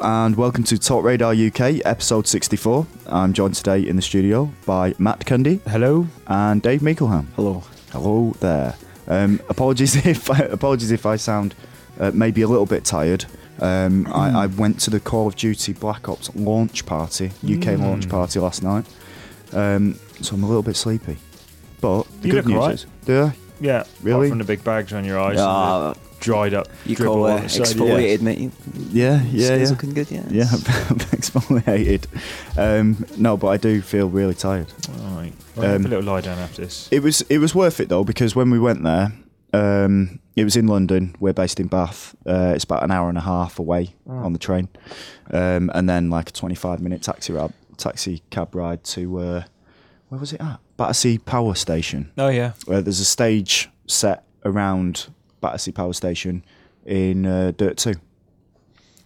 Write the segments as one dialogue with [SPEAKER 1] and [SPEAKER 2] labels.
[SPEAKER 1] and welcome to Talk Radar UK, episode 64. I'm joined today in the studio by Matt Cundy
[SPEAKER 2] Hello.
[SPEAKER 1] and Dave Meekleham.
[SPEAKER 2] Hello.
[SPEAKER 1] Hello there. Um, apologies if I, apologies if I sound uh, maybe a little bit tired. Um,
[SPEAKER 2] Hmm.
[SPEAKER 1] I, I went to the Call of Duty Black Ops launch party, UK
[SPEAKER 2] Hmm.
[SPEAKER 1] launch party last night, um, so I'm a little bit sleepy. But the
[SPEAKER 2] You
[SPEAKER 1] good
[SPEAKER 2] look
[SPEAKER 1] news
[SPEAKER 2] alright.
[SPEAKER 1] is, do I?
[SPEAKER 2] Yeah.
[SPEAKER 1] Really?
[SPEAKER 2] Apart from the big bags on your eyes. and
[SPEAKER 3] uh,
[SPEAKER 4] Ah,
[SPEAKER 2] the dried up.
[SPEAKER 4] you
[SPEAKER 2] dribble
[SPEAKER 4] call
[SPEAKER 2] on
[SPEAKER 4] it
[SPEAKER 2] the side of your-
[SPEAKER 4] exfoliated, mate. You-
[SPEAKER 1] Yeah, yeah,
[SPEAKER 4] skin's
[SPEAKER 1] yeah.
[SPEAKER 4] looking good, yeah.
[SPEAKER 1] Yeah, exfoliated. Um, no, but I do feel really tired.
[SPEAKER 2] All right. Well, have
[SPEAKER 1] Um,
[SPEAKER 2] a little lie down after this.
[SPEAKER 1] It was it was worth it though because when we went there, um, it was in London. We're based in Bath. Uh, it's about an hour and a half away
[SPEAKER 2] Mm.
[SPEAKER 1] on the train, um, and then like a twenty-five minute taxi ride, taxi cab ride to uh, where was it at? Battersea Power Station.
[SPEAKER 2] oh yeah.
[SPEAKER 1] Where there's a stage set around Battersea Power Station in uh, Dirt Two.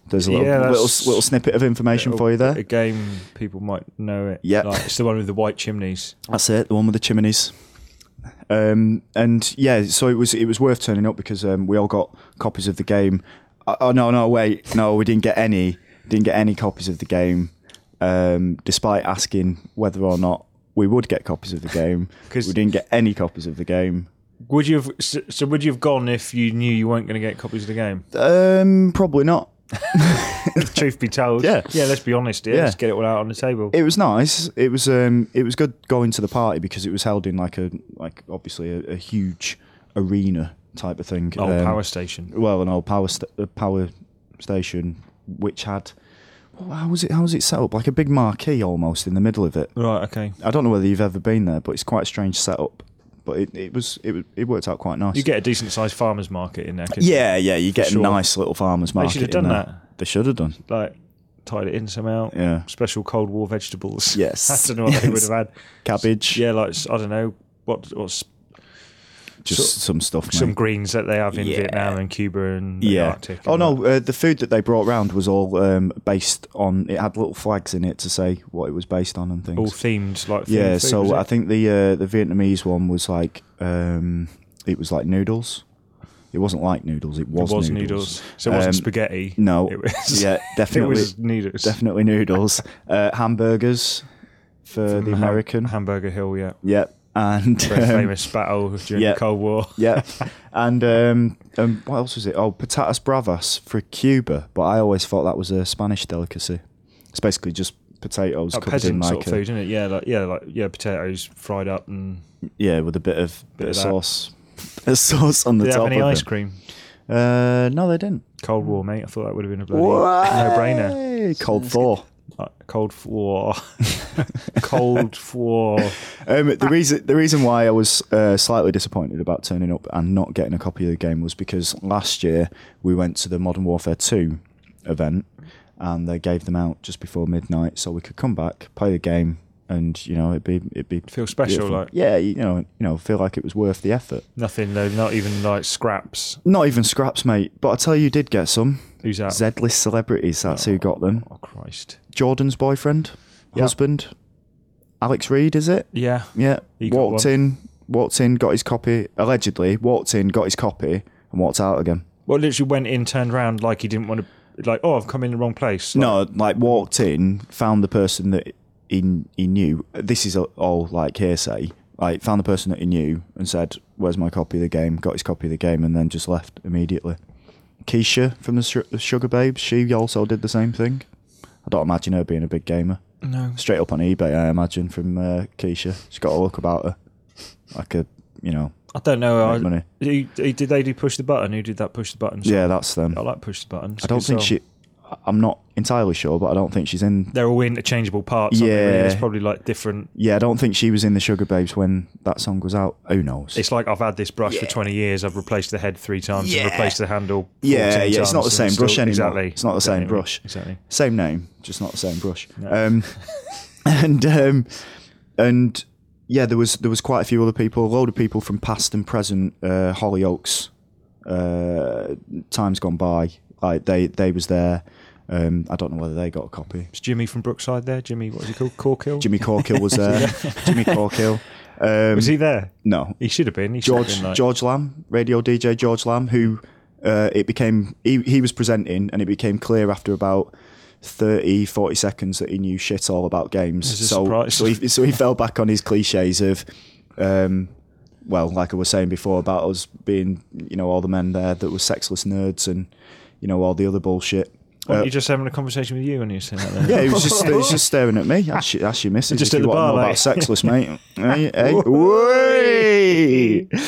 [SPEAKER 1] There's a little
[SPEAKER 2] Yeah,
[SPEAKER 1] little,
[SPEAKER 2] that's-
[SPEAKER 1] little snippet of information for you there.
[SPEAKER 2] A game people might know it.
[SPEAKER 1] Yeah.
[SPEAKER 2] Like, it's the one with the white chimneys.
[SPEAKER 1] That's it, the one with the chimneys. Um, and yeah, so it was it was worth turning up because um, we all got copies of the game. Uh, oh no, no, wait, no, we didn't get any, didn't get any copies of the game, um, despite asking whether or not we would get copies of the game.
[SPEAKER 2] 'Cause-
[SPEAKER 1] we didn't get any copies of the game.
[SPEAKER 2] Would you have? So, so would you have gone if you knew you weren't going to get copies of the game?
[SPEAKER 1] Um, probably not.
[SPEAKER 2] Truth be told.
[SPEAKER 1] Yeah.
[SPEAKER 2] Yeah. Let's be honest. Yeah.
[SPEAKER 1] Yeah.
[SPEAKER 2] Let's get it all out on the table.
[SPEAKER 1] It was nice. It was um, it was good going to the party because it was held in like a like obviously a, a huge arena type of thing.
[SPEAKER 2] Old
[SPEAKER 1] Um,
[SPEAKER 2] Oh, power station.
[SPEAKER 1] well, an old power st- uh, power station which had well, how was it how was it set up like a big marquee almost in the middle of it.
[SPEAKER 2] Right. Okay.
[SPEAKER 1] I don't know whether you've ever been there, but it's quite a strange setup. But it, it was it was- it worked out quite nice.
[SPEAKER 2] You get a decent sized farmers market in there. couldn't you?
[SPEAKER 1] yeah yeah you get
[SPEAKER 2] sure.
[SPEAKER 1] a nice little farmers market.
[SPEAKER 2] should have
[SPEAKER 1] in
[SPEAKER 2] done
[SPEAKER 1] there.
[SPEAKER 2] that.
[SPEAKER 1] They should have done.
[SPEAKER 2] Like tied it in somehow.
[SPEAKER 1] Yeah.
[SPEAKER 2] Special Cold War vegetables.
[SPEAKER 1] Yes.
[SPEAKER 2] I don't know what they would
[SPEAKER 1] Yes.
[SPEAKER 2] have had.
[SPEAKER 1] Cabbage,
[SPEAKER 2] Yeah, like I don't know what what's
[SPEAKER 1] just some stuff. Mate.
[SPEAKER 2] some greens that they have in
[SPEAKER 4] Yeah.
[SPEAKER 2] Vietnam and Cuba and the
[SPEAKER 1] yeah.
[SPEAKER 2] Arctic. and
[SPEAKER 1] Oh
[SPEAKER 2] that.
[SPEAKER 1] no, uh, the food that they brought round was all um, based on. It had little flags in it to say what it was based on and things.
[SPEAKER 2] all themed like
[SPEAKER 1] Yeah,
[SPEAKER 2] themed food, was
[SPEAKER 1] so
[SPEAKER 2] it?
[SPEAKER 1] I think the uh, the Vietnamese one was like um, it was like noodles. It wasn't like noodles. It
[SPEAKER 2] it
[SPEAKER 1] was,
[SPEAKER 2] was
[SPEAKER 1] noodles.
[SPEAKER 2] noodles. So it wasn't
[SPEAKER 1] Um,
[SPEAKER 2] spaghetti.
[SPEAKER 1] No,
[SPEAKER 2] it was.
[SPEAKER 1] yeah,
[SPEAKER 2] it
[SPEAKER 1] definitely,
[SPEAKER 2] was noodles.
[SPEAKER 1] definitely noodles. Uh, hamburgers for
[SPEAKER 2] From
[SPEAKER 1] uh, the
[SPEAKER 2] Ham-
[SPEAKER 1] American.
[SPEAKER 2] Hamburger Hill. Yeah,
[SPEAKER 1] yep, and
[SPEAKER 2] very
[SPEAKER 1] um,
[SPEAKER 2] famous battle during
[SPEAKER 1] yeah.
[SPEAKER 2] the Cold War.
[SPEAKER 1] yep, and um, um, what else was it? Oh, patatas bravas for Cuba, but I always thought that was a Spanish delicacy. It's basically just potatoes
[SPEAKER 2] Like
[SPEAKER 1] covered in
[SPEAKER 2] peasant
[SPEAKER 1] like
[SPEAKER 2] sort of
[SPEAKER 1] a-
[SPEAKER 2] food, isn't it? Yeah, like yeah, like yeah, potatoes fried up and.
[SPEAKER 1] yeah, with a bit of bit, of
[SPEAKER 2] Bit of that.
[SPEAKER 1] sauce. Bit of sauce on the
[SPEAKER 2] Did they
[SPEAKER 1] top
[SPEAKER 2] have any
[SPEAKER 1] of
[SPEAKER 2] ice
[SPEAKER 1] it.
[SPEAKER 2] cream?
[SPEAKER 1] Uh, no, they didn't.
[SPEAKER 2] Cold War, mate. I thought that would have been a bloody no-brainer.
[SPEAKER 1] Hey, Cold Thor.
[SPEAKER 2] Like, Cold War, Cold War.
[SPEAKER 1] Um, the reason the reason why I was uh, slightly disappointed about turning up and not getting a copy of the game was because last year we went to the Modern Warfare Two event and they gave them out just before midnight, so we could come back, play the game, and you know it'd be it'd be
[SPEAKER 2] Feel special,
[SPEAKER 1] beautiful.
[SPEAKER 2] like.
[SPEAKER 1] yeah, you know you know feel like it was worth the effort.
[SPEAKER 2] Nothing though, not even like scraps.
[SPEAKER 1] Not even scraps, mate. But I tell you, you did get some
[SPEAKER 2] Who's that?
[SPEAKER 1] Z list celebrities. That's who got them.
[SPEAKER 2] Oh Christ.
[SPEAKER 1] Jordan's boyfriend,
[SPEAKER 2] Yeah.
[SPEAKER 1] husband, Alex Reed, is it?
[SPEAKER 2] Yeah.
[SPEAKER 1] Yeah.
[SPEAKER 2] He got
[SPEAKER 1] walked
[SPEAKER 2] one.
[SPEAKER 1] in, walked in, got his copy, allegedly, walked in, got his copy, and walked out again.
[SPEAKER 2] Well, literally went in, turned round like he didn't want to. Like, oh, I've come in the wrong place. Like,
[SPEAKER 1] No, like walked in, found the person that he, he knew. This is all like hearsay. Like, found the person that he knew and said, Where's my copy of the game? Got his copy of the game and then just left immediately. Keisha from the Su- Sugar Babes, she also did the same thing. I don't imagine her being a big gamer.
[SPEAKER 2] no.
[SPEAKER 1] straight up on eBay, I imagine, from uh, Keisha. She's got a look about her, like a you know,
[SPEAKER 2] I don't know.
[SPEAKER 1] make
[SPEAKER 2] I,
[SPEAKER 1] money.
[SPEAKER 2] Who- who- did they do push the button? Who did that push the button?
[SPEAKER 1] Yeah, that's them.
[SPEAKER 2] I like push the button.
[SPEAKER 1] I don't think she. I'm not entirely sure, but I don't think she's in.
[SPEAKER 2] They're all interchangeable parts. Yeah. Really.
[SPEAKER 1] Yeah.
[SPEAKER 2] It's probably like different.
[SPEAKER 1] Yeah, I don't think she was in the Sugar Babes when that song was out. Who knows?
[SPEAKER 2] It's like I've had this brush for 20 years. I've replaced the head three times
[SPEAKER 1] Yeah.
[SPEAKER 2] and replaced the handle. 14
[SPEAKER 1] yeah, yeah. It's not the
[SPEAKER 2] times
[SPEAKER 1] same
[SPEAKER 2] and
[SPEAKER 1] brush
[SPEAKER 2] still-
[SPEAKER 1] anymore.
[SPEAKER 2] Exactly.
[SPEAKER 1] It's not the same brush.
[SPEAKER 2] Exactly.
[SPEAKER 1] Same name, just not the same brush. Um, and um, and yeah, there was there was quite a few other people, a load of people from past and present uh, Hollyoaks uh, times gone by. Like they they was there. Um, I don't know whether they got a copy.
[SPEAKER 2] It's Jimmy from Brookside there. Jimmy, what was he called? Corkill?
[SPEAKER 1] Jimmy Corkill was there. Jimmy Corkill. Um,
[SPEAKER 2] Was he there?
[SPEAKER 1] no,
[SPEAKER 2] He should have been. He should have
[SPEAKER 1] George
[SPEAKER 2] been, like-
[SPEAKER 1] George Lamb, radio DJ George Lamb, who uh, it became he he was presenting, and it became clear after about 30, 40 seconds that he knew shit all about games.
[SPEAKER 2] This is
[SPEAKER 1] So,
[SPEAKER 2] surprise.
[SPEAKER 1] so, he, so he fell back on his cliches of, um, well, like I was saying before about us being, you know, all the men there that were sexless nerds and, you know, all the other bullshit.
[SPEAKER 2] Weren't
[SPEAKER 1] Uh,
[SPEAKER 2] you just having a conversation with you when you said that? Then?
[SPEAKER 1] yeah, he was just he was just staring at me. Ask your, ask your missus
[SPEAKER 2] Just
[SPEAKER 1] if
[SPEAKER 2] at
[SPEAKER 1] you
[SPEAKER 2] the
[SPEAKER 1] want
[SPEAKER 2] bar,
[SPEAKER 1] to know
[SPEAKER 2] like.
[SPEAKER 1] about sexless, mate. hey, hey. Whey!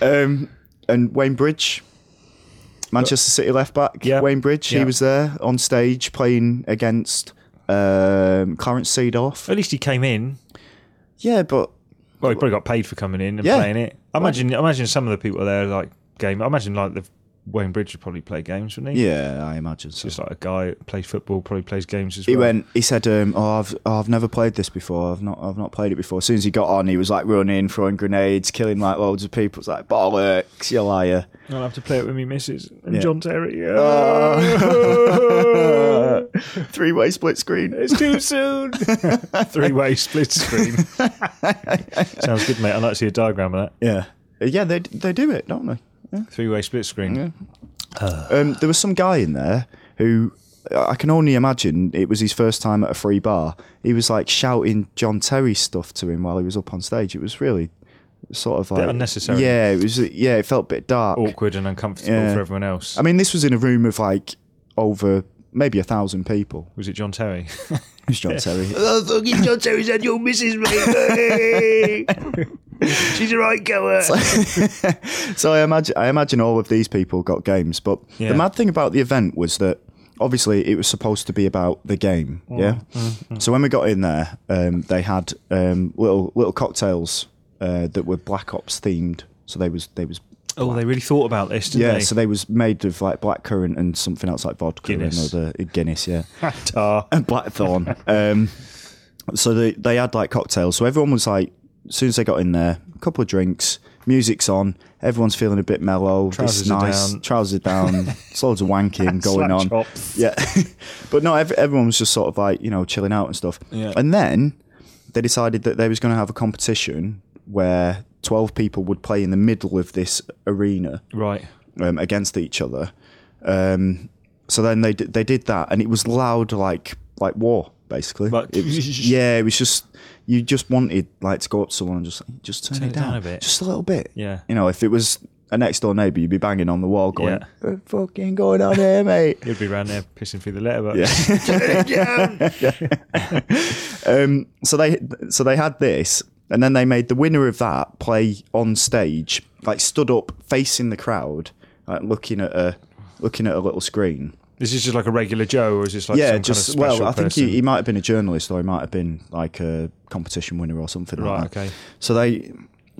[SPEAKER 1] Um, and Wayne Bridge, Manchester City left back.
[SPEAKER 2] Yeah.
[SPEAKER 1] Wayne Bridge,
[SPEAKER 2] Yeah.
[SPEAKER 1] he was there on stage playing against um, Clarence Seedorf.
[SPEAKER 2] At least he came in.
[SPEAKER 1] Yeah, but
[SPEAKER 2] Well, he probably got paid for coming in and
[SPEAKER 1] Yeah.
[SPEAKER 2] playing it. I imagine. I imagine some of the people there like game. I imagine like the Wayne Bridge would probably play games, wouldn't he?
[SPEAKER 1] yeah, I imagine so.
[SPEAKER 2] Just like a guy that plays football, probably plays games as
[SPEAKER 1] He
[SPEAKER 2] well.
[SPEAKER 1] went. He said, um, "Oh, I've oh, I've never played this before. I've not I've not played it before." As soon as he got on, he was like running, throwing grenades, killing like loads of people. It's like bollocks, you liar.
[SPEAKER 2] I'll have to play it with me missus and
[SPEAKER 1] Yeah.
[SPEAKER 2] John Terry.
[SPEAKER 1] Ah. Three way split screen.
[SPEAKER 2] it's too soon. Three way split screen. Sounds good, mate. I'd like to see a diagram of
[SPEAKER 1] Yeah, yeah, they they do it, don't they?
[SPEAKER 2] that. Three way split screen.
[SPEAKER 1] Yeah. Um, there was some guy in there who I can only imagine it was his first time at a free bar. He was like shouting John Terry stuff to him while he was up on stage. It was really sort of like
[SPEAKER 2] unnecessary.
[SPEAKER 1] Yeah, it was. Yeah, it felt a bit dark.
[SPEAKER 2] Awkward and uncomfortable
[SPEAKER 1] Yeah.
[SPEAKER 2] for everyone else.
[SPEAKER 1] I mean, this was in a room of like over maybe a thousand people.
[SPEAKER 2] Was it John Terry?
[SPEAKER 1] It's John Terry.
[SPEAKER 4] Oh, fucking John Terry's had your missus, mate. She's a right goer.
[SPEAKER 1] so I imagine I imagine all of these people got games, but
[SPEAKER 2] Yeah.
[SPEAKER 1] the mad thing about the event was that obviously it was supposed to be about the game,
[SPEAKER 2] Mm,
[SPEAKER 1] yeah. So when we got in there, um, they had um, little little cocktails uh, that were Black Ops themed. So they was they was
[SPEAKER 2] oh, they really thought about this, didn't
[SPEAKER 1] yeah.
[SPEAKER 2] they?
[SPEAKER 1] So they was made of like blackcurrant and something else like vodka
[SPEAKER 2] Guinness.
[SPEAKER 1] and other Guinness, yeah.
[SPEAKER 2] Qatar.
[SPEAKER 1] and blackthorn. um, so they they had like cocktails. So everyone was like, as soon as they got in there, a couple of drinks, music's on, everyone's feeling a bit mellow. this
[SPEAKER 2] Trousers
[SPEAKER 1] is
[SPEAKER 2] are
[SPEAKER 1] nice.
[SPEAKER 2] down.
[SPEAKER 1] Trousers are down. It's loads of wanking going
[SPEAKER 2] Slap
[SPEAKER 1] on.
[SPEAKER 2] chop.
[SPEAKER 1] Yeah, but no, ev- everyone was just sort of like you know chilling out and stuff.
[SPEAKER 2] Yeah.
[SPEAKER 1] And then they decided that they was going to have a competition where twelve people would play in the middle of this arena
[SPEAKER 2] Right.
[SPEAKER 1] um, against each other. Um, so then they d- they did that, and it was loud like like war basically.
[SPEAKER 2] Like-
[SPEAKER 1] It was- yeah, it was just you just wanted like to go up to someone and just like, just turn, it, down, a bit, just a little bit.
[SPEAKER 2] Yeah.
[SPEAKER 1] You know, if it was a next door neighbour, you'd be banging on the wall going,
[SPEAKER 2] Yeah.
[SPEAKER 1] "What fucking going on here, mate?"
[SPEAKER 2] He'd be round there pissing through the letterbox.
[SPEAKER 1] um, so they so they had this, and then they made the winner of that play on stage, like stood up facing the crowd, like looking at a looking at a little screen.
[SPEAKER 2] Is this just like a regular Joe, or is this like
[SPEAKER 1] yeah,
[SPEAKER 2] some
[SPEAKER 1] just
[SPEAKER 2] kind of special
[SPEAKER 1] well, I think
[SPEAKER 2] person?
[SPEAKER 1] he, he might have been a journalist or he might have been like a competition winner or something
[SPEAKER 2] Right,
[SPEAKER 1] like that.
[SPEAKER 2] okay.
[SPEAKER 1] So they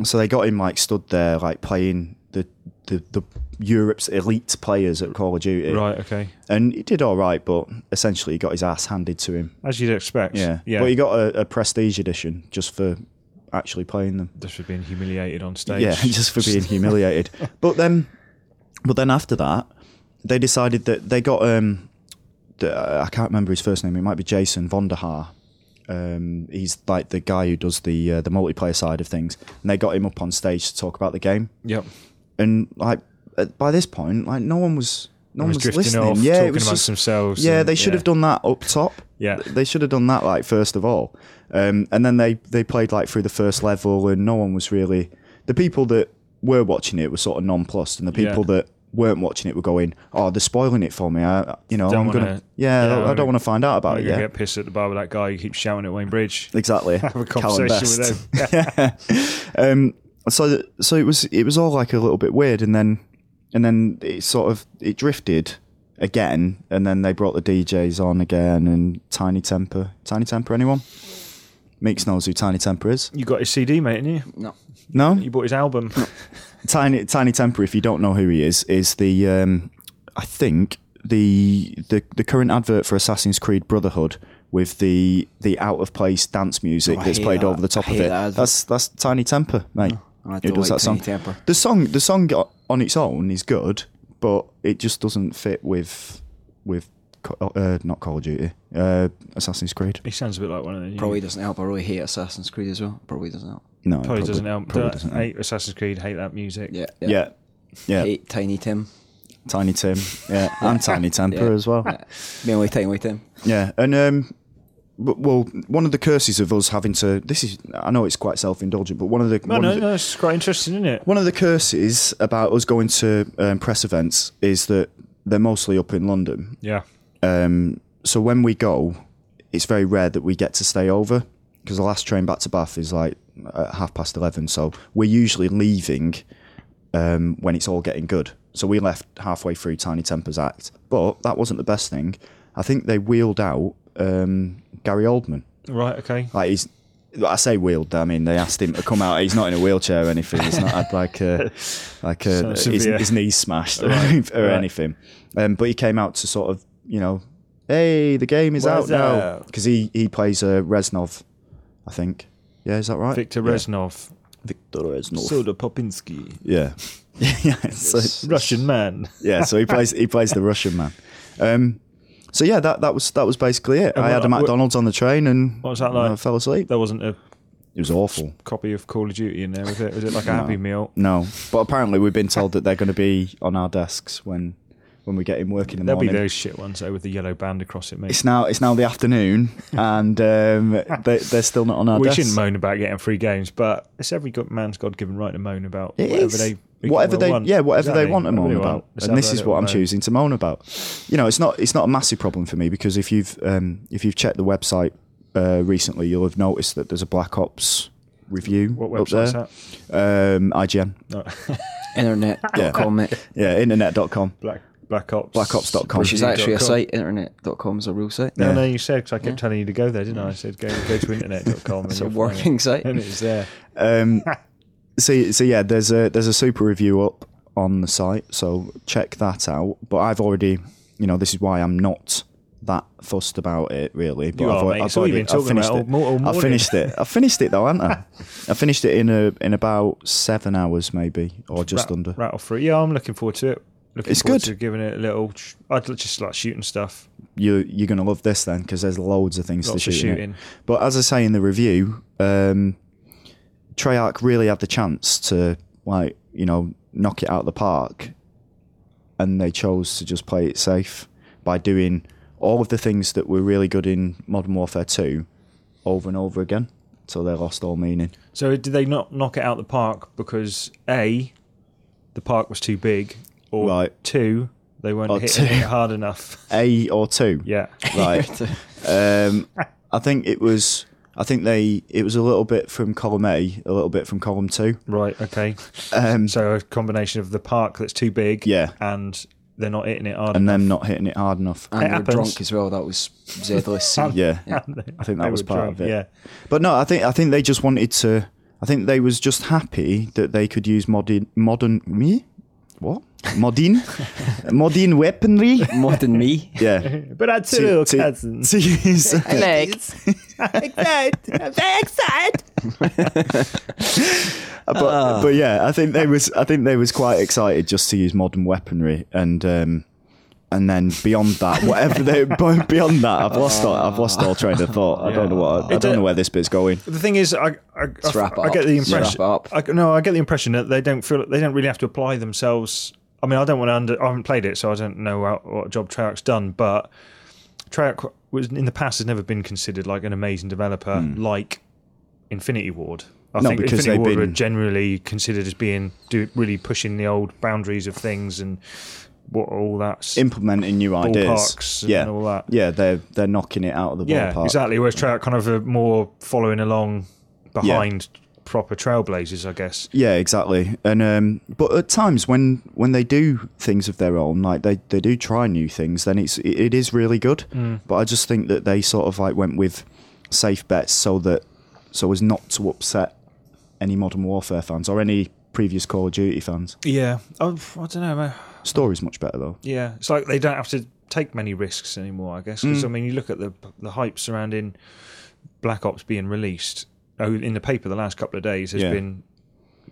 [SPEAKER 1] so they got him like stood there like playing the the, the Europe's elite players at Call of Duty.
[SPEAKER 2] right, okay,
[SPEAKER 1] And he did all right, but essentially he got his ass handed to him.
[SPEAKER 2] as you'd expect.
[SPEAKER 1] Yeah.
[SPEAKER 2] yeah.
[SPEAKER 1] But he got a, a prestige edition just for actually playing them.
[SPEAKER 2] just for being humiliated on stage.
[SPEAKER 1] Yeah, just for being humiliated. But then, but then after that, they decided that they got um, the, I can't remember his first name. It might be Jason Vonderhaar. Um, he's like the guy who does the uh, the multiplayer side of things, and they got him up on stage to talk about the game.
[SPEAKER 2] Yep.
[SPEAKER 1] And like at- by this point, like no one was no one
[SPEAKER 2] was
[SPEAKER 1] was
[SPEAKER 2] drifting
[SPEAKER 1] listening.
[SPEAKER 2] off,
[SPEAKER 1] yeah,
[SPEAKER 2] talking
[SPEAKER 1] it was
[SPEAKER 2] amongst
[SPEAKER 1] just,
[SPEAKER 2] themselves
[SPEAKER 1] Yeah,
[SPEAKER 2] and-
[SPEAKER 1] they should
[SPEAKER 2] yeah.
[SPEAKER 1] have done that up top.
[SPEAKER 2] Yeah.
[SPEAKER 1] they should have done that like first of all, um, and then they they played like through the first level, and no one was really the people that were watching it were sort of nonplussed, and the people
[SPEAKER 2] Yeah.
[SPEAKER 1] that weren't watching it were going, "Oh, they're spoiling it for me." I, you know,
[SPEAKER 2] Don't
[SPEAKER 1] I'm gonna,
[SPEAKER 2] wanna-
[SPEAKER 1] yeah,
[SPEAKER 2] yeah,
[SPEAKER 1] I-
[SPEAKER 2] I'm
[SPEAKER 1] I,
[SPEAKER 2] gonna-
[SPEAKER 1] don't want to find out
[SPEAKER 2] I'm
[SPEAKER 1] about it.
[SPEAKER 2] gonna
[SPEAKER 1] Yeah,
[SPEAKER 2] get pissed at the bar with that guy who keeps shouting at Wayne Bridge.
[SPEAKER 1] exactly.
[SPEAKER 2] Have a
[SPEAKER 1] Callum
[SPEAKER 2] conversation
[SPEAKER 1] Best.
[SPEAKER 2] with him.
[SPEAKER 1] um, so th- so it was it was all like a little bit weird, and then and then it sort of it drifted again, and then they brought the DJs on again, and Tiny Temper, Tiny Temper, anyone? Meeks knows who Tiny Temper is.
[SPEAKER 2] you got his CD, mate, didn't you?
[SPEAKER 1] No,
[SPEAKER 2] You bought his album.
[SPEAKER 1] Tiny Tiny Temper. If you don't know who he is, is the um, I think the the the current advert for Assassin's Creed Brotherhood with the the out of place dance music
[SPEAKER 4] Oh, I
[SPEAKER 1] that's
[SPEAKER 4] hate
[SPEAKER 1] played
[SPEAKER 4] that.
[SPEAKER 1] over the top
[SPEAKER 4] I
[SPEAKER 1] of
[SPEAKER 4] hate
[SPEAKER 1] it.
[SPEAKER 4] that advert.
[SPEAKER 1] that's that's Tiny Temper, mate.
[SPEAKER 4] I
[SPEAKER 1] Who
[SPEAKER 4] don't
[SPEAKER 1] does
[SPEAKER 4] like
[SPEAKER 1] that song?
[SPEAKER 4] Tiny Temper.
[SPEAKER 1] The song the song o- on its own is good, but it just doesn't fit with with Co- uh, not Call of Duty, uh, Assassin's Creed.
[SPEAKER 2] he sounds a bit like one of them.
[SPEAKER 4] Probably doesn't help. I really hate Assassin's Creed as well. Probably doesn't help.
[SPEAKER 1] No, it
[SPEAKER 2] Probably, doesn't help.
[SPEAKER 1] Probably
[SPEAKER 2] Don't-
[SPEAKER 1] doesn't. help.
[SPEAKER 2] Hate Assassin's Creed. Hate that music.
[SPEAKER 4] Yeah.
[SPEAKER 1] Yeah, yeah.
[SPEAKER 4] Hate Tiny Tim.
[SPEAKER 1] Tiny Tim, yeah, and Tiny Temper
[SPEAKER 3] Yeah.
[SPEAKER 1] as well.
[SPEAKER 3] Me and we team with him.
[SPEAKER 1] Yeah, and um, w- well, one of the curses of us having to this is I know it's quite self indulgent, but one of the
[SPEAKER 2] No,
[SPEAKER 1] one
[SPEAKER 2] no,
[SPEAKER 1] of the,
[SPEAKER 2] no, it's quite interesting, isn't it?
[SPEAKER 1] one of the curses about us going to um, press events is that they're mostly up in London.
[SPEAKER 2] Yeah.
[SPEAKER 1] Um, so when we go, it's very rare that we get to stay over because the last train back to Bath is like at half past eleven. So we're usually leaving um, when it's all getting good. So we left halfway through Tiny Tempers Act, but that wasn't the best thing. I think they wheeled out um, Gary Oldman.
[SPEAKER 2] Right, okay.
[SPEAKER 1] Like he's, I say wheeled. I mean they asked him to come out. He's not in a wheelchair or anything. He's not had like a, like a,
[SPEAKER 2] Sounds
[SPEAKER 1] his,
[SPEAKER 2] severe.
[SPEAKER 1] his knees smashed or, or
[SPEAKER 2] Right.
[SPEAKER 1] anything. Um, but he came out to sort of you know, hey, the game is
[SPEAKER 3] Where's
[SPEAKER 1] out now
[SPEAKER 3] that?
[SPEAKER 1] because he he plays uh, Reznov, I think. Yeah, is that right?
[SPEAKER 2] Victor
[SPEAKER 1] yeah.
[SPEAKER 2] Reznov.
[SPEAKER 1] Victor Reznov.
[SPEAKER 2] Popinski.
[SPEAKER 1] yeah. yeah. So,
[SPEAKER 2] Russian man.
[SPEAKER 1] yeah. So he plays he plays the Russian man. Um, so yeah, that, that was that was basically it.
[SPEAKER 2] And
[SPEAKER 1] I
[SPEAKER 2] what-
[SPEAKER 1] had a
[SPEAKER 2] what-
[SPEAKER 1] McDonald's on the train and
[SPEAKER 2] What was that
[SPEAKER 1] and I
[SPEAKER 2] like?
[SPEAKER 1] fell asleep.
[SPEAKER 2] There wasn't a
[SPEAKER 1] It was awful.
[SPEAKER 2] copy of Call of Duty in there, was it? Was it like a Happy Meal?
[SPEAKER 1] No, but apparently we've been told that they're going to be on our desks when when we get in work in the
[SPEAKER 2] There'll be
[SPEAKER 1] morning.
[SPEAKER 2] those shit ones though with the yellow band across it, mate.
[SPEAKER 1] It's now it's now the afternoon, and um, they, they're still not on our
[SPEAKER 2] We
[SPEAKER 1] desks.
[SPEAKER 2] shouldn't moan about getting free games, but it's every good man's God-given right to moan about
[SPEAKER 1] It
[SPEAKER 2] whatever
[SPEAKER 1] is.
[SPEAKER 2] they think
[SPEAKER 1] whatever
[SPEAKER 2] they
[SPEAKER 1] they
[SPEAKER 2] want.
[SPEAKER 1] yeah whatever
[SPEAKER 2] Exactly.
[SPEAKER 1] they want to moan
[SPEAKER 2] Whatever they
[SPEAKER 1] about,
[SPEAKER 2] want. Let's
[SPEAKER 1] and
[SPEAKER 2] have
[SPEAKER 1] this
[SPEAKER 2] our
[SPEAKER 1] is what I'm
[SPEAKER 2] little moan.
[SPEAKER 1] choosing to moan about. You know, it's not it's not a massive problem for me because if you've um, if you've checked the website uh, recently, you'll have noticed that there's a Black Ops review
[SPEAKER 2] What
[SPEAKER 1] up
[SPEAKER 2] website's
[SPEAKER 1] there. That? Um, IGN,
[SPEAKER 2] that? No.
[SPEAKER 3] Internet.com, it.
[SPEAKER 1] yeah, internet.com,
[SPEAKER 2] Black Black Ops.
[SPEAKER 1] blackops.com.
[SPEAKER 3] Which is actually a
[SPEAKER 2] Review.com.
[SPEAKER 3] site. Internet.com is a real site.
[SPEAKER 2] No,
[SPEAKER 1] Yeah.
[SPEAKER 2] no, you said because I kept
[SPEAKER 3] Yeah.
[SPEAKER 2] telling you to go there, didn't I? I said go go to internet.com.
[SPEAKER 3] It's
[SPEAKER 2] It's
[SPEAKER 3] a working site.
[SPEAKER 2] and it's there.
[SPEAKER 1] Um, so, so yeah, there's a there's a super review up on the site, so check that out. But I've already, you know, this is why I'm not that fussed about it really. But
[SPEAKER 2] You
[SPEAKER 1] I've,
[SPEAKER 2] are,
[SPEAKER 1] al-
[SPEAKER 2] mate.
[SPEAKER 1] I've
[SPEAKER 2] It's all you've
[SPEAKER 1] already
[SPEAKER 2] been talking
[SPEAKER 1] I've finished
[SPEAKER 2] about
[SPEAKER 1] it.
[SPEAKER 2] all mo- all
[SPEAKER 1] I
[SPEAKER 2] morning.
[SPEAKER 1] finished it. I finished it though, haven't I? I finished it in a in about seven hours maybe, or just
[SPEAKER 2] Rat-
[SPEAKER 1] under.
[SPEAKER 2] rattle through. Yeah, I'm looking forward to it. Looking
[SPEAKER 1] It's
[SPEAKER 2] forward
[SPEAKER 1] good.
[SPEAKER 2] to giving it a little. ch- I'd just like shooting stuff.
[SPEAKER 1] You you're gonna love this then because there's loads of things
[SPEAKER 2] Lots
[SPEAKER 1] to
[SPEAKER 2] of
[SPEAKER 1] shoot. in it.
[SPEAKER 2] shooting.
[SPEAKER 1] But as I say in the review, um, Treyarch really had the chance to like you know knock it out of the park, and they chose to just play it safe by doing all of the things that were really good in Modern Warfare Two over and over again. So they lost all meaning.
[SPEAKER 2] So did they not knock it out the park because a the park was too big, or
[SPEAKER 1] Right.
[SPEAKER 2] two they weren't
[SPEAKER 1] Or
[SPEAKER 2] hitting
[SPEAKER 1] two.
[SPEAKER 2] it hard enough?
[SPEAKER 1] A or two,
[SPEAKER 2] Yeah,
[SPEAKER 1] right? um, I think it was. I think they. It was a little bit from column A, a little bit from column two.
[SPEAKER 2] right. Okay.
[SPEAKER 1] Um,
[SPEAKER 2] So a combination of the park that's too big.
[SPEAKER 1] Yeah.
[SPEAKER 2] and they're not hitting it hard.
[SPEAKER 1] and them not hitting it hard enough.
[SPEAKER 3] And we were
[SPEAKER 2] happens.
[SPEAKER 3] drunk as well. That was Z-list.
[SPEAKER 1] Yeah, I think that was part of it. But no, I think I think they just wanted to. I think they was just happy that they could use modern modern me what modern modern weaponry.
[SPEAKER 3] More than me.
[SPEAKER 1] Yeah,
[SPEAKER 2] Yeah, but I
[SPEAKER 1] To-
[SPEAKER 2] too,
[SPEAKER 1] to-
[SPEAKER 2] cousins.
[SPEAKER 1] to use- Uh, but,
[SPEAKER 2] Ah.
[SPEAKER 1] but yeah, I think they was I think they was quite excited just to use modern weaponry and um, and then beyond that, whatever they bo- beyond that, I've lost all, I've lost all train of thought. I don't know what I,
[SPEAKER 2] It
[SPEAKER 1] don't
[SPEAKER 2] did-
[SPEAKER 1] know where this bit's going.
[SPEAKER 2] The thing is, I I, I,
[SPEAKER 3] wrap it
[SPEAKER 2] I get
[SPEAKER 3] up.
[SPEAKER 2] the
[SPEAKER 3] Let's
[SPEAKER 2] impression.
[SPEAKER 3] wrap it
[SPEAKER 2] I, no, I get the impression that they don't feel they don't really have to apply themselves. I mean, I don't want to under. I haven't played it, so I don't know what, what job Treyarch's done. But Treyarch was in the past has never been considered like an amazing developer,
[SPEAKER 3] Hmm.
[SPEAKER 2] like Infinity Ward. I
[SPEAKER 1] No,
[SPEAKER 2] think
[SPEAKER 1] because
[SPEAKER 2] Infinity
[SPEAKER 1] they've
[SPEAKER 2] Ward were
[SPEAKER 1] been-
[SPEAKER 2] generally considered as being do, really pushing the old boundaries of things and what all that's
[SPEAKER 1] Implementing new ideas,
[SPEAKER 2] Ballparks and all that.
[SPEAKER 1] Yeah, they're they're knocking it out of the
[SPEAKER 2] Yeah,
[SPEAKER 1] ballpark.
[SPEAKER 2] exactly. Whereas Trout kind of a more following along behind proper trailblazers, I guess.
[SPEAKER 1] Yeah, exactly. And um, but at times when when they do things of their own, like they, they do try new things, then it's it, it is really good. But I just think that they sort of like went with safe bets so that so as not to upset any Modern Warfare fans or any previous Call of Duty fans.
[SPEAKER 2] Yeah, I, I don't know. man.
[SPEAKER 1] Story's much better though.
[SPEAKER 2] Yeah, it's like they don't have to take many risks anymore, I guess. 'Cause, I mean, you look at the the hype surrounding Black Ops being released. Oh, in the paper the last couple of days, there's
[SPEAKER 1] Yeah.
[SPEAKER 2] been.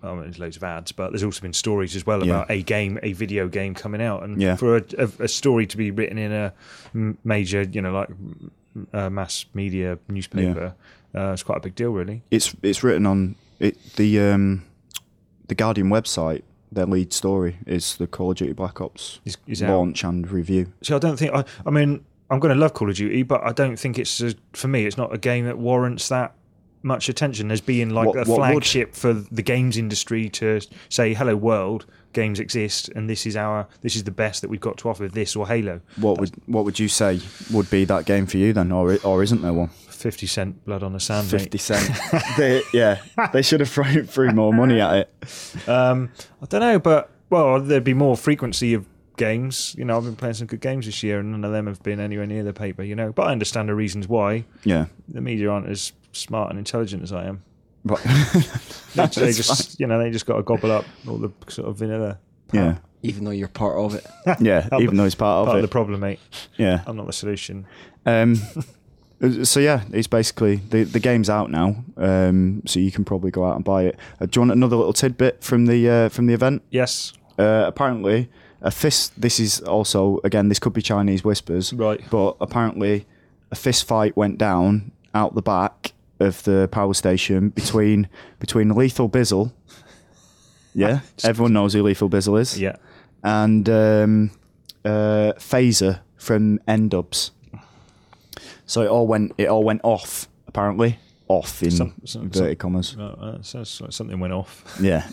[SPEAKER 2] I mean, there's loads of ads, but there's also been stories as well about a game, a video game coming out, and
[SPEAKER 1] Yeah.
[SPEAKER 2] for a, a, a story to be written in a m- major, you know, like m- uh, mass media newspaper, uh, it's quite a big deal, really.
[SPEAKER 1] It's it's written on it the um, the Guardian website. their lead story is the Call of Duty Black Ops
[SPEAKER 2] Is- is out.
[SPEAKER 1] launch and review.
[SPEAKER 2] So I don't think I. I mean, I'm going to love Call of Duty, but I don't think it's a, for me. It's not a game that warrants that much attention as being like
[SPEAKER 1] What-
[SPEAKER 2] a
[SPEAKER 1] what would?
[SPEAKER 2] flagship for the games industry to say, "Hello world, games exist, and this is our this is the best that we've got to offer." This or Halo,
[SPEAKER 1] What would what would you say would be that game for you then, or or isn't there one?
[SPEAKER 2] fifty cent blood on the sand. mate.
[SPEAKER 1] Fifty cent. they, yeah, they should have thrown threw more money at it.
[SPEAKER 2] Um, I don't know, but well, there'd be more frequency of games. You know, I've been playing some good games this year, and none of them have been anywhere near the paper. You know, but I understand the reasons why
[SPEAKER 1] Yeah,
[SPEAKER 2] the media aren't as smart and intelligent as I am.
[SPEAKER 1] but
[SPEAKER 2] They, they just, you know, they just got to gobble up all the sort of vanilla.
[SPEAKER 1] yeah,
[SPEAKER 3] even though you're part of it.
[SPEAKER 1] yeah.
[SPEAKER 2] Help
[SPEAKER 1] even
[SPEAKER 2] them.
[SPEAKER 1] though it's part,
[SPEAKER 2] Part of
[SPEAKER 1] of
[SPEAKER 2] the
[SPEAKER 1] it,
[SPEAKER 2] problem, mate.
[SPEAKER 1] yeah.
[SPEAKER 2] I'm not the solution.
[SPEAKER 1] Um, so yeah, it's basically the the game's out now, um, so you can probably go out and buy it. Uh, do you want another little tidbit from the uh, from the event?
[SPEAKER 2] Yes,
[SPEAKER 1] Uh, apparently, a fist. This is also again. This could be Chinese whispers,
[SPEAKER 2] Right.
[SPEAKER 1] But apparently, a fist fight went down out the back of the power station between between Lethal Bizzle. Yeah, everyone knows who Lethal Bizzle is.
[SPEAKER 2] yeah.
[SPEAKER 1] and um, uh, Phaser from N Dubs. So it all went. It all went off. Apparently, off in
[SPEAKER 2] Some- some-
[SPEAKER 1] inverted commas.
[SPEAKER 2] Uh, uh, so, so something went off.
[SPEAKER 1] Yeah,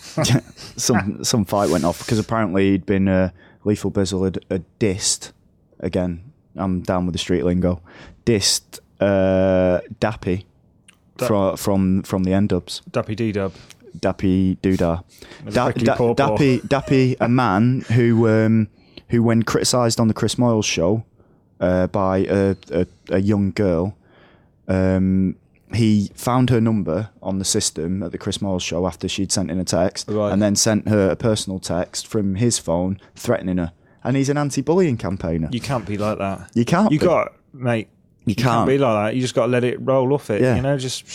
[SPEAKER 1] some some fight went off because apparently he'd been uh, lethal bizzle had, had dissed again. I'm down with the street lingo. Dissed uh, Dappy
[SPEAKER 2] Da-
[SPEAKER 1] from from from the N Dubs.
[SPEAKER 2] Dappy D Dub.
[SPEAKER 1] Dappy Doodah. Da-
[SPEAKER 2] Prickly
[SPEAKER 1] da-
[SPEAKER 2] Paw Paw.
[SPEAKER 1] Dappy, Dappy, a man who, um, who when criticised on the Chris Moyles show uh, by a, a, a young girl, um, he found her number on the system at the Chris Moyles show after she'd sent in a text,
[SPEAKER 3] Right.
[SPEAKER 1] and then sent her a personal text from his phone threatening her. And he's an anti-bullying campaigner. You,
[SPEAKER 2] You can't be like that.
[SPEAKER 1] can't.
[SPEAKER 2] You
[SPEAKER 1] be.
[SPEAKER 2] got, mate. You
[SPEAKER 1] can't.
[SPEAKER 2] be like that. You just got to let it roll off it.
[SPEAKER 1] Yeah.
[SPEAKER 2] You know, just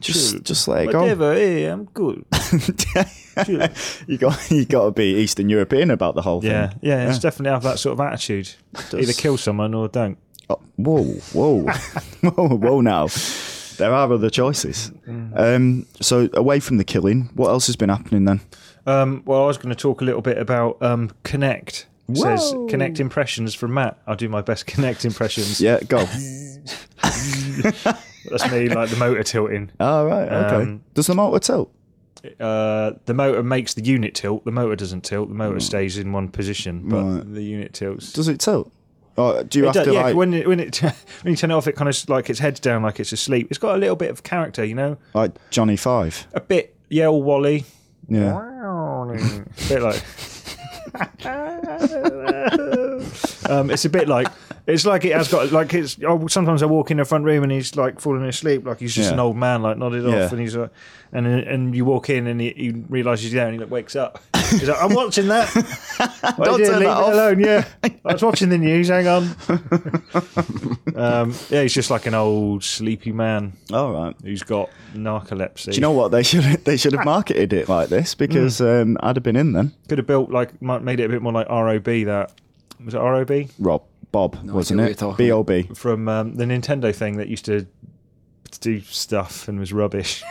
[SPEAKER 1] just just let it go.
[SPEAKER 2] whatever. Hey, I'm good. Chill.
[SPEAKER 1] You got you got to be Eastern European about the whole thing.
[SPEAKER 2] Yeah, yeah, it's definitely have that sort of attitude. Either kill someone or don't.
[SPEAKER 1] Oh, whoa, whoa, whoa, whoa! Now there are other choices.
[SPEAKER 2] Mm.
[SPEAKER 1] Um, so away from the killing, what else has been happening then?
[SPEAKER 2] Um, well, I was going to talk a little bit about um, Connect. It Says Connect impressions from Matt. I'll do my best Connect impressions.
[SPEAKER 1] Yeah, go.
[SPEAKER 2] That's me, like the motor tilting.
[SPEAKER 1] All Ah, right, okay.
[SPEAKER 2] Um,
[SPEAKER 1] Does the motor tilt?
[SPEAKER 2] Uh, the motor makes the unit tilt. The motor doesn't tilt. The motor stays in one position, but
[SPEAKER 1] Mm. Right.
[SPEAKER 2] the unit tilts.
[SPEAKER 1] Does it tilt? Or do you
[SPEAKER 2] It
[SPEAKER 1] have
[SPEAKER 2] does-
[SPEAKER 1] to
[SPEAKER 2] yeah,
[SPEAKER 1] like?
[SPEAKER 2] when it, when it when you turn it off, it kind of like its head's down, like it's asleep. It's got a little bit of character, you know,
[SPEAKER 1] Like Johnny Five.
[SPEAKER 2] a bit yell Wally,
[SPEAKER 1] Yeah.
[SPEAKER 2] a bit like. um, it's a bit like it's like it has got like it's. I, sometimes I walk in the front room and he's like falling asleep, like he's just
[SPEAKER 1] Yeah.
[SPEAKER 2] an old man, like nodded
[SPEAKER 1] Yeah.
[SPEAKER 2] off, and he's like, and and you walk in and he, he realizes you're there and he like wakes up. He's like, I'm watching that. What
[SPEAKER 1] Don't
[SPEAKER 2] you
[SPEAKER 1] turn that
[SPEAKER 2] leave it
[SPEAKER 1] off."
[SPEAKER 2] alone. Yeah, I was watching the news. Hang on. um, yeah, he's just like an old sleepy man
[SPEAKER 1] All right.
[SPEAKER 2] who's got narcolepsy.
[SPEAKER 1] Do you know what they should they should have marketed it like this because
[SPEAKER 2] Hmm.
[SPEAKER 1] um, I'd have been in then.
[SPEAKER 2] could have built like might made it a bit more like ROB. That was it. ROB.
[SPEAKER 1] Rob Bob wasn't
[SPEAKER 3] idea
[SPEAKER 1] it?
[SPEAKER 3] what
[SPEAKER 1] B
[SPEAKER 3] you're
[SPEAKER 1] O B.
[SPEAKER 2] from um, the Nintendo thing that used to do stuff and was rubbish.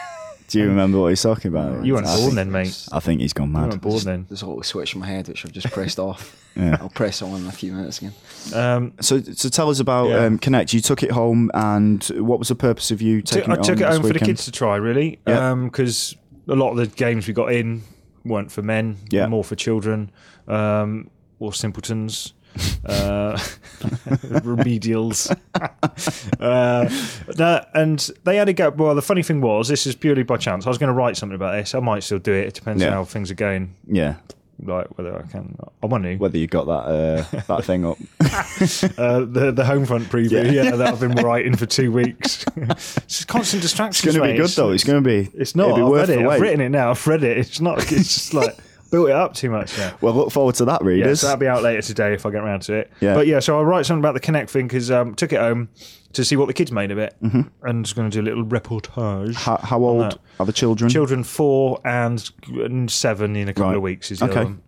[SPEAKER 1] Do you remember what he's talking about?
[SPEAKER 2] You weren't
[SPEAKER 1] I
[SPEAKER 2] born
[SPEAKER 1] think,
[SPEAKER 2] then, mate.
[SPEAKER 1] I think he's gone
[SPEAKER 2] You
[SPEAKER 1] mad.
[SPEAKER 2] weren't born then.
[SPEAKER 3] There's a little switch in my head which I've just pressed off.
[SPEAKER 1] Yeah.
[SPEAKER 3] I'll press on in a few minutes again.
[SPEAKER 2] Um,
[SPEAKER 1] So, so tell us about
[SPEAKER 2] Yeah.
[SPEAKER 1] um, Connect. You took it home, and what was the purpose of you
[SPEAKER 2] t-
[SPEAKER 1] taking
[SPEAKER 2] I
[SPEAKER 1] it
[SPEAKER 2] took
[SPEAKER 1] home
[SPEAKER 2] it
[SPEAKER 1] this
[SPEAKER 2] home for the
[SPEAKER 1] weekend?
[SPEAKER 2] kids to try, really,
[SPEAKER 1] Yeah.
[SPEAKER 2] because a lot of the games we got in weren't for men,
[SPEAKER 1] Yeah.
[SPEAKER 2] more for children um, or simpletons. uh, remedials. uh, no, and they had a go. Well, the funny thing was, this is purely by chance. I was going to write something about this. I might still do it. It depends
[SPEAKER 1] Yeah.
[SPEAKER 2] on how things are going,
[SPEAKER 1] Yeah,
[SPEAKER 2] like whether I can. I want to.
[SPEAKER 1] whether you got that uh, that thing up.
[SPEAKER 2] Uh, the the home front preview,
[SPEAKER 1] Yeah.
[SPEAKER 2] yeah, that I've been writing for two weeks. it's just constant distractions.
[SPEAKER 1] It's going to
[SPEAKER 2] mate.
[SPEAKER 1] be good though. It's going to be.
[SPEAKER 2] It's not.
[SPEAKER 1] It'll be
[SPEAKER 2] I've
[SPEAKER 1] worth
[SPEAKER 2] read
[SPEAKER 1] the
[SPEAKER 2] it.
[SPEAKER 1] wait.
[SPEAKER 2] I've written it now. I've read it. It's not. It's just like built it up too much now.
[SPEAKER 1] Well, look forward to that,
[SPEAKER 2] Yeah,
[SPEAKER 1] readers.
[SPEAKER 2] so that'll be out later today if I get around to it.
[SPEAKER 1] Yeah.
[SPEAKER 2] But yeah, so I'll write something about the Connect thing because um, took it home to see what the kids made of it, mm-hmm. and just going to do a little reportage.
[SPEAKER 1] how, how old
[SPEAKER 2] that.
[SPEAKER 1] are the children?
[SPEAKER 2] Children four and, and seven in a couple
[SPEAKER 1] Right.
[SPEAKER 2] of weeks is the
[SPEAKER 1] Okay.
[SPEAKER 2] other one.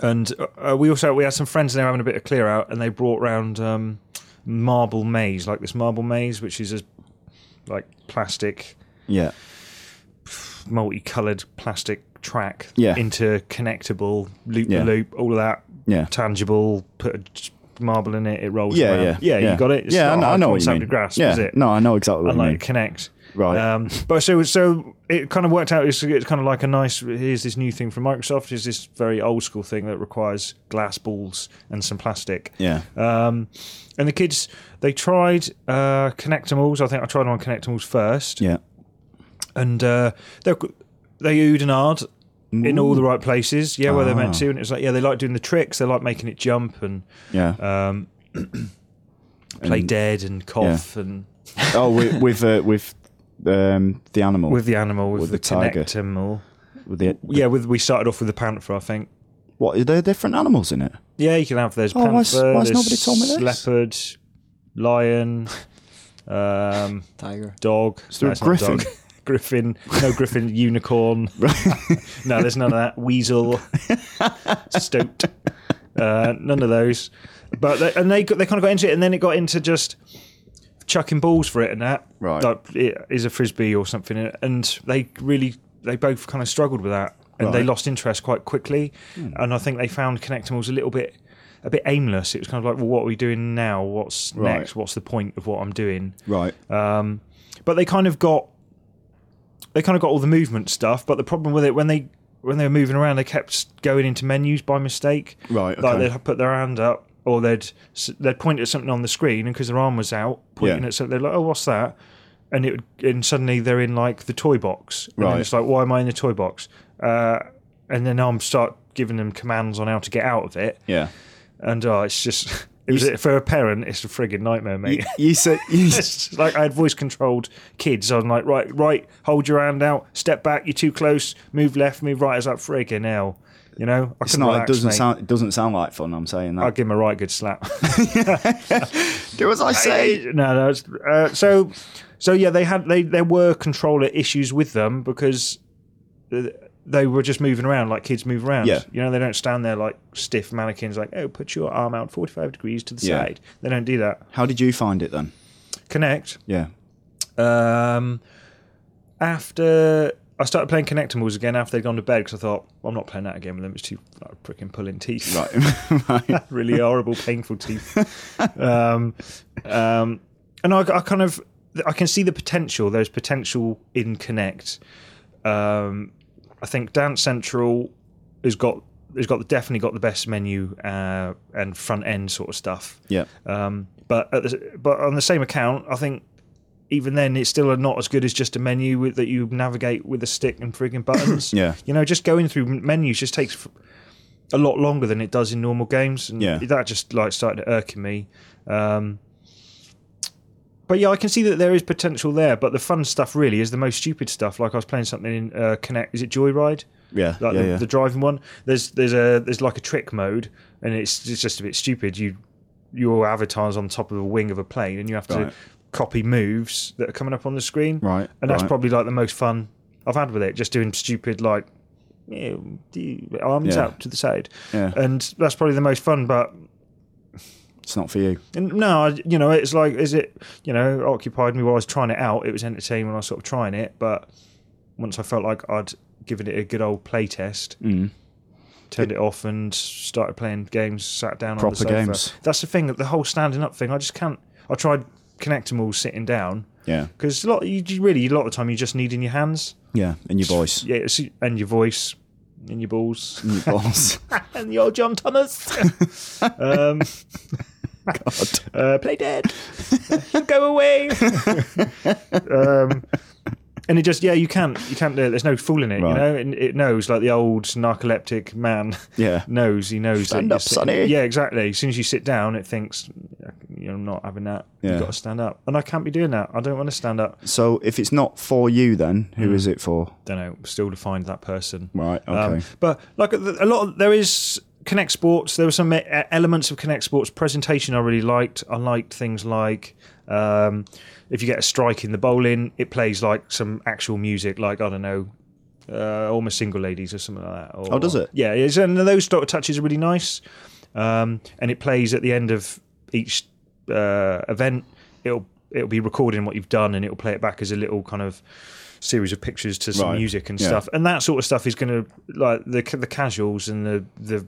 [SPEAKER 2] And uh, we also we had some friends in there having a bit of clear out, and they brought round um, marble maze, like this marble maze, which is a like plastic
[SPEAKER 1] Yeah.
[SPEAKER 2] of multicolored plastic track
[SPEAKER 1] Yeah.
[SPEAKER 2] into connectable loop the
[SPEAKER 1] Yeah.
[SPEAKER 2] loop, all of that
[SPEAKER 1] Yeah.
[SPEAKER 2] tangible, put a j- marble in it, it rolls
[SPEAKER 1] Yeah,
[SPEAKER 2] around.
[SPEAKER 1] yeah,
[SPEAKER 2] you got it. It's
[SPEAKER 1] yeah, I
[SPEAKER 2] not a
[SPEAKER 1] know,
[SPEAKER 2] hard
[SPEAKER 1] I know what you
[SPEAKER 2] concept
[SPEAKER 1] mean.
[SPEAKER 2] to grasp,
[SPEAKER 1] yeah,
[SPEAKER 2] is it?
[SPEAKER 1] no, I know exactly what
[SPEAKER 2] and
[SPEAKER 1] you mean.
[SPEAKER 2] like connect.
[SPEAKER 1] Right.
[SPEAKER 2] Um, but so so it kind of worked out. It's, it's kind of like a nice. Here's this new thing from Microsoft. Is this very old school thing that requires glass balls and some plastic?
[SPEAKER 1] yeah,
[SPEAKER 2] Um, and the kids they tried uh, Connectimals. I think I tried on Connectimals first,
[SPEAKER 1] yeah,
[SPEAKER 2] and uh, they they oohed and ahed in all the right places. Yeah, where they're meant
[SPEAKER 1] Ah.
[SPEAKER 2] to. And it's like yeah, they like doing the tricks. They like making it jump and
[SPEAKER 1] yeah.
[SPEAKER 2] um, play
[SPEAKER 1] And-
[SPEAKER 2] dead and cough and
[SPEAKER 1] oh, with with, uh, with um, the animal
[SPEAKER 2] with the animal with,
[SPEAKER 1] With
[SPEAKER 2] the,
[SPEAKER 1] the tiger.
[SPEAKER 2] Connectimal.
[SPEAKER 1] with the,
[SPEAKER 2] Yeah, with, we started off with the panther, I think.
[SPEAKER 1] What are there different animals in it?
[SPEAKER 2] Yeah, you can have there's
[SPEAKER 1] Oh,
[SPEAKER 2] panther,
[SPEAKER 1] why's- why's
[SPEAKER 2] there's
[SPEAKER 1] nobody told me this?
[SPEAKER 2] leopard, lion, um,
[SPEAKER 3] Tiger.
[SPEAKER 2] dog.
[SPEAKER 1] there a
[SPEAKER 2] it's not
[SPEAKER 1] griffin?
[SPEAKER 2] dog. Griffin, no griffin, unicorn. no, there's none of that. Weasel, stoat, uh, none of those. But they, and they got, they kind of got into it, and then it got into just chucking balls for it and that.
[SPEAKER 1] Right.
[SPEAKER 2] like it is a frisbee or something, and they really they both kind of struggled with that, and they
[SPEAKER 1] Right. Hmm.
[SPEAKER 2] lost interest quite quickly. And I think they found connectimals a little bit. A bit aimless. It was kind of like, well, what are we doing now? What's
[SPEAKER 1] Right.
[SPEAKER 2] next? What's the point of what I'm doing?
[SPEAKER 1] Right.
[SPEAKER 2] Um, but they kind of got they kind of got all the movement stuff. But the problem with it when they when they were moving around, they kept going into menus by mistake.
[SPEAKER 1] Right,
[SPEAKER 2] Like
[SPEAKER 1] okay.
[SPEAKER 2] they'd put their hand up, or they'd s- they'd point at something on the screen, and because their arm was out, pointing
[SPEAKER 1] Yeah.
[SPEAKER 2] at something, they're like, "Oh, what's that?" And it would, and suddenly they're in like the toy box. And then
[SPEAKER 1] Right.
[SPEAKER 2] It's like, why am I in the toy box? Uh, and then I'm start giving them commands on how to get out of it.
[SPEAKER 1] yeah.
[SPEAKER 2] And uh, it's just. It was, for a parent, it's a frigging nightmare, mate.
[SPEAKER 1] You said you,
[SPEAKER 2] It's like I had voice controlled kids. I'm like, right, right, hold your hand out, step back, you're too close, move left, move right. It's like friggin' hell. You know? I
[SPEAKER 1] it's
[SPEAKER 2] couldn't
[SPEAKER 1] not.
[SPEAKER 2] relax,
[SPEAKER 1] it doesn't
[SPEAKER 2] mate.
[SPEAKER 1] sound. It doesn't sound like fun. I'm saying
[SPEAKER 2] I'd
[SPEAKER 1] that.
[SPEAKER 2] give him a right good slap.
[SPEAKER 1] Do as I say.
[SPEAKER 2] no, no. It's, uh, so, so yeah, they had they there were controller issues with them because uh, they were just moving around like kids move around.
[SPEAKER 1] Yeah.
[SPEAKER 2] You know, they don't stand there like stiff mannequins. Like, oh, put your arm out 45 degrees to the
[SPEAKER 1] Yeah.
[SPEAKER 2] side. They don't do that.
[SPEAKER 1] How did you find it then?
[SPEAKER 2] Connect.
[SPEAKER 1] Yeah.
[SPEAKER 2] Um, after I started playing Connectimals again after they'd gone to bed because I thought well, I'm not playing that again with them. It's too like, freaking pulling teeth,
[SPEAKER 1] Right. right.
[SPEAKER 2] really horrible, painful teeth. um, um, and I, I kind of I can see the potential. There's potential in Connect. Um, I think Dance Central has got has got definitely got the best menu uh, and front end sort of stuff.
[SPEAKER 1] Yeah.
[SPEAKER 2] Um, but at the, but on the same account, I think even then it's still not as good as just a menu with, that you navigate with a stick and frigging buttons.
[SPEAKER 1] Yeah.
[SPEAKER 2] you know, just going through m- menus just takes f- a lot longer than it does in normal games, and
[SPEAKER 1] Yeah.
[SPEAKER 2] that just like started irking me. Um, but yeah, I can see that there is potential there. But the fun stuff really is the most stupid stuff. Like I was playing something in uh, Connect. Is it Joyride?
[SPEAKER 1] Yeah.
[SPEAKER 2] like
[SPEAKER 1] yeah.
[SPEAKER 2] the,
[SPEAKER 1] yeah.
[SPEAKER 2] the driving one. There's there's a there's like a trick mode, and it's it's just a bit stupid. You your avatar's on top of the wing of a plane, and you have to
[SPEAKER 1] Right.
[SPEAKER 2] copy moves that are coming up on the screen.
[SPEAKER 1] Right,
[SPEAKER 2] and that's
[SPEAKER 1] right.
[SPEAKER 2] probably like the most fun I've had with it. Just doing stupid like yeah, d- arms
[SPEAKER 1] Yeah.
[SPEAKER 2] out to the side,
[SPEAKER 1] Yeah.
[SPEAKER 2] and that's probably the most fun. But
[SPEAKER 1] it's not for you.
[SPEAKER 2] and no, I- you know, it's like, is it, you know, occupied me while I was trying it out. It was entertaining when I was sort of trying it, but once I felt like I'd given it a good old play test,
[SPEAKER 1] Mm.
[SPEAKER 2] turned it off and started playing games, sat down on
[SPEAKER 1] Proper
[SPEAKER 2] the sofa.
[SPEAKER 1] games.
[SPEAKER 2] That's the thing, the whole standing up thing. I just can't. I tried connecting all sitting down
[SPEAKER 1] Yeah.
[SPEAKER 2] because a lot, you you really, a lot of the time, you're just needing your hands,
[SPEAKER 1] Yeah. And your voice.
[SPEAKER 2] yeah, it's- and your voice, and your balls,
[SPEAKER 1] And your balls.
[SPEAKER 2] and the old John Thomas. um, Uh, play dead. You go away. um, and it just yeah, you can't you can't do it. There's no fooling it, you
[SPEAKER 1] Right.
[SPEAKER 2] know. And it knows like the old narcoleptic man
[SPEAKER 1] Yeah.
[SPEAKER 2] knows. He knows.
[SPEAKER 1] Stand
[SPEAKER 2] that
[SPEAKER 1] up,
[SPEAKER 2] you're sitting-
[SPEAKER 1] sonny.
[SPEAKER 2] Yeah, exactly. As soon as you sit down, it thinks you know, I'm not having that.
[SPEAKER 1] Yeah.
[SPEAKER 2] You've got to stand up, and I can't be doing that. I don't want to stand up.
[SPEAKER 1] So if it's not for you, then who is it for?
[SPEAKER 2] Don't know. Still to find that person.
[SPEAKER 1] Right.
[SPEAKER 2] Hmm. Um,
[SPEAKER 1] Okay.
[SPEAKER 2] but like a a lot, of, there is Connect Sports. There were some uh, elements of Connect Sports presentation I really liked. I liked things like um, if you get a strike in the bowling, it plays like some actual music, like I don't know, uh, almost single ladies or something like that. Or,
[SPEAKER 1] Oh, does it?
[SPEAKER 2] Yeah, it's, and those sort of touches are really nice. Um, and it plays at the end of each uh, event. It'll it'll be recording what you've done, and it'll play it back as a little kind of series of pictures to some
[SPEAKER 1] Right.
[SPEAKER 2] music and
[SPEAKER 1] Yeah.
[SPEAKER 2] stuff, and that sort of stuff is going to like the ca- the casuals and the the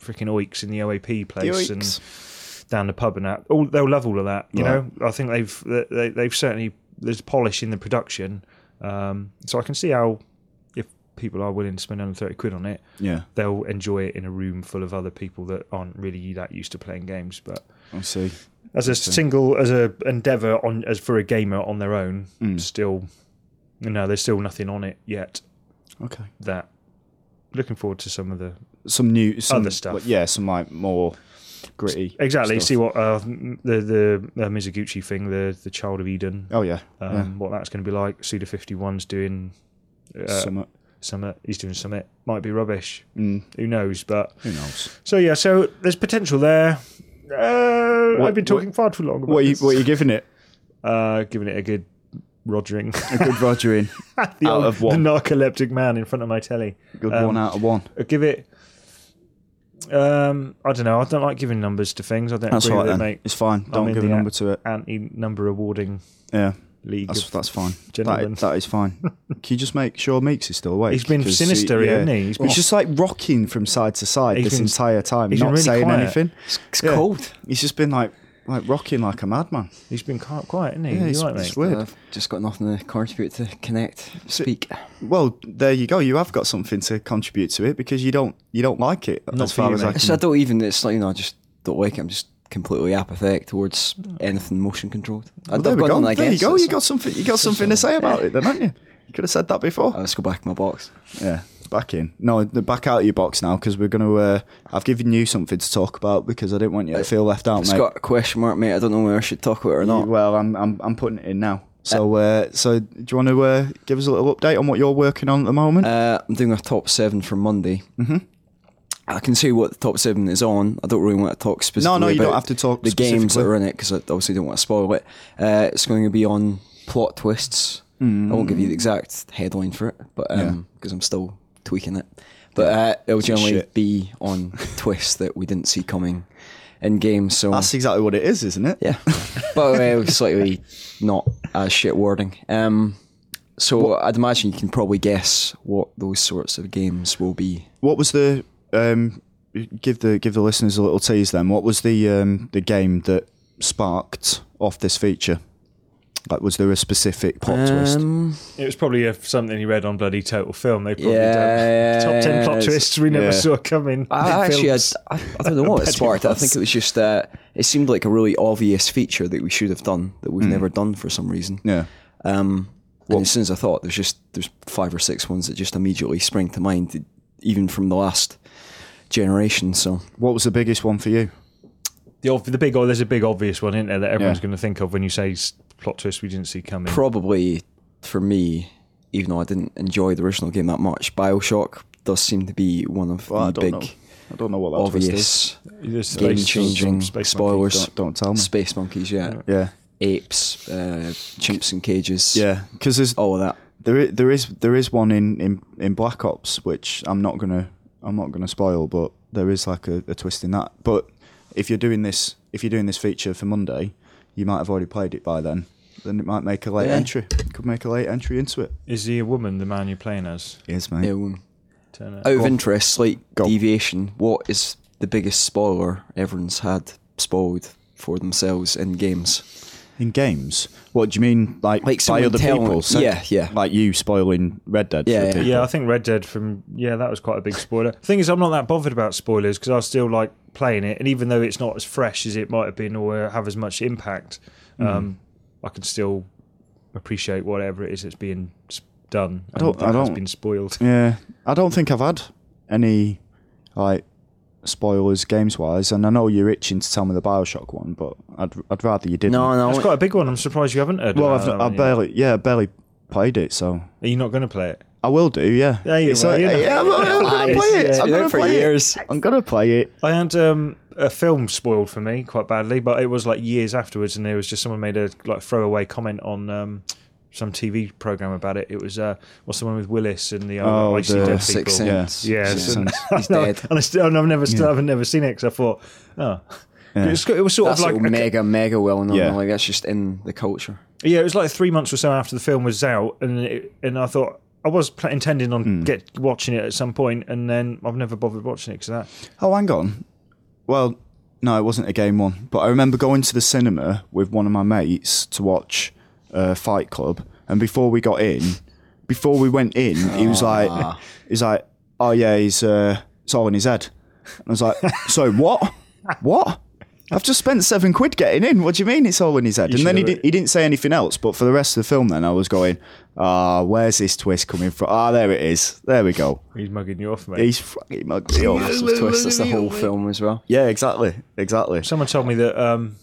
[SPEAKER 2] freaking oiks in the OAP place and
[SPEAKER 1] Yoinks.
[SPEAKER 2] down the pub and that. All they'll love all of that. You
[SPEAKER 1] Right.
[SPEAKER 2] know, I think they've they- they, they've certainly there's polish in the production. Um, so I can see how if people are willing to spend under thirty quid on it,
[SPEAKER 1] Yeah,
[SPEAKER 2] they'll enjoy it in a room full of other people that aren't really that used to playing games. But
[SPEAKER 1] I see.
[SPEAKER 2] as a single, as a endeavor on as for a gamer on their own,
[SPEAKER 1] Mm.
[SPEAKER 2] still no, there's still nothing on it yet.
[SPEAKER 1] Okay.
[SPEAKER 2] That looking forward to some of the
[SPEAKER 1] Some new some,
[SPEAKER 2] Other stuff.
[SPEAKER 1] like, yeah, some like more gritty.
[SPEAKER 2] exactly
[SPEAKER 1] stuff.
[SPEAKER 2] see what uh, the the uh, Mizuguchi thing, the the Child of Eden.
[SPEAKER 1] Oh yeah.
[SPEAKER 2] um, what that's going to be like. Suda 51's doing uh,
[SPEAKER 1] yeah. Some,
[SPEAKER 2] Summit. He's doing Summit. Might be rubbish.
[SPEAKER 1] mm,
[SPEAKER 2] Who knows? But
[SPEAKER 1] who knows?
[SPEAKER 2] so yeah, so there's potential there. Uh,
[SPEAKER 1] What-
[SPEAKER 2] I've been talking far too long. About
[SPEAKER 1] What are you,
[SPEAKER 2] this.
[SPEAKER 1] what are you giving it?
[SPEAKER 2] Uh, giving it a good rogering.
[SPEAKER 1] A good Roger in.
[SPEAKER 2] the,
[SPEAKER 1] Out
[SPEAKER 2] old-
[SPEAKER 1] of one.
[SPEAKER 2] the narcoleptic man in front of my telly.
[SPEAKER 1] Good
[SPEAKER 2] Um,
[SPEAKER 1] one out of one.
[SPEAKER 2] I'd give it. Um, I don't know. I don't like giving numbers to things. I don't
[SPEAKER 1] That's
[SPEAKER 2] agree
[SPEAKER 1] right
[SPEAKER 2] with
[SPEAKER 1] then.
[SPEAKER 2] it, mate.
[SPEAKER 1] It's fine.
[SPEAKER 2] I'm
[SPEAKER 1] Don't
[SPEAKER 2] in
[SPEAKER 1] give a
[SPEAKER 2] the
[SPEAKER 1] number
[SPEAKER 2] act.
[SPEAKER 1] to it.
[SPEAKER 2] Anti-number awarding
[SPEAKER 1] Yeah,
[SPEAKER 2] league.
[SPEAKER 1] that's
[SPEAKER 2] of-
[SPEAKER 1] that's fine.
[SPEAKER 2] gentlemen.
[SPEAKER 1] That, that is fine. Can you just make sure Meeks is still awake?
[SPEAKER 2] He's been
[SPEAKER 1] 'Cause
[SPEAKER 2] sinister, hasn't he? He's
[SPEAKER 1] He's,
[SPEAKER 2] been-
[SPEAKER 1] just like rocking from side to side
[SPEAKER 2] He's
[SPEAKER 1] this
[SPEAKER 2] been-
[SPEAKER 1] entire time,
[SPEAKER 2] he's
[SPEAKER 1] not
[SPEAKER 2] been really
[SPEAKER 1] saying
[SPEAKER 2] quiet.
[SPEAKER 1] anything.
[SPEAKER 3] It's, it's
[SPEAKER 1] Yeah.
[SPEAKER 3] cold.
[SPEAKER 1] He's just been like like rocking like a madman.
[SPEAKER 2] He's been quite quiet, isn't he?
[SPEAKER 1] Yeah,
[SPEAKER 2] You
[SPEAKER 1] he's-
[SPEAKER 2] right, mate?
[SPEAKER 1] he's Weird.
[SPEAKER 3] I've just got nothing to contribute to connect, speak.
[SPEAKER 1] Well, there you go. You have got something to contribute to it because you don't you don't like it
[SPEAKER 2] Not
[SPEAKER 1] as
[SPEAKER 2] for
[SPEAKER 1] far
[SPEAKER 2] you,
[SPEAKER 1] as I
[SPEAKER 2] mate.
[SPEAKER 1] can.
[SPEAKER 3] It's, I don't even, it's like, you know, I just don't like it. I'm just completely apathetic towards anything motion controlled. I-
[SPEAKER 1] Well, there
[SPEAKER 3] I've
[SPEAKER 1] we
[SPEAKER 3] got
[SPEAKER 1] go.
[SPEAKER 3] nothing
[SPEAKER 1] There you
[SPEAKER 3] against
[SPEAKER 1] go.
[SPEAKER 3] it,
[SPEAKER 1] You
[SPEAKER 3] so-
[SPEAKER 1] got something. You got something to say about it, then, haven't you? You could have said that before.
[SPEAKER 3] Uh, Let's go back in my box.
[SPEAKER 1] Yeah, back in. No, the- back out of your box now because we're gonna. Uh, I've given you something to talk about because I didn't want you to feel left out,
[SPEAKER 3] It's
[SPEAKER 1] mate.
[SPEAKER 3] got a question mark, mate. I don't know whether I should talk about it or
[SPEAKER 1] You-
[SPEAKER 3] not.
[SPEAKER 1] Well, I'm I'm I'm putting it in now. So uh, so do you want to uh, give us a little update on what you're working on at the moment?
[SPEAKER 3] Uh, I'm doing a top seven for Monday. Mm-hmm. I can say what the top seven is on. I don't really want to talk specifically.
[SPEAKER 1] no, you don't
[SPEAKER 3] about
[SPEAKER 1] have to talk
[SPEAKER 3] the games that
[SPEAKER 1] specifically.
[SPEAKER 3] are in it because I obviously don't want to spoil it. Uh, it's going to be on plot twists. I won't give you the
[SPEAKER 1] Mm.
[SPEAKER 3] exact headline for it, but because I'm still tweaking it. But uh, it'll generally
[SPEAKER 1] shit.
[SPEAKER 3] be on twists that we didn't see coming in games. So
[SPEAKER 1] That's exactly what it is, isn't it?
[SPEAKER 3] yeah, but uh, it was slightly not as shit wording. Um, so I'd imagine you can probably guess what those sorts of games will be.
[SPEAKER 1] What was the um? Give the give the listeners a little tease then. What was the um the game that sparked off this feature? Like, was there a specific plot twist?
[SPEAKER 3] Um,
[SPEAKER 2] It was probably a, something he read on bloody Total Film. They probably
[SPEAKER 3] Yeah,
[SPEAKER 2] done top ten plot
[SPEAKER 3] it's-
[SPEAKER 2] twists we never
[SPEAKER 1] yeah.
[SPEAKER 2] saw coming.
[SPEAKER 3] I
[SPEAKER 2] in
[SPEAKER 3] actually, had,
[SPEAKER 2] films.
[SPEAKER 3] I, I don't know what it
[SPEAKER 2] Bloody
[SPEAKER 3] sparked. I
[SPEAKER 2] buzz.
[SPEAKER 3] think it was just uh, it seemed like a really obvious feature that we should have done that we've never done for some reason.
[SPEAKER 1] Yeah.
[SPEAKER 3] Um, and as soon as I thought, there's just there's five or six ones that just immediately spring to mind, even from the last generation. So
[SPEAKER 1] What was the biggest one for you?
[SPEAKER 2] the, ob- the big oh, there's a big obvious one in there that everyone's
[SPEAKER 1] Yeah.
[SPEAKER 2] going to think of when you say s- plot twist we didn't see coming.
[SPEAKER 3] probably for me, even though I didn't enjoy the original game that much, Bioshock does seem to be one of
[SPEAKER 1] Well, I
[SPEAKER 3] the
[SPEAKER 1] don't know.
[SPEAKER 3] big
[SPEAKER 1] I don't know what that twist is.
[SPEAKER 3] obvious
[SPEAKER 2] There's space-
[SPEAKER 3] game changing
[SPEAKER 2] space
[SPEAKER 3] spoilers.
[SPEAKER 1] Don't, don't tell me.
[SPEAKER 3] Space monkeys, yeah.
[SPEAKER 1] Yeah.
[SPEAKER 3] Apes, uh, chimps in cages,
[SPEAKER 1] Yeah, because there's oh,
[SPEAKER 3] all of that.
[SPEAKER 1] There, i- there is there is one in, in, in Black Ops which I'm not gonna I'm not gonna spoil, but there is like a, a twist in that. But if you're doing this if you're doing this feature for Monday, you might have already played it by then. Then it might make a late
[SPEAKER 3] Yeah.
[SPEAKER 1] entry. Could make a late entry into it.
[SPEAKER 2] Is he a woman, the man you're playing as?
[SPEAKER 1] Yes, mate.
[SPEAKER 3] Yeah, um,
[SPEAKER 2] Turn it.
[SPEAKER 3] out of interest, slight
[SPEAKER 1] Go.
[SPEAKER 3] deviation, what is the biggest spoiler everyone's had spoiled for themselves in games?
[SPEAKER 1] In games, what do you mean? Like,
[SPEAKER 3] Like
[SPEAKER 1] by
[SPEAKER 3] someone
[SPEAKER 1] other
[SPEAKER 3] telling-
[SPEAKER 1] people?
[SPEAKER 3] Yeah, yeah.
[SPEAKER 1] Like you spoiling Red Dead.
[SPEAKER 3] Yeah,
[SPEAKER 1] for
[SPEAKER 3] yeah.
[SPEAKER 1] people.
[SPEAKER 2] Yeah, I think Red Dead from yeah that was quite a big spoiler. thing is, I'm not that bothered about spoilers because I still like playing it, and even though it's not as fresh as it might have been or have as much impact,
[SPEAKER 1] Mm.
[SPEAKER 2] um, I can still appreciate whatever it is that's being s- done. I
[SPEAKER 1] don't-
[SPEAKER 2] That
[SPEAKER 1] I
[SPEAKER 2] has
[SPEAKER 1] don't-
[SPEAKER 2] been spoiled.
[SPEAKER 1] Yeah, I don't think I've had any like spoilers games wise, and I know you're itching to tell me the Bioshock one, but I'd I'd rather you didn't.
[SPEAKER 3] No,
[SPEAKER 2] That's
[SPEAKER 3] no.
[SPEAKER 2] quite a big one. I'm surprised you haven't heard.
[SPEAKER 1] Well,
[SPEAKER 2] about
[SPEAKER 1] I've,
[SPEAKER 2] that
[SPEAKER 1] I
[SPEAKER 2] one yet.
[SPEAKER 1] barely, yeah, I barely played it, so
[SPEAKER 2] Are you not going to play it?
[SPEAKER 1] I will do. Yeah,
[SPEAKER 2] Yeah, you
[SPEAKER 1] It's
[SPEAKER 2] will,
[SPEAKER 1] like-
[SPEAKER 2] you know.
[SPEAKER 1] yeah, I'm, I'm gonna
[SPEAKER 2] Lies.
[SPEAKER 1] play it. I'm
[SPEAKER 2] Yeah,
[SPEAKER 3] you
[SPEAKER 1] gonna
[SPEAKER 3] know, for
[SPEAKER 1] play
[SPEAKER 3] years.
[SPEAKER 1] it. I'm gonna play it.
[SPEAKER 2] I had um, a film spoiled for me quite badly, but it was like years afterwards, and there was just someone made a like throwaway comment on um, some TV program about it. It was uh, what's the one with Willis and the other
[SPEAKER 1] Oh,
[SPEAKER 2] icy
[SPEAKER 1] the
[SPEAKER 2] dead
[SPEAKER 3] Six
[SPEAKER 2] people.
[SPEAKER 1] Sense.
[SPEAKER 3] Sense.
[SPEAKER 2] Yeah,
[SPEAKER 1] Sixth
[SPEAKER 2] so-
[SPEAKER 1] Sense.
[SPEAKER 3] He's dead.
[SPEAKER 2] and I still, and I've never, still haven't never seen it because I thought, oh,
[SPEAKER 1] Yeah.
[SPEAKER 2] It's- It was sort
[SPEAKER 3] That's
[SPEAKER 2] of
[SPEAKER 3] like
[SPEAKER 2] like a-
[SPEAKER 3] mega, mega well known.
[SPEAKER 1] Yeah.
[SPEAKER 3] Like that's just in the culture.
[SPEAKER 2] Yeah, it was like three months or so after the film was out, and it, and I thought I was pl- intending
[SPEAKER 1] Hmm.
[SPEAKER 2] on get watching it at some point, and then I've never bothered watching it because that.
[SPEAKER 1] Oh, hang on. Well, no, it wasn't a game one, but I remember going to the cinema with one of my mates to watch uh, Fight Club, and before we got in, before we went in, he was like, he's like, oh yeah, he's uh, it's all in his head. And I was like, so what? What? I've just spent seven quid getting in. What do you mean it's all in his head? and then he,
[SPEAKER 2] should have-
[SPEAKER 1] di- he didn't say anything else. But for the rest of the film, then I was going, ah, where's this twist coming from? Ah, there it is. There we go.
[SPEAKER 2] He's mugging you off, mate.
[SPEAKER 1] He's fucking mugged me off.
[SPEAKER 3] Massive twist. That's the whole film as well.
[SPEAKER 1] Yeah, exactly, exactly.
[SPEAKER 2] Someone told me that um,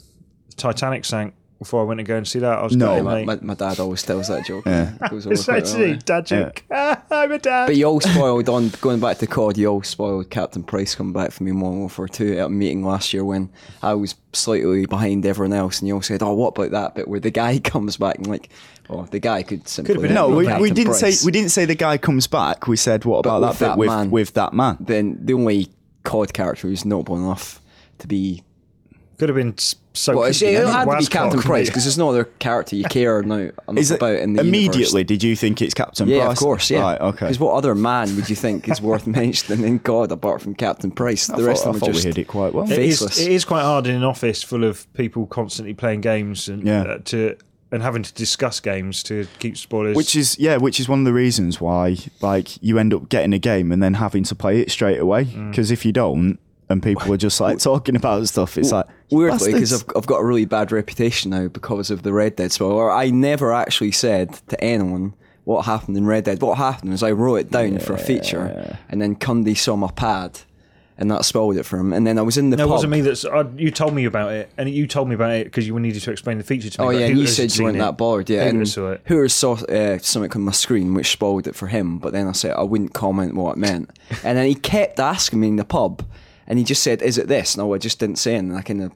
[SPEAKER 2] Titanic sank before I went to go and see that. I was
[SPEAKER 1] No,
[SPEAKER 2] gutted,
[SPEAKER 3] My,
[SPEAKER 2] mate.
[SPEAKER 3] my, my dad always tells that joke.
[SPEAKER 1] Yeah.
[SPEAKER 3] It goes over
[SPEAKER 2] it's
[SPEAKER 3] quite well,
[SPEAKER 2] actually
[SPEAKER 3] yeah.
[SPEAKER 2] dad joke. I'm a dad.
[SPEAKER 3] But you all spoiled on going back to COD. You all spoiled Captain Price coming back for me in Modern Warfare Two at a meeting last year when I was slightly behind everyone else, and you all said, "Oh, what about that?" But where the guy comes back and like, "Oh, the guy could simply
[SPEAKER 2] been
[SPEAKER 1] No,
[SPEAKER 3] be
[SPEAKER 1] we, we
[SPEAKER 3] Captain
[SPEAKER 1] didn't
[SPEAKER 3] Price."
[SPEAKER 1] say we didn't say the guy comes back. We said what about that
[SPEAKER 3] with
[SPEAKER 1] bit
[SPEAKER 3] that
[SPEAKER 1] with
[SPEAKER 3] man.
[SPEAKER 1] with that man?
[SPEAKER 3] Then the only COD character who's notable enough to be
[SPEAKER 2] Could have been s- so.
[SPEAKER 3] well, it's,
[SPEAKER 2] could have
[SPEAKER 3] it
[SPEAKER 2] been
[SPEAKER 3] had to be
[SPEAKER 2] Wascock,
[SPEAKER 3] Captain
[SPEAKER 2] mate.
[SPEAKER 3] Price because there's no other character you care now enough
[SPEAKER 1] Is it
[SPEAKER 3] about in the
[SPEAKER 1] immediately?
[SPEAKER 3] universe.
[SPEAKER 1] Did you think it's Captain
[SPEAKER 3] Yeah,
[SPEAKER 1] Price?
[SPEAKER 3] of course. Yeah,
[SPEAKER 1] Right, okay.
[SPEAKER 3] Because what other man would you think is worth mentioning in God apart from Captain Price? The
[SPEAKER 1] I
[SPEAKER 3] rest
[SPEAKER 1] thought,
[SPEAKER 3] of
[SPEAKER 1] I
[SPEAKER 3] them
[SPEAKER 1] thought
[SPEAKER 3] are just
[SPEAKER 1] we hit it quite well.
[SPEAKER 2] It is,
[SPEAKER 3] faceless.
[SPEAKER 2] it is quite hard in an office full of people constantly playing games and
[SPEAKER 1] Yeah.
[SPEAKER 2] uh, to and having to discuss games to keep spoilers.
[SPEAKER 1] Which is yeah, which is one of the reasons why like you end up getting a game and then having to play it straight away because if you don't and people are just like talking about stuff, it's like
[SPEAKER 3] Weirdly, because I've,
[SPEAKER 1] "Bastards."
[SPEAKER 3] I've got a really bad reputation now because of the Red Dead spoiler. I never actually said to anyone what happened in Red Dead. What happened was I wrote it down for a feature, and then Cundy saw my pad, and that spoiled it for him. And then I was in the
[SPEAKER 2] No,
[SPEAKER 3] pub.
[SPEAKER 2] it wasn't me. That's uh, you told me about it, and you told me about it because you needed to explain the feature to me.
[SPEAKER 3] Oh
[SPEAKER 2] but
[SPEAKER 3] yeah,
[SPEAKER 2] who
[SPEAKER 3] and you
[SPEAKER 2] has
[SPEAKER 3] said you
[SPEAKER 2] seen
[SPEAKER 3] weren't
[SPEAKER 2] it?
[SPEAKER 3] that bored. Yeah,
[SPEAKER 2] Who
[SPEAKER 3] and
[SPEAKER 2] has saw it?
[SPEAKER 3] Hooer saw uh, something on my screen which spoiled it for him. But then I said I wouldn't comment what it meant, and then he kept asking me in the pub, and he just said, "Is it this?" No, I just didn't say anything. I kind of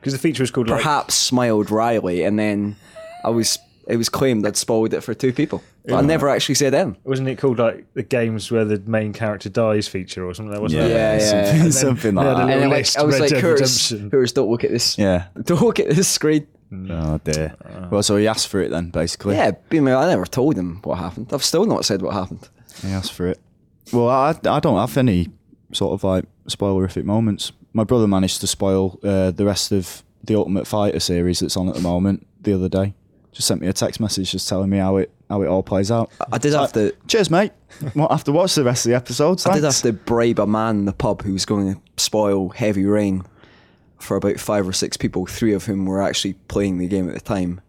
[SPEAKER 2] Because the feature was called like,
[SPEAKER 3] perhaps smiled wryly, and then I was. It was claimed I'd spoiled it for two people. But I never actually said in.
[SPEAKER 2] wasn't it called like the games where the main character dies feature or something? Wasn't it?
[SPEAKER 3] Yeah, yeah.
[SPEAKER 1] something,
[SPEAKER 3] And then-
[SPEAKER 1] something like
[SPEAKER 2] they had a
[SPEAKER 1] that.
[SPEAKER 3] And
[SPEAKER 2] little-
[SPEAKER 3] then, like,
[SPEAKER 2] list,
[SPEAKER 3] I was
[SPEAKER 2] Red
[SPEAKER 3] like,
[SPEAKER 2] Dead
[SPEAKER 3] "Hooters,
[SPEAKER 2] Redemption."
[SPEAKER 3] Hooters, don't look at this.
[SPEAKER 1] Yeah.
[SPEAKER 3] Don't look at this screen."
[SPEAKER 1] Oh dear. Well, so he asked for it then, basically.
[SPEAKER 3] Yeah, be me. I never told him what happened. I've still not said what happened.
[SPEAKER 1] He asked for it. Well, I, I don't have any sort of like spoilerific moments. My brother managed to spoil uh, the rest of the Ultimate Fighter series that's on at the moment the other day. Just sent me a text message just telling me how it how it all plays out.
[SPEAKER 3] I did have to.
[SPEAKER 1] Cheers, mate. Won't have to watch the rest of the episodes.
[SPEAKER 3] I did have
[SPEAKER 1] thanks.
[SPEAKER 3] to bribe a man in the pub who was going to spoil Heavy Rain for about five or six people, three of whom were actually playing the game at the time,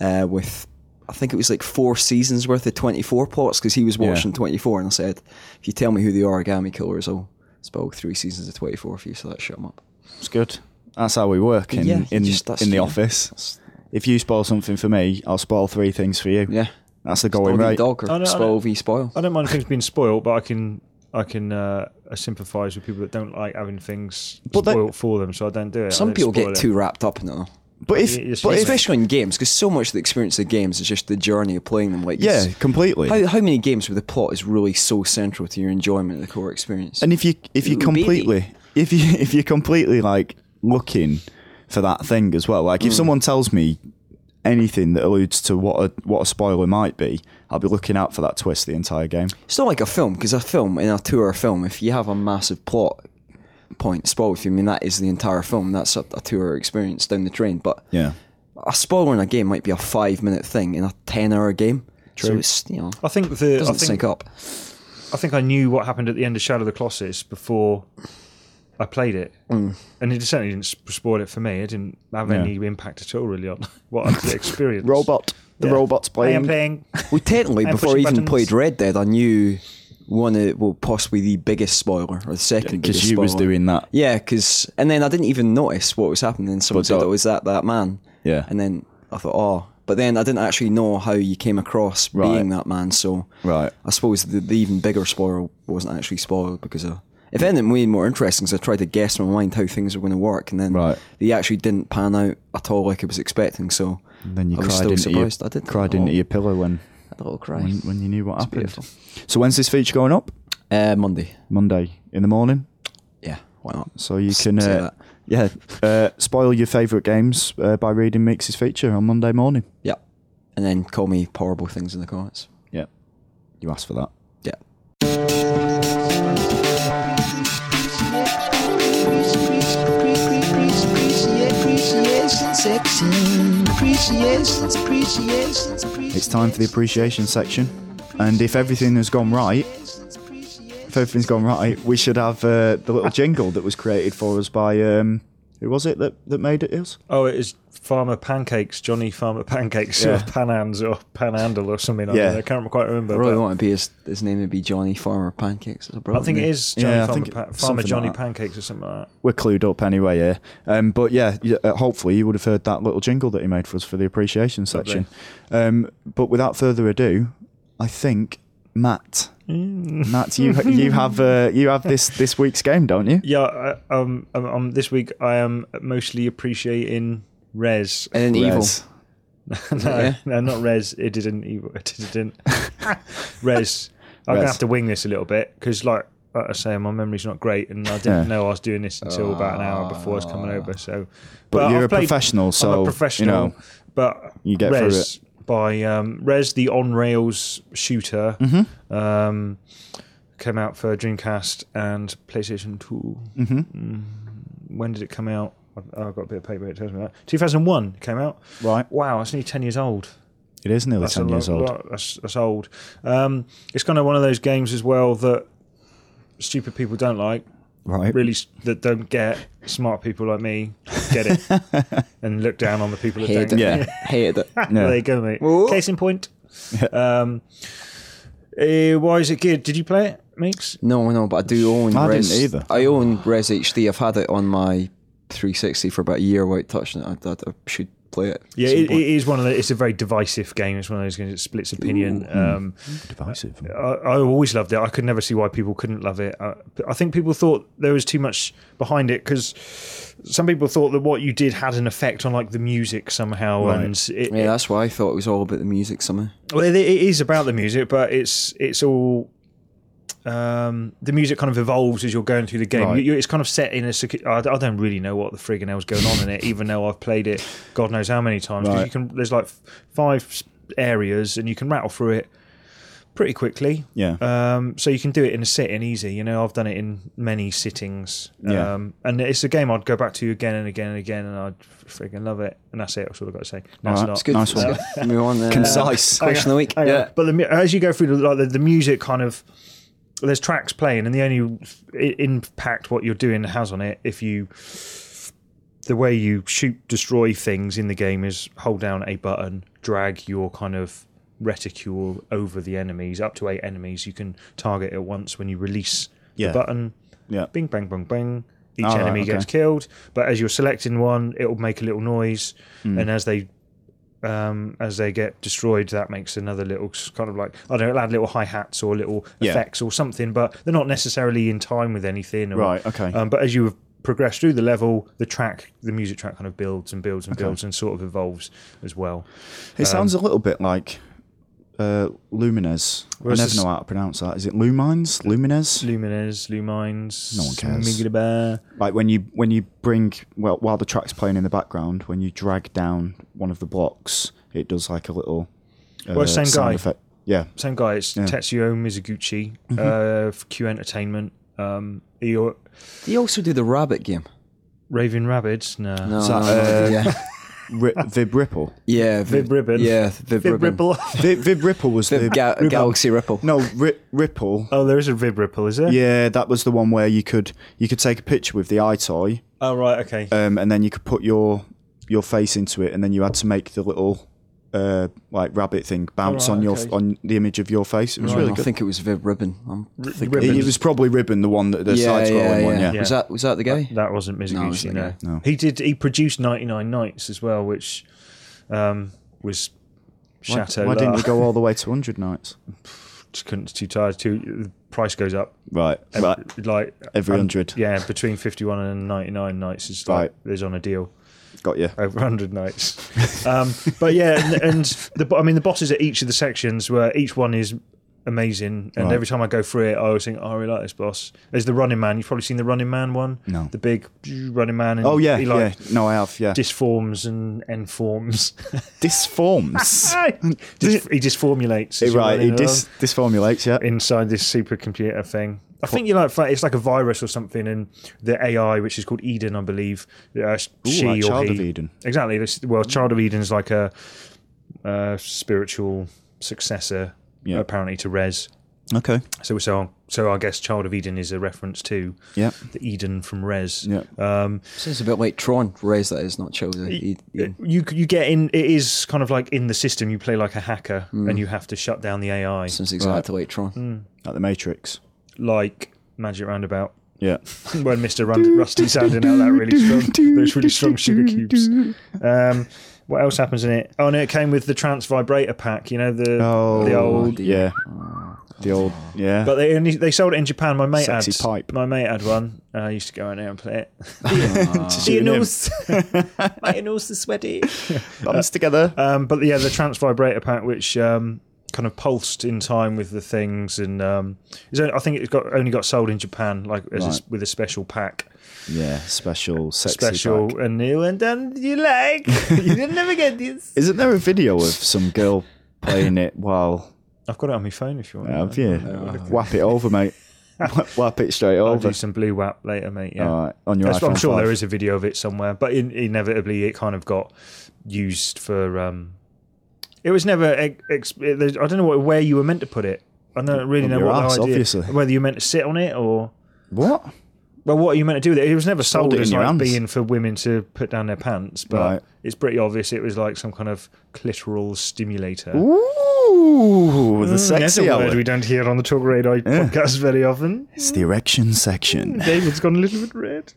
[SPEAKER 3] uh, with I think it was like four seasons worth of 24 plots because he was watching 24. And I said, if you tell me who the origami killer is, I'll spoil three seasons of 24 for you, so that shut him up.
[SPEAKER 1] It's good. That's how we work in
[SPEAKER 3] Yeah, you
[SPEAKER 1] in,
[SPEAKER 3] just- that's-
[SPEAKER 1] in the
[SPEAKER 3] yeah.
[SPEAKER 1] office. If you spoil something for me, I'll spoil three things for you.
[SPEAKER 3] Yeah.
[SPEAKER 1] That's the
[SPEAKER 3] Or
[SPEAKER 1] going
[SPEAKER 3] the
[SPEAKER 1] rate.
[SPEAKER 3] dog or
[SPEAKER 2] I know, I
[SPEAKER 3] spoil
[SPEAKER 2] know.
[SPEAKER 3] v spoil.
[SPEAKER 2] I don't mind things being spoiled, but I can I can uh, sympathise with people that don't like having things
[SPEAKER 1] But they-
[SPEAKER 2] spoiled for them, so I don't do it. I
[SPEAKER 3] Some
[SPEAKER 2] don't
[SPEAKER 3] people
[SPEAKER 2] spoil
[SPEAKER 3] get
[SPEAKER 2] it.
[SPEAKER 3] too wrapped up in it. though.
[SPEAKER 1] But if
[SPEAKER 2] Yeah, it's
[SPEAKER 1] but
[SPEAKER 2] just-
[SPEAKER 1] if
[SPEAKER 3] Especially in games, because so much of the experience of games is just the journey of playing them. Like,
[SPEAKER 1] yeah,
[SPEAKER 3] it's-
[SPEAKER 1] completely.
[SPEAKER 3] How, how many games where the plot is really so central to your enjoyment of the core experience?
[SPEAKER 1] And if you if you
[SPEAKER 3] Ooh, baby.
[SPEAKER 1] completely if you if you're completely like looking for that thing as well, like if someone tells me anything that alludes to what a what a spoiler might be, I'll be looking out for that twist the entire game.
[SPEAKER 3] it's not like a film because a film in a two-hour film, if you have a massive plot point spoiled for you, I mean that is the entire film. That's a, a two-hour experience down the drain. But
[SPEAKER 1] Yeah.
[SPEAKER 3] a spoiler in a game might be a five-minute thing in a ten-hour game. So it's you know
[SPEAKER 2] I think the I
[SPEAKER 3] doesn't
[SPEAKER 2] think
[SPEAKER 3] sync up.
[SPEAKER 2] I think I knew what happened at the end of Shadow of the Colossus before I played it,
[SPEAKER 1] Mm.
[SPEAKER 2] and it certainly didn't sp- spoil it for me. It didn't have any impact at all, really, on what I experienced.
[SPEAKER 1] Robot. The
[SPEAKER 2] Yeah.
[SPEAKER 1] robot's
[SPEAKER 2] I am
[SPEAKER 1] playing.
[SPEAKER 2] playing.
[SPEAKER 3] Well, technically,
[SPEAKER 2] And
[SPEAKER 3] before I
[SPEAKER 2] pushing
[SPEAKER 3] even
[SPEAKER 2] buttons.
[SPEAKER 3] played Red Dead, I knew one of well possibly the biggest spoiler or the second biggest
[SPEAKER 1] Because you
[SPEAKER 3] spoiler.
[SPEAKER 1] was doing that.
[SPEAKER 3] Yeah, because and then I didn't even notice what was happening. Then someone
[SPEAKER 1] But
[SPEAKER 3] said,
[SPEAKER 1] that-
[SPEAKER 3] "Oh, is that that man?"
[SPEAKER 1] Yeah.
[SPEAKER 3] and then I thought, "Oh," but then I didn't actually know how you came across
[SPEAKER 1] Right.
[SPEAKER 3] being that man. So
[SPEAKER 1] Right.
[SPEAKER 3] I suppose the, the even bigger spoiler wasn't actually spoiled because I, if anything, way more interesting. Because I tried to guess in my mind how things were going to work, and then
[SPEAKER 1] Right.
[SPEAKER 3] they actually didn't pan out at all like I was expecting. So
[SPEAKER 1] Then you
[SPEAKER 3] I was
[SPEAKER 1] cried
[SPEAKER 3] still
[SPEAKER 1] into
[SPEAKER 3] surprised.
[SPEAKER 1] your
[SPEAKER 3] I did
[SPEAKER 1] cried
[SPEAKER 3] Oh,
[SPEAKER 1] into your pillow when
[SPEAKER 3] had a little cry.
[SPEAKER 1] when, when you knew what happened.
[SPEAKER 3] beautiful.
[SPEAKER 1] So when's this feature going up?
[SPEAKER 3] Uh, Monday.
[SPEAKER 1] Monday in the morning.
[SPEAKER 3] Yeah. Why not?
[SPEAKER 1] So you
[SPEAKER 3] S-
[SPEAKER 1] can,
[SPEAKER 3] say
[SPEAKER 1] uh,
[SPEAKER 3] that.
[SPEAKER 1] yeah, uh, spoil your favourite games uh, by reading Mix's feature on Monday morning.
[SPEAKER 3] Yeah. And then call me horrible things in the comments.
[SPEAKER 1] Yeah, you asked for that.
[SPEAKER 3] Yeah.
[SPEAKER 5] Appreciation section. Appreciation, appreciation, appreciation.
[SPEAKER 1] It's time for the appreciation section, and if everything has gone right, if everything's gone right, we should have uh, the little jingle that was created for us by um, who was it that, that made it us?
[SPEAKER 2] Oh, it is Farmer Pancakes, Johnny Farmer Pancakes, or
[SPEAKER 1] Yeah.
[SPEAKER 2] Panans, or Panandal, or something. I,
[SPEAKER 1] Yeah.
[SPEAKER 2] don't know. I can't quite remember.
[SPEAKER 3] I really
[SPEAKER 2] but
[SPEAKER 3] want to be his, his name would be Johnny Farmer Pancakes. That's
[SPEAKER 2] I
[SPEAKER 3] a brilliant
[SPEAKER 2] think it
[SPEAKER 3] name.
[SPEAKER 2] is Johnny
[SPEAKER 1] Yeah, I
[SPEAKER 2] Farmer,
[SPEAKER 1] think it-
[SPEAKER 2] Pa- Farmer
[SPEAKER 1] something
[SPEAKER 2] Johnny
[SPEAKER 1] like that.
[SPEAKER 2] Pancakes, or something like that.
[SPEAKER 1] We're clued up anyway, yeah. Um, but yeah, y- uh, hopefully you would have heard that little jingle that he made for us for the appreciation section. Um, but without further ado, I think Matt,
[SPEAKER 2] Mm.
[SPEAKER 1] Matt, you you have uh, you have this this week's game, don't you?
[SPEAKER 2] Yeah, I, um, um, um, this week I am mostly appreciating Res.
[SPEAKER 3] And then evil.
[SPEAKER 1] Res.
[SPEAKER 2] no,
[SPEAKER 3] yeah?
[SPEAKER 2] no, not Res. It didn't. Evil. It didn't. Res. I'm gonna
[SPEAKER 1] Res.
[SPEAKER 2] have to wing this a little bit because, like, like I say, my memory's not great, and I didn't
[SPEAKER 1] Yeah.
[SPEAKER 2] know I was doing this until about an hour before I was coming over. So,
[SPEAKER 1] But you're a
[SPEAKER 2] played-
[SPEAKER 1] professional, so,
[SPEAKER 2] I'm a
[SPEAKER 1] you
[SPEAKER 2] professional.
[SPEAKER 1] know,
[SPEAKER 2] but
[SPEAKER 1] you get through
[SPEAKER 2] Res by um, Res, the on rails shooter,
[SPEAKER 1] Mm-hmm.
[SPEAKER 2] um, came out for Dreamcast and PlayStation 2 Mm-hmm.
[SPEAKER 1] Mm-hmm.
[SPEAKER 2] When did it come out? I've, I've got a bit of paper. It tells me that 2001 it came out.
[SPEAKER 1] Right.
[SPEAKER 2] Wow, it's nearly 10 years old.
[SPEAKER 1] It is nearly
[SPEAKER 2] That's
[SPEAKER 1] ten
[SPEAKER 2] a
[SPEAKER 1] years
[SPEAKER 2] lot-
[SPEAKER 1] old.
[SPEAKER 2] lot- that's, that's old. Um, it's kind of one of those games as well that stupid people don't like.
[SPEAKER 1] Right.
[SPEAKER 2] Really, s- that don't get smart people like me get it and look down on the people that
[SPEAKER 3] Hated
[SPEAKER 2] don't.
[SPEAKER 3] it.
[SPEAKER 1] Yeah.
[SPEAKER 3] Hated it.
[SPEAKER 1] Yeah.
[SPEAKER 2] There you go, mate.
[SPEAKER 3] Ooh.
[SPEAKER 2] Case in point. um, eh, why is it good? Did you play it, Meeks?
[SPEAKER 3] No, no, but I do own
[SPEAKER 1] I didn't
[SPEAKER 3] Res.
[SPEAKER 1] either.
[SPEAKER 3] I own Res HD. I've had it on my 360 for about a year without touching it. I, I, I should play it. at
[SPEAKER 2] Yeah,
[SPEAKER 3] some
[SPEAKER 2] it, it
[SPEAKER 3] point.
[SPEAKER 2] is one of the. It's a very divisive game. It's one of those games that splits opinion. Um,
[SPEAKER 1] Divisive.
[SPEAKER 2] I, I always loved it. I could never see why people couldn't love it. I, I think people thought there was too much behind it because some people thought that what you did had an effect on like the music somehow,
[SPEAKER 1] Right.
[SPEAKER 2] and it,
[SPEAKER 3] yeah, that's why I thought it was all about the music somehow.
[SPEAKER 2] Well, it, it is about the music, but it's it's all um, the music kind of evolves as you're going through the game.
[SPEAKER 1] Right.
[SPEAKER 2] You, you- it's kind of set in a. secu- I, I don't really know what the friggin' hell's going on in it, even though I've played it, God knows how many times. 'cause
[SPEAKER 1] Right.
[SPEAKER 2] You can there's like f- five s- areas, and you can rattle through it pretty quickly.
[SPEAKER 1] Yeah.
[SPEAKER 2] Um, so you can do it in a sitting easy. You know, I've done it in many sittings.
[SPEAKER 1] Yeah.
[SPEAKER 2] Um, and it's a game I'd go back to again and again and again, and I'd friggin' love it. And that's it. That's all I've got to say. No, it's
[SPEAKER 1] Alright,
[SPEAKER 2] not.
[SPEAKER 1] it's
[SPEAKER 3] It's good.
[SPEAKER 1] Nice
[SPEAKER 3] it's
[SPEAKER 1] one.
[SPEAKER 3] good. Move on. Uh,
[SPEAKER 1] Concise.
[SPEAKER 3] Question of the week.
[SPEAKER 2] Hang on.
[SPEAKER 3] Yeah.
[SPEAKER 2] But the, mu- as you go through, the, like the, the music kind of there's tracks playing, and the only i- impact what you're doing has on it if you the way you shoot destroy things in the game is hold down a button, drag your kind of reticule over the enemies, up to eight enemies you can target at once when you release
[SPEAKER 1] Yeah.
[SPEAKER 2] the button.
[SPEAKER 1] Yeah.
[SPEAKER 2] Bing bang bang bang. Each
[SPEAKER 1] All right,
[SPEAKER 2] enemy
[SPEAKER 1] okay.
[SPEAKER 2] gets killed, but as you're selecting one, it will make a little noise,
[SPEAKER 1] Hmm.
[SPEAKER 2] and as they um, as they get destroyed, that makes another little s- kind of like I don't know, it'll add little hi hats or little
[SPEAKER 1] Yeah.
[SPEAKER 2] effects or something, but they're not necessarily in time with anything. Or,
[SPEAKER 1] Right, okay.
[SPEAKER 2] Um, but as you progress through the level, the track, the music track, kind of builds and builds and builds and sort of evolves as well.
[SPEAKER 1] It sounds a little bit like uh, Lumines. I
[SPEAKER 2] it's
[SPEAKER 1] never
[SPEAKER 2] a s-
[SPEAKER 1] know how to pronounce that. Is it Lumines? Lumines?
[SPEAKER 2] Lumines, Lumines,
[SPEAKER 1] No one cares.
[SPEAKER 2] Migdabar.
[SPEAKER 1] like when you when you bring well while the track's playing in the background, when you drag down one of the blocks, it does like a little. Uh,
[SPEAKER 2] Well, same
[SPEAKER 1] sound
[SPEAKER 2] guy.
[SPEAKER 1] Effect. Yeah. Mm-hmm.
[SPEAKER 2] same guy. It's Tetsuo Mizuguchi uh, of Q Entertainment. Um, he or-
[SPEAKER 3] They also do the rabbit game.
[SPEAKER 2] Raving Rabbids. No.
[SPEAKER 3] No,
[SPEAKER 1] So,
[SPEAKER 3] no, no,
[SPEAKER 1] uh,
[SPEAKER 3] yeah,
[SPEAKER 1] Ri- Vib Ripple.
[SPEAKER 3] yeah.
[SPEAKER 2] Vib Ribbon.
[SPEAKER 3] Yeah, Vib,
[SPEAKER 2] Vib
[SPEAKER 3] Ribbon.
[SPEAKER 2] Ripple.
[SPEAKER 1] Vib, Vib Ripple was the
[SPEAKER 3] Vib Ga-
[SPEAKER 1] Ripple.
[SPEAKER 3] Galaxy Ripple.
[SPEAKER 1] No, ri- Ripple.
[SPEAKER 2] oh, there is a Vib Ripple, is there?
[SPEAKER 1] Yeah, that was the one where you could you could take a picture with the eye toy,
[SPEAKER 2] Oh, right. Okay.
[SPEAKER 1] um, and then you could put your your face into it, and then you had to make the little uh, like rabbit thing bounce
[SPEAKER 2] Alright,
[SPEAKER 1] on your
[SPEAKER 2] okay.
[SPEAKER 1] on the image of your face. It was really
[SPEAKER 3] I
[SPEAKER 1] good.
[SPEAKER 3] think it was Vib Ribbon. I'm thinking-
[SPEAKER 2] Ribbon.
[SPEAKER 1] It was probably Ribbon, the one that the
[SPEAKER 3] Yeah,
[SPEAKER 1] side scrolling
[SPEAKER 3] yeah, yeah.
[SPEAKER 1] one. Yeah.
[SPEAKER 2] Yeah.
[SPEAKER 3] Was that was that the guy?
[SPEAKER 2] That wasn't
[SPEAKER 3] No, it was
[SPEAKER 2] Mizuguchi.
[SPEAKER 3] that
[SPEAKER 2] No,
[SPEAKER 3] guy.
[SPEAKER 1] No.
[SPEAKER 2] He did. He produced 99 Nights as well, which um, was
[SPEAKER 1] Why,
[SPEAKER 2] Chateau.
[SPEAKER 1] why didn't
[SPEAKER 2] La.
[SPEAKER 1] we go all the way to hundred nights?
[SPEAKER 2] Just couldn't. Too tired. Too. The price goes up.
[SPEAKER 1] Right, right.
[SPEAKER 2] Like
[SPEAKER 1] Every
[SPEAKER 2] um,
[SPEAKER 1] 100.
[SPEAKER 2] Yeah, between 51 and 99 nights is like
[SPEAKER 1] Right.
[SPEAKER 2] there's on a deal.
[SPEAKER 1] Got you.
[SPEAKER 2] over 100 nights. Um, but yeah, and, and the bo- I mean the bosses at each of the sections where each one is amazing. And
[SPEAKER 1] Right.
[SPEAKER 2] every time I go through it, I always think, oh, I really like this boss. There's the Running Man. You've probably seen the Running Man one.
[SPEAKER 1] No.
[SPEAKER 2] The big Running Man. And
[SPEAKER 1] Oh yeah,
[SPEAKER 2] He like
[SPEAKER 1] yeah. No, I have. Yeah,
[SPEAKER 2] disforms and enforms.
[SPEAKER 1] disforms.
[SPEAKER 2] Dis- he disformulates. as
[SPEAKER 1] Eh,
[SPEAKER 2] you're
[SPEAKER 1] right,
[SPEAKER 2] running
[SPEAKER 1] it dis- disformulates. Yeah,
[SPEAKER 2] along inside this supercomputer thing. I think you like fi- it's like a virus or something, and the AI, which is called Eden, I believe, uh, she
[SPEAKER 1] like
[SPEAKER 2] or
[SPEAKER 1] Child
[SPEAKER 2] he.
[SPEAKER 1] of Eden.
[SPEAKER 2] Exactly. This, well, Child of Eden is like a, uh spiritual successor,
[SPEAKER 1] Yeah.
[SPEAKER 2] apparently, to Res.
[SPEAKER 1] Okay.
[SPEAKER 2] So, so, so I guess Child of Eden is a reference to
[SPEAKER 1] Yeah.
[SPEAKER 2] the Eden from Res.
[SPEAKER 1] Yeah.
[SPEAKER 2] Um,
[SPEAKER 3] Sounds a bit like Tron. Raise that is not Childa. He- he-
[SPEAKER 2] you you get in. It is kind of like in the system. You play like a hacker,
[SPEAKER 1] Mm.
[SPEAKER 2] and you have to shut down the AI,
[SPEAKER 3] Sounds exactly like Tron.
[SPEAKER 1] At the Matrix.
[SPEAKER 2] like Magic Roundabout.
[SPEAKER 1] Yeah.
[SPEAKER 2] when Mr. Rund- Rusty sounded out that really strong, those really strong sugar cubes. Um, what else happens in it? Oh, no, it came with the trance vibrator pack. You know the
[SPEAKER 1] Oh,
[SPEAKER 2] the old.
[SPEAKER 1] Yeah. The old. Yeah.
[SPEAKER 2] But they only they sold it in Japan. My mate
[SPEAKER 1] Sexy
[SPEAKER 2] had
[SPEAKER 1] pipe. Ah.
[SPEAKER 2] my mate had one. I used to go in there and play it.
[SPEAKER 1] Just you and him.
[SPEAKER 3] My nose is sweaty.
[SPEAKER 1] Thumbs together.
[SPEAKER 2] Um, but yeah, the trance vibrator pack, which um, kind of pulsed in time with the things, and um, it's only, I think it got only got sold in Japan, like as a s
[SPEAKER 1] Right.
[SPEAKER 2] with a special pack.
[SPEAKER 1] yeah. Special. Sexy
[SPEAKER 2] special
[SPEAKER 1] back.
[SPEAKER 2] and new and done you like you didn't never get this
[SPEAKER 1] Isn't there a video of some girl playing it while?
[SPEAKER 2] i've got it on my phone if you want
[SPEAKER 1] Have you? Whap it over, mate. Whap- Whap it straight
[SPEAKER 2] I'll
[SPEAKER 1] over.
[SPEAKER 2] do some blue whap later, mate. Yeah,
[SPEAKER 1] All right, on your
[SPEAKER 2] That's what I'm
[SPEAKER 1] iPhone
[SPEAKER 2] sure
[SPEAKER 1] 5.
[SPEAKER 2] there is a video of it somewhere, but in, inevitably it kind of got used for. Um, it was never. Ex- ex- I don't know what, where you were meant to put it. I don't really know
[SPEAKER 1] your
[SPEAKER 2] what
[SPEAKER 1] arse,
[SPEAKER 2] the idea.
[SPEAKER 1] obviously.
[SPEAKER 2] Whether you meant to sit on it or
[SPEAKER 1] What?
[SPEAKER 2] well, what are you meant to do with it? It was never sold
[SPEAKER 1] it in
[SPEAKER 2] as
[SPEAKER 1] your
[SPEAKER 2] like
[SPEAKER 1] hands.
[SPEAKER 2] being for women to put down their pants, but
[SPEAKER 1] Right.
[SPEAKER 2] it's pretty obvious it was like some kind of clitoral stimulator.
[SPEAKER 1] Ooh, the
[SPEAKER 2] Mm, that's
[SPEAKER 1] sexy
[SPEAKER 2] a word
[SPEAKER 1] hour.
[SPEAKER 2] we don't hear on the Talk Radar podcast very often.
[SPEAKER 1] It's the erection section.
[SPEAKER 2] David's gone a little bit red.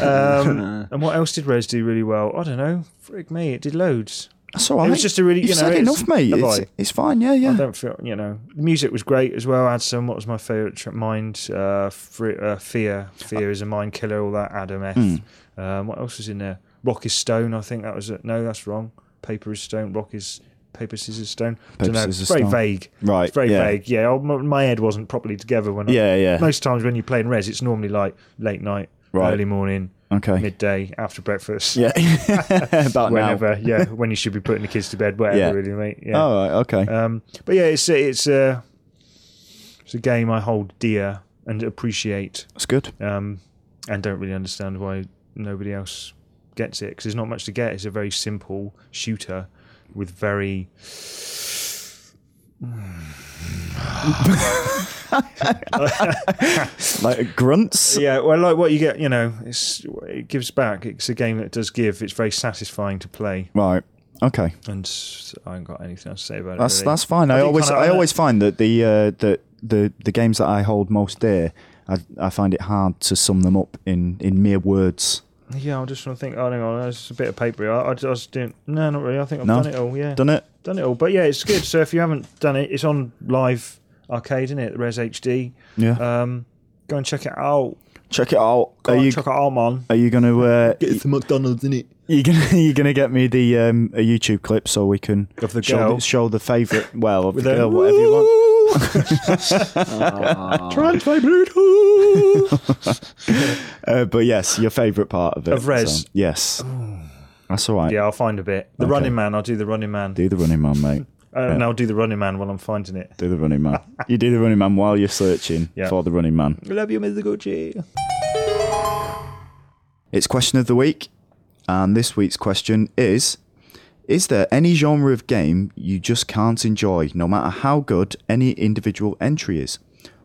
[SPEAKER 2] um, and what else did Rose do really well? I don't know. Frig me, it did loads.
[SPEAKER 1] That's all right.
[SPEAKER 2] It was just a really-
[SPEAKER 1] You've
[SPEAKER 2] you know,
[SPEAKER 1] said
[SPEAKER 2] it's-
[SPEAKER 1] enough, mate.
[SPEAKER 2] have
[SPEAKER 1] It's,
[SPEAKER 2] I?
[SPEAKER 1] it's fine. Yeah,
[SPEAKER 2] I
[SPEAKER 1] yeah.
[SPEAKER 2] don't feel, you know, the music was great as well. I had some. What was my favourite track? Mind, uh, Fre- uh, Fear. Fear is a mind killer, all that. Adam F.
[SPEAKER 1] Hmm.
[SPEAKER 2] Um, what else was in there? Rock is Stone, I think that was it. No, that's wrong. Paper is Stone. Rock is. Paper, scissors, stone.
[SPEAKER 1] Paper,
[SPEAKER 2] don't know.
[SPEAKER 1] scissors,
[SPEAKER 2] very
[SPEAKER 1] stone.
[SPEAKER 2] vague.
[SPEAKER 1] Right,
[SPEAKER 2] It's very
[SPEAKER 1] yeah.
[SPEAKER 2] vague. Yeah. oh, My my head wasn't properly together when I.
[SPEAKER 1] Yeah, yeah.
[SPEAKER 2] Most times when you're playing res, it's normally like late night,
[SPEAKER 1] Right.
[SPEAKER 2] early morning,
[SPEAKER 1] Okay.
[SPEAKER 2] midday, after breakfast,
[SPEAKER 1] Yeah. About
[SPEAKER 2] whenever. Yeah, when you should be putting the kids to bed, whatever,
[SPEAKER 1] Yeah. Oh,
[SPEAKER 2] really, mate.
[SPEAKER 1] now.
[SPEAKER 2] Yeah.
[SPEAKER 1] All right. Okay.
[SPEAKER 2] Um, but yeah, it's a- it's a it's a game I hold dear and appreciate,
[SPEAKER 1] That's good.
[SPEAKER 2] um, and don't really understand why nobody else gets it because there's not much to get. It's a very simple shooter with very
[SPEAKER 1] Like grunts.
[SPEAKER 2] yeah. Well, like what you get, you know, it's it gives back. It's a game that does give. It's very satisfying to play,
[SPEAKER 1] Right. Okay.
[SPEAKER 2] and s- I ain't got anything else to say about
[SPEAKER 1] That's
[SPEAKER 2] it. really.
[SPEAKER 1] that's fine. I,
[SPEAKER 2] think
[SPEAKER 1] always
[SPEAKER 2] kinda-
[SPEAKER 1] I always find that the uh, that the the games that I hold most dear, I I find it hard to sum them up in in mere words.
[SPEAKER 2] Yeah, I'm just trying to think. Oh, hang on, it's a bit of paper. I, I just didn't. No, not really. I think I've
[SPEAKER 1] No?
[SPEAKER 2] done it all. Yeah,
[SPEAKER 1] Done it.
[SPEAKER 2] done it all. But yeah, it's good. So if you haven't done it, it's on live arcade, isn't it? Res HD.
[SPEAKER 1] Yeah.
[SPEAKER 2] Um, go and check it out.
[SPEAKER 1] Check it out.
[SPEAKER 2] Go
[SPEAKER 1] are
[SPEAKER 2] and
[SPEAKER 1] you
[SPEAKER 2] check it out, man.
[SPEAKER 1] are you gonna uh,
[SPEAKER 3] It's McDonald's, isn't it?
[SPEAKER 1] you gonna you gonna get me the um, a YouTube clip so we can
[SPEAKER 2] Of the
[SPEAKER 1] show,
[SPEAKER 2] girl.
[SPEAKER 1] the, show the favorite well of the
[SPEAKER 2] With a-
[SPEAKER 1] girl whatever you want.
[SPEAKER 3] Ah.
[SPEAKER 1] Uh, but yes, your favorite part of it.
[SPEAKER 2] Of Res.
[SPEAKER 1] so, yes. That's all right.
[SPEAKER 2] Yeah, I'll find a bit. The Running Man. I'll do the Running Man,
[SPEAKER 1] Do the running man, mate.
[SPEAKER 2] Uh, and I'll do the Running Man while I'm finding it.
[SPEAKER 1] Do the running man. you do the running man while you're searching
[SPEAKER 2] Yeah.
[SPEAKER 1] for the running man.
[SPEAKER 2] I love you, Mr. Gucci.
[SPEAKER 1] It's question of the week, and this week's question is: Is there any genre of game you just can't enjoy, no matter how good any individual entry is?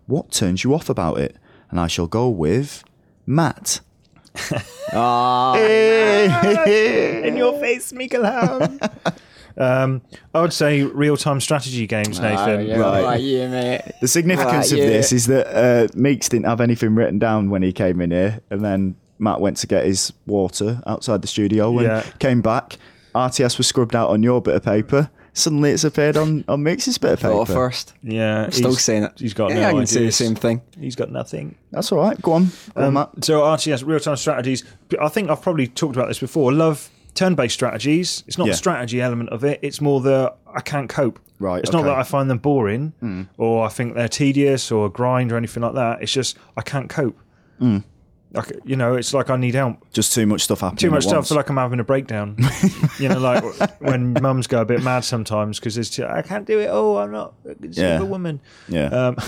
[SPEAKER 1] What turns you off about it? And I shall go with Matt.
[SPEAKER 2] In your face, Mikael. um, I would say real-time strategy games, Nathan.
[SPEAKER 1] Right.
[SPEAKER 3] yeah, mate.
[SPEAKER 1] The significance
[SPEAKER 3] Right,
[SPEAKER 1] of
[SPEAKER 3] yeah.
[SPEAKER 1] this is that uh, Meeks didn't have anything written down when he came in here, and then Matt went to get his water outside the studio and
[SPEAKER 2] Yeah.
[SPEAKER 1] came back. RTS was scrubbed out on your bit of paper. Suddenly, it's appeared on on Meeks' bit of
[SPEAKER 3] Thought of
[SPEAKER 1] paper.
[SPEAKER 3] first.
[SPEAKER 2] Yeah,
[SPEAKER 3] Still
[SPEAKER 2] he's-
[SPEAKER 3] saying it.
[SPEAKER 2] He's got
[SPEAKER 3] yeah,
[SPEAKER 2] no
[SPEAKER 3] I can say the
[SPEAKER 2] ideas.
[SPEAKER 3] same thing.
[SPEAKER 2] He's got nothing.
[SPEAKER 1] That's
[SPEAKER 3] Um,
[SPEAKER 1] all right. Go on, go on Matt.
[SPEAKER 2] So RTS, real-time strategies. I think I've probably talked about this before. Love turn-based strategies. It's not
[SPEAKER 1] Yeah.
[SPEAKER 2] the strategy element of it. It's more the I can't cope.
[SPEAKER 1] Right,
[SPEAKER 2] It's not
[SPEAKER 1] okay.
[SPEAKER 2] that I find them boring
[SPEAKER 3] Hmm.
[SPEAKER 2] or I think they're tedious or a grind or anything like that. It's just I can't cope.
[SPEAKER 3] Hmm.
[SPEAKER 2] Like you know, it's like I need help.
[SPEAKER 1] Just too much stuff happening.
[SPEAKER 2] Too much
[SPEAKER 1] at
[SPEAKER 2] stuff. I
[SPEAKER 1] once.
[SPEAKER 2] feel like I'm having a breakdown. you know, like when mums go a bit mad sometimes because it's I can't do it. Oh, I'm not a
[SPEAKER 1] Yeah.
[SPEAKER 2] single woman.
[SPEAKER 1] yeah,
[SPEAKER 2] Um, do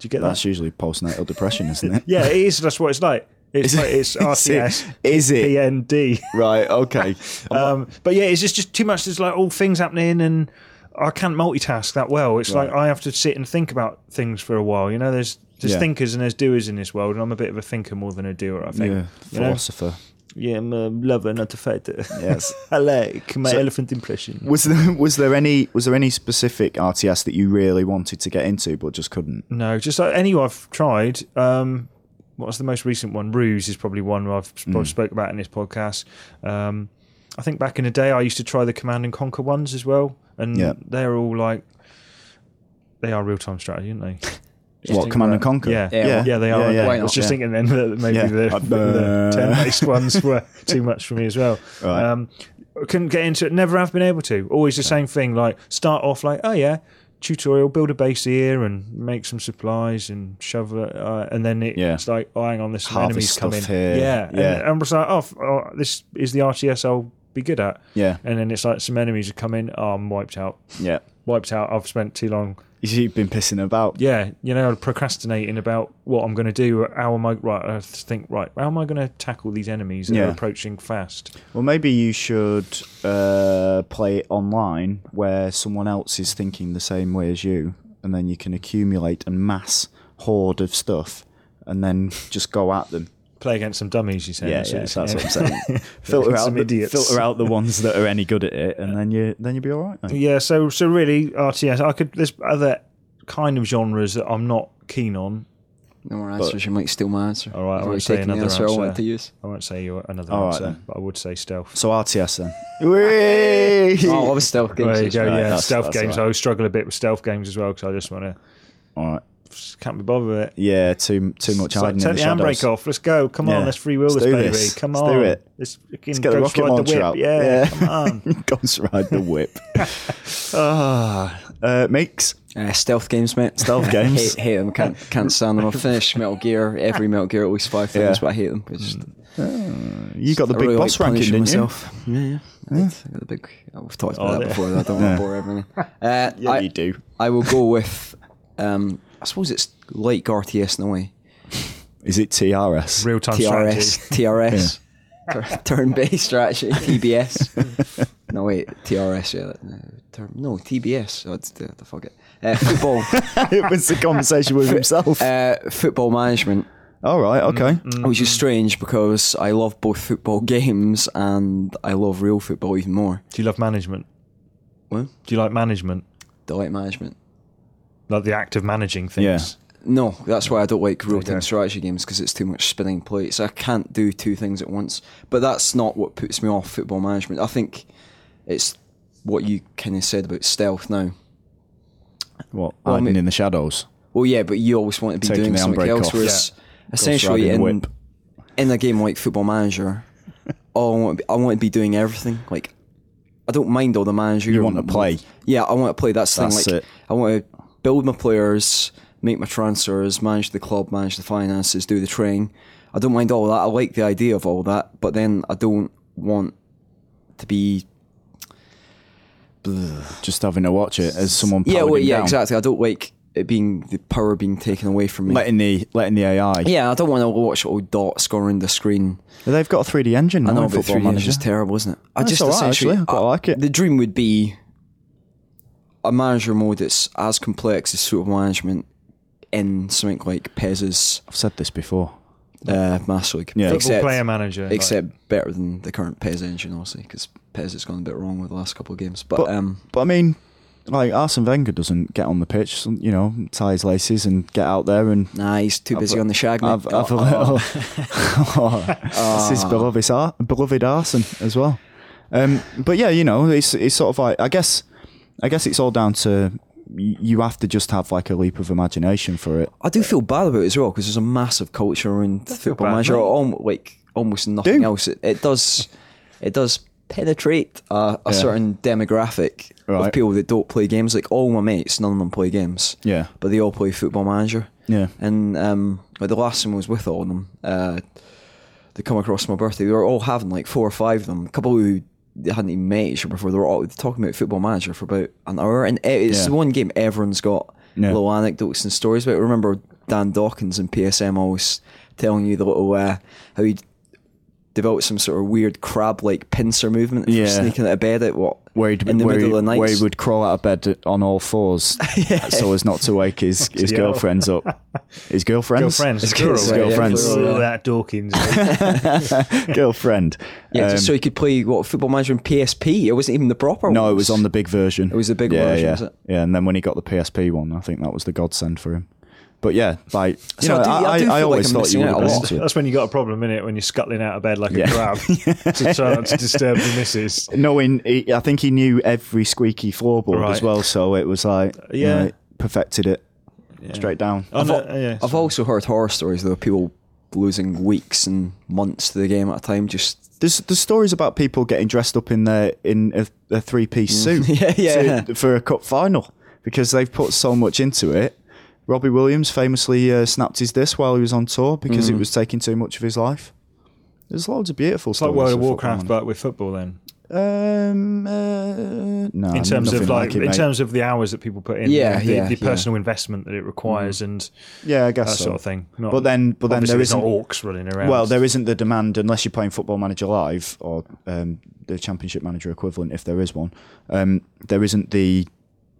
[SPEAKER 2] you get that?
[SPEAKER 1] that's usually postnatal depression, isn't it?
[SPEAKER 2] Yeah, it is. That's what it's like. It's like,
[SPEAKER 1] Is
[SPEAKER 2] it's
[SPEAKER 1] it-
[SPEAKER 2] RTS,
[SPEAKER 1] Is it
[SPEAKER 2] PND.
[SPEAKER 1] right? Okay.
[SPEAKER 2] Um, but yeah, it's just just too much. There's like all things happening, and I can't multitask that well. It's like I have to sit and think about things for a while. You know, there's there's
[SPEAKER 1] Yeah.
[SPEAKER 2] thinkers and there's doers in this world, and I'm a bit of a thinker more than a doer. I think.
[SPEAKER 1] yeah,
[SPEAKER 2] You know?
[SPEAKER 1] philosopher.
[SPEAKER 2] Yeah, I'm a lover, not a fighter.
[SPEAKER 1] Yes.
[SPEAKER 2] I like my
[SPEAKER 1] So-
[SPEAKER 2] elephant impression.
[SPEAKER 1] Was there was there any was there any specific RTS that you really wanted to get into but just couldn't?
[SPEAKER 2] No, just like any I've tried. Um, what's the most recent one? Ruse is probably one I've sp- spoke about in this podcast. Um, I think back in the day, I used to try the Command and Conquer ones as well, and
[SPEAKER 1] Yeah.
[SPEAKER 2] they're all like they are real time strategy, aren't they?
[SPEAKER 1] what
[SPEAKER 3] think
[SPEAKER 1] Command and
[SPEAKER 3] about-
[SPEAKER 1] Conquer?
[SPEAKER 2] Yeah,
[SPEAKER 3] Yeah,
[SPEAKER 2] yeah, they are. aren't they?
[SPEAKER 1] yeah.
[SPEAKER 3] Why
[SPEAKER 2] I was
[SPEAKER 3] not?
[SPEAKER 2] just
[SPEAKER 3] Yeah.
[SPEAKER 2] thinking then that maybe
[SPEAKER 1] Yeah.
[SPEAKER 2] the,
[SPEAKER 1] Uh,
[SPEAKER 2] the turn-based ones were too much for me as well.
[SPEAKER 1] Right.
[SPEAKER 2] Um, couldn't get into it. Never have been able to. Always the same thing. Like start off like, oh yeah, tutorial, build a base here and make some supplies and shovel it, uh, and then it,
[SPEAKER 1] Yeah.
[SPEAKER 2] it's like, oh, hang on, there's some
[SPEAKER 1] Harvest
[SPEAKER 2] enemies coming.
[SPEAKER 1] stuff here. Yeah.
[SPEAKER 2] Yeah, And, and I'm just like, oh, f- oh, this is the RTS I'll be good at.
[SPEAKER 1] Yeah.
[SPEAKER 2] And then it's like some enemies are coming. Oh, I'm wiped out.
[SPEAKER 1] yeah.
[SPEAKER 2] Wiped out. I've spent too long
[SPEAKER 1] You've been pissing about.
[SPEAKER 2] yeah, you know, procrastinating about what I'm going to do. How am I right? I think right. How am I going to tackle these enemies that are
[SPEAKER 1] Yeah.
[SPEAKER 2] approaching fast?
[SPEAKER 1] Well, maybe you should uh, play it online where someone else is thinking the same way as you, and then you can accumulate a mass hoard of stuff, and then just go at them.
[SPEAKER 2] Play against some dummies, you say.
[SPEAKER 1] Yeah,
[SPEAKER 2] That's
[SPEAKER 1] yeah,
[SPEAKER 2] it.
[SPEAKER 1] that's what I'm saying. filter out
[SPEAKER 2] Some
[SPEAKER 1] the,
[SPEAKER 2] idiots.
[SPEAKER 1] filter out the ones that are any good at it, and then you then you'll be all right. mate.
[SPEAKER 2] Yeah, so so really RTS. I could. There's other kind of genres that I'm not keen on.
[SPEAKER 3] No more answers. you might steal my answer.
[SPEAKER 2] All right,
[SPEAKER 3] I've
[SPEAKER 2] I
[SPEAKER 3] already
[SPEAKER 2] would say
[SPEAKER 3] taken the
[SPEAKER 2] another
[SPEAKER 3] answer, I wanted
[SPEAKER 2] answer.
[SPEAKER 3] to use.
[SPEAKER 2] I won't say you another
[SPEAKER 1] All right,
[SPEAKER 2] answer,
[SPEAKER 1] then.
[SPEAKER 2] but I would say stealth.
[SPEAKER 1] So RTS then. Whee!
[SPEAKER 3] Oh, I was stealth games.
[SPEAKER 2] There you go.
[SPEAKER 1] right,
[SPEAKER 2] yeah,
[SPEAKER 1] that's-
[SPEAKER 2] stealth
[SPEAKER 1] that's
[SPEAKER 2] games.
[SPEAKER 1] all
[SPEAKER 2] I always struggle a bit with stealth games as well because I just want to
[SPEAKER 1] All right.
[SPEAKER 2] can't be bothered with it.
[SPEAKER 1] Yeah, too too much
[SPEAKER 2] It's like,
[SPEAKER 1] hiding in
[SPEAKER 2] take the
[SPEAKER 1] the shadows.
[SPEAKER 2] handbrake off. Let's go. Come on.
[SPEAKER 1] Yeah.
[SPEAKER 2] Let's free will
[SPEAKER 1] Let's
[SPEAKER 2] this
[SPEAKER 1] do
[SPEAKER 2] baby.
[SPEAKER 1] this.
[SPEAKER 2] Come
[SPEAKER 1] Let's
[SPEAKER 2] on.
[SPEAKER 1] do it.
[SPEAKER 2] Let's, fucking
[SPEAKER 1] Let's get a
[SPEAKER 2] Ghost
[SPEAKER 1] rocket
[SPEAKER 2] Ride the
[SPEAKER 1] launcher
[SPEAKER 2] whip.
[SPEAKER 1] out.
[SPEAKER 2] Yeah. Come on.
[SPEAKER 1] Ghost ride the whip. Ah, uh, makes
[SPEAKER 3] Uh, stealth games, mate.
[SPEAKER 1] Stealth games.
[SPEAKER 3] hate, hate them. Can't can't stand them. I've finished Metal Gear. Every Metal Gear, at least five things,
[SPEAKER 1] Yeah.
[SPEAKER 3] but I hate them. It's just,
[SPEAKER 1] you got the
[SPEAKER 3] I
[SPEAKER 1] big
[SPEAKER 3] really
[SPEAKER 1] boss
[SPEAKER 3] like
[SPEAKER 1] ranking,
[SPEAKER 3] punishing
[SPEAKER 1] didn't
[SPEAKER 3] myself. you? Yeah, yeah. I did. I got the big. We've talked about
[SPEAKER 2] Oh,
[SPEAKER 3] that
[SPEAKER 2] yeah.
[SPEAKER 3] before. though. I don't want to bore everyone. Uh,
[SPEAKER 1] you? Yeah,
[SPEAKER 3] I,
[SPEAKER 1] you do.
[SPEAKER 3] I will go with. Um, I suppose it's like RTS in a way.
[SPEAKER 1] Is it TRS?
[SPEAKER 2] Real time strategy.
[SPEAKER 3] TRS, TRS, Tur- turn-based strategy, TBS. no wait, TRS. Yeah, that- no, turn, no TBS. Oh, it's, uh, fuck it. Uh, football,
[SPEAKER 1] it was the conversation with himself.
[SPEAKER 3] uh, mm, football management.
[SPEAKER 1] All right, okay.
[SPEAKER 3] Which is strange because I love both football games and I love real football even more.
[SPEAKER 2] Do you love management?
[SPEAKER 3] What?
[SPEAKER 2] Do you like management?
[SPEAKER 3] Delight management.
[SPEAKER 2] Like the act of managing things?
[SPEAKER 3] No, that's why I don't like real time
[SPEAKER 2] Okay.
[SPEAKER 3] strategy games because it's too much spinning plates. I can't do two things at once. But that's not what puts me off football management. I think it's what you kind of said about stealth now.
[SPEAKER 1] What
[SPEAKER 3] Well, I
[SPEAKER 1] hiding
[SPEAKER 3] mean-
[SPEAKER 1] in the shadows?
[SPEAKER 3] Well, yeah, but you always want to be
[SPEAKER 1] Taking
[SPEAKER 3] doing
[SPEAKER 1] the
[SPEAKER 3] something
[SPEAKER 1] handbrake
[SPEAKER 3] else.
[SPEAKER 1] off.
[SPEAKER 3] Whereas
[SPEAKER 1] Riding
[SPEAKER 3] essentially
[SPEAKER 1] the
[SPEAKER 3] in,
[SPEAKER 1] whip.
[SPEAKER 3] in a game like Football Manager, all I, want to be, I want to be doing everything. Like, I don't mind all the manager.
[SPEAKER 1] You want to play?
[SPEAKER 3] Yeah, I want to play. That's the thing.
[SPEAKER 1] That's
[SPEAKER 3] Like,
[SPEAKER 1] it.
[SPEAKER 3] I want to build my players, make my transfers, manage the club, manage the finances, do the training. I don't mind all that. I like the idea of all that, but then I don't want to be.
[SPEAKER 1] Just having to watch it as someone.
[SPEAKER 3] Yeah,
[SPEAKER 1] powered
[SPEAKER 3] well,
[SPEAKER 1] him
[SPEAKER 3] yeah,
[SPEAKER 1] down.
[SPEAKER 3] exactly. I don't like it being the power being taken away from me.
[SPEAKER 1] Letting the letting the AI.
[SPEAKER 3] yeah, I don't want to watch old dots going around the screen.
[SPEAKER 1] They've got a 3D engine.
[SPEAKER 3] I
[SPEAKER 1] now
[SPEAKER 3] know,
[SPEAKER 1] in
[SPEAKER 3] but
[SPEAKER 1] football
[SPEAKER 3] 3D is
[SPEAKER 1] manager.
[SPEAKER 3] just terrible, isn't it? I
[SPEAKER 1] That's
[SPEAKER 3] just
[SPEAKER 1] all right,
[SPEAKER 3] essentially
[SPEAKER 1] actually. I quite like it.
[SPEAKER 3] The dream would be a manager mode that's as complex as sort of management in something like Pez's
[SPEAKER 1] I've said this before.
[SPEAKER 3] uh, Master League.
[SPEAKER 1] Yeah. Football
[SPEAKER 2] Football
[SPEAKER 3] except,
[SPEAKER 2] player manager. like-
[SPEAKER 3] except better than the current Pez engine, obviously, because Pez has gone a bit wrong with the last couple of games. But,
[SPEAKER 1] But-
[SPEAKER 3] um,
[SPEAKER 1] But I mean, like Arsene Wenger doesn't get on the pitch, you know, tie his laces and get out there and
[SPEAKER 3] nah, he's too busy on the shag. Oh. mate.
[SPEAKER 1] have, have a little. oh. That's
[SPEAKER 3] Ah.
[SPEAKER 1] his beloved, Ar- beloved Arson as well. Um, but yeah, you know, it's it's sort of like I guess, I guess it's all down to y- you have to just have like a leap of imagination for it.
[SPEAKER 3] I do feel bad about it as well because there's a massive culture around football
[SPEAKER 2] bad,
[SPEAKER 3] manager,
[SPEAKER 2] mate.
[SPEAKER 3] almost, like almost nothing
[SPEAKER 1] Do.
[SPEAKER 3] else. It, it does, it does penetrate a, a certain demographic
[SPEAKER 1] Right.
[SPEAKER 3] of people that don't play games. Like all my mates, none of them play games.
[SPEAKER 1] Yeah.
[SPEAKER 3] but they all play Football Manager.
[SPEAKER 1] Yeah.
[SPEAKER 3] and um, like the last time I was with all of them, uh, they come across my birthday. They were all having like four or five of them. A couple who they hadn't even met each other before. They were all talking about Football Manager for about an hour, and it- it's
[SPEAKER 1] Yeah.
[SPEAKER 3] the one game everyone's got
[SPEAKER 1] Yeah.
[SPEAKER 3] little anecdotes and stories about. I remember Dan Dawkins and PSM always telling you the little uh, how he developed some sort of weird crab-like pincer movement
[SPEAKER 1] Yeah.
[SPEAKER 3] for sneaking out of bed at what
[SPEAKER 1] Where he'd,
[SPEAKER 3] in the
[SPEAKER 1] where he,
[SPEAKER 3] middle of the night.
[SPEAKER 1] where he would crawl out of bed on all fours so as not to wake his, his
[SPEAKER 2] hell.
[SPEAKER 1] girlfriends up. His girlfriends?
[SPEAKER 2] Girlfriends,
[SPEAKER 1] His
[SPEAKER 2] plural,
[SPEAKER 1] girlfriends.
[SPEAKER 3] right, yeah,
[SPEAKER 1] girlfriends.
[SPEAKER 3] plural.
[SPEAKER 2] Oh, that Dawkins.
[SPEAKER 1] Girlfriend.
[SPEAKER 3] yeah,
[SPEAKER 1] Um,
[SPEAKER 3] just so he could play what Football Manager on PSP. It wasn't even the proper.
[SPEAKER 1] No,
[SPEAKER 3] ones.
[SPEAKER 1] it was on the big version. It
[SPEAKER 3] was the big
[SPEAKER 1] yeah,
[SPEAKER 3] version,
[SPEAKER 1] yeah.
[SPEAKER 3] was it?
[SPEAKER 1] Yeah, and then when he got the PSP one, I think that was the godsend for him. But yeah, like you
[SPEAKER 3] So
[SPEAKER 1] know,
[SPEAKER 3] I do- I
[SPEAKER 1] I,
[SPEAKER 3] do
[SPEAKER 1] I,
[SPEAKER 3] feel like
[SPEAKER 1] always
[SPEAKER 3] I'm
[SPEAKER 1] thought you
[SPEAKER 3] missing
[SPEAKER 1] would have
[SPEAKER 3] out a
[SPEAKER 1] been
[SPEAKER 3] lot.
[SPEAKER 1] into it.
[SPEAKER 2] That's when you got a problem, innit? When you're scuttling out of bed like
[SPEAKER 1] Yeah.
[SPEAKER 2] a crab to try not to disturb the missus.
[SPEAKER 1] Knowing, he, I think he knew every squeaky floorboard as
[SPEAKER 2] Right.
[SPEAKER 1] well, so it was like you
[SPEAKER 2] Yeah.
[SPEAKER 1] know, perfected it straight down.
[SPEAKER 2] Oh, no,
[SPEAKER 3] I've, al-
[SPEAKER 2] yeah.
[SPEAKER 3] I've also heard horror stories though of people losing weeks and months to the game at a time. Just
[SPEAKER 1] There's there's stories about people getting dressed up in their in a, a three piece suit,
[SPEAKER 3] Mm. Yeah, yeah.
[SPEAKER 1] to- for a cup final because they've put so much into it. Robbie Williams famously uh, snapped his disc while he was on tour because
[SPEAKER 3] Mm.
[SPEAKER 1] it was taking too much of his life. There's loads of beautiful
[SPEAKER 2] It's like
[SPEAKER 1] stories.
[SPEAKER 2] World of
[SPEAKER 1] football,
[SPEAKER 2] Warcraft,
[SPEAKER 1] man.
[SPEAKER 2] but with football. Then,
[SPEAKER 1] Um, uh, no,
[SPEAKER 2] in terms of
[SPEAKER 1] nothing
[SPEAKER 2] like,
[SPEAKER 1] it,
[SPEAKER 2] in
[SPEAKER 1] mate.
[SPEAKER 2] terms of the hours that people put in,
[SPEAKER 3] Yeah,
[SPEAKER 2] the,
[SPEAKER 3] yeah,
[SPEAKER 2] the
[SPEAKER 3] yeah.
[SPEAKER 2] personal investment that it requires, and
[SPEAKER 1] yeah, I guess
[SPEAKER 2] that
[SPEAKER 1] so.
[SPEAKER 2] sort of thing. Not-
[SPEAKER 1] Mm. But then- but then
[SPEAKER 2] obviously
[SPEAKER 1] there
[SPEAKER 2] there's not
[SPEAKER 1] isn't-
[SPEAKER 2] orcs running around.
[SPEAKER 1] Well, there isn't the demand unless you're playing Football Manager Live or um, the Championship Manager equivalent, if there is one. Um, there isn't the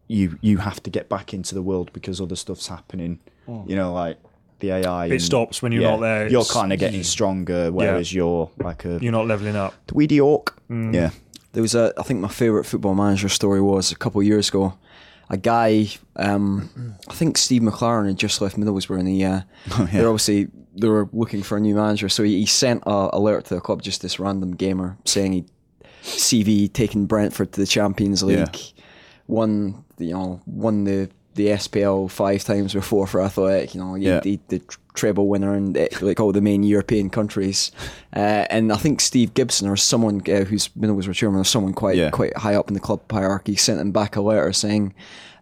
[SPEAKER 1] you you have to get back into the world because other stuff's happening. You know, like the AI. It
[SPEAKER 2] Hmm. stops when you're not there.
[SPEAKER 1] You're
[SPEAKER 2] It's-
[SPEAKER 1] kind of getting stronger, whereas you're like a
[SPEAKER 2] You're not leveling up.
[SPEAKER 1] weedy orc.
[SPEAKER 2] Mm.
[SPEAKER 1] Yeah,
[SPEAKER 3] there was a. I think my favorite football manager story was a couple of years ago. A guy, um, I think Steve McLaren had just left Middlesbrough, and he uh, they're obviously they were looking for a new manager, so he, he sent a alert to the club, just this random gamer saying he CV taking Brentford to the Champions League, won you know won the the SPL five times before for Athletic, you know, he,
[SPEAKER 1] Yeah.
[SPEAKER 3] he- the tr- treble winner in eh, like all the main European countries, uh, and I think Steve Gibson or someone uh, who's Middlesbrough chairman or someone quite
[SPEAKER 1] Yeah.
[SPEAKER 3] quite high up in the club hierarchy sent him back a letter saying.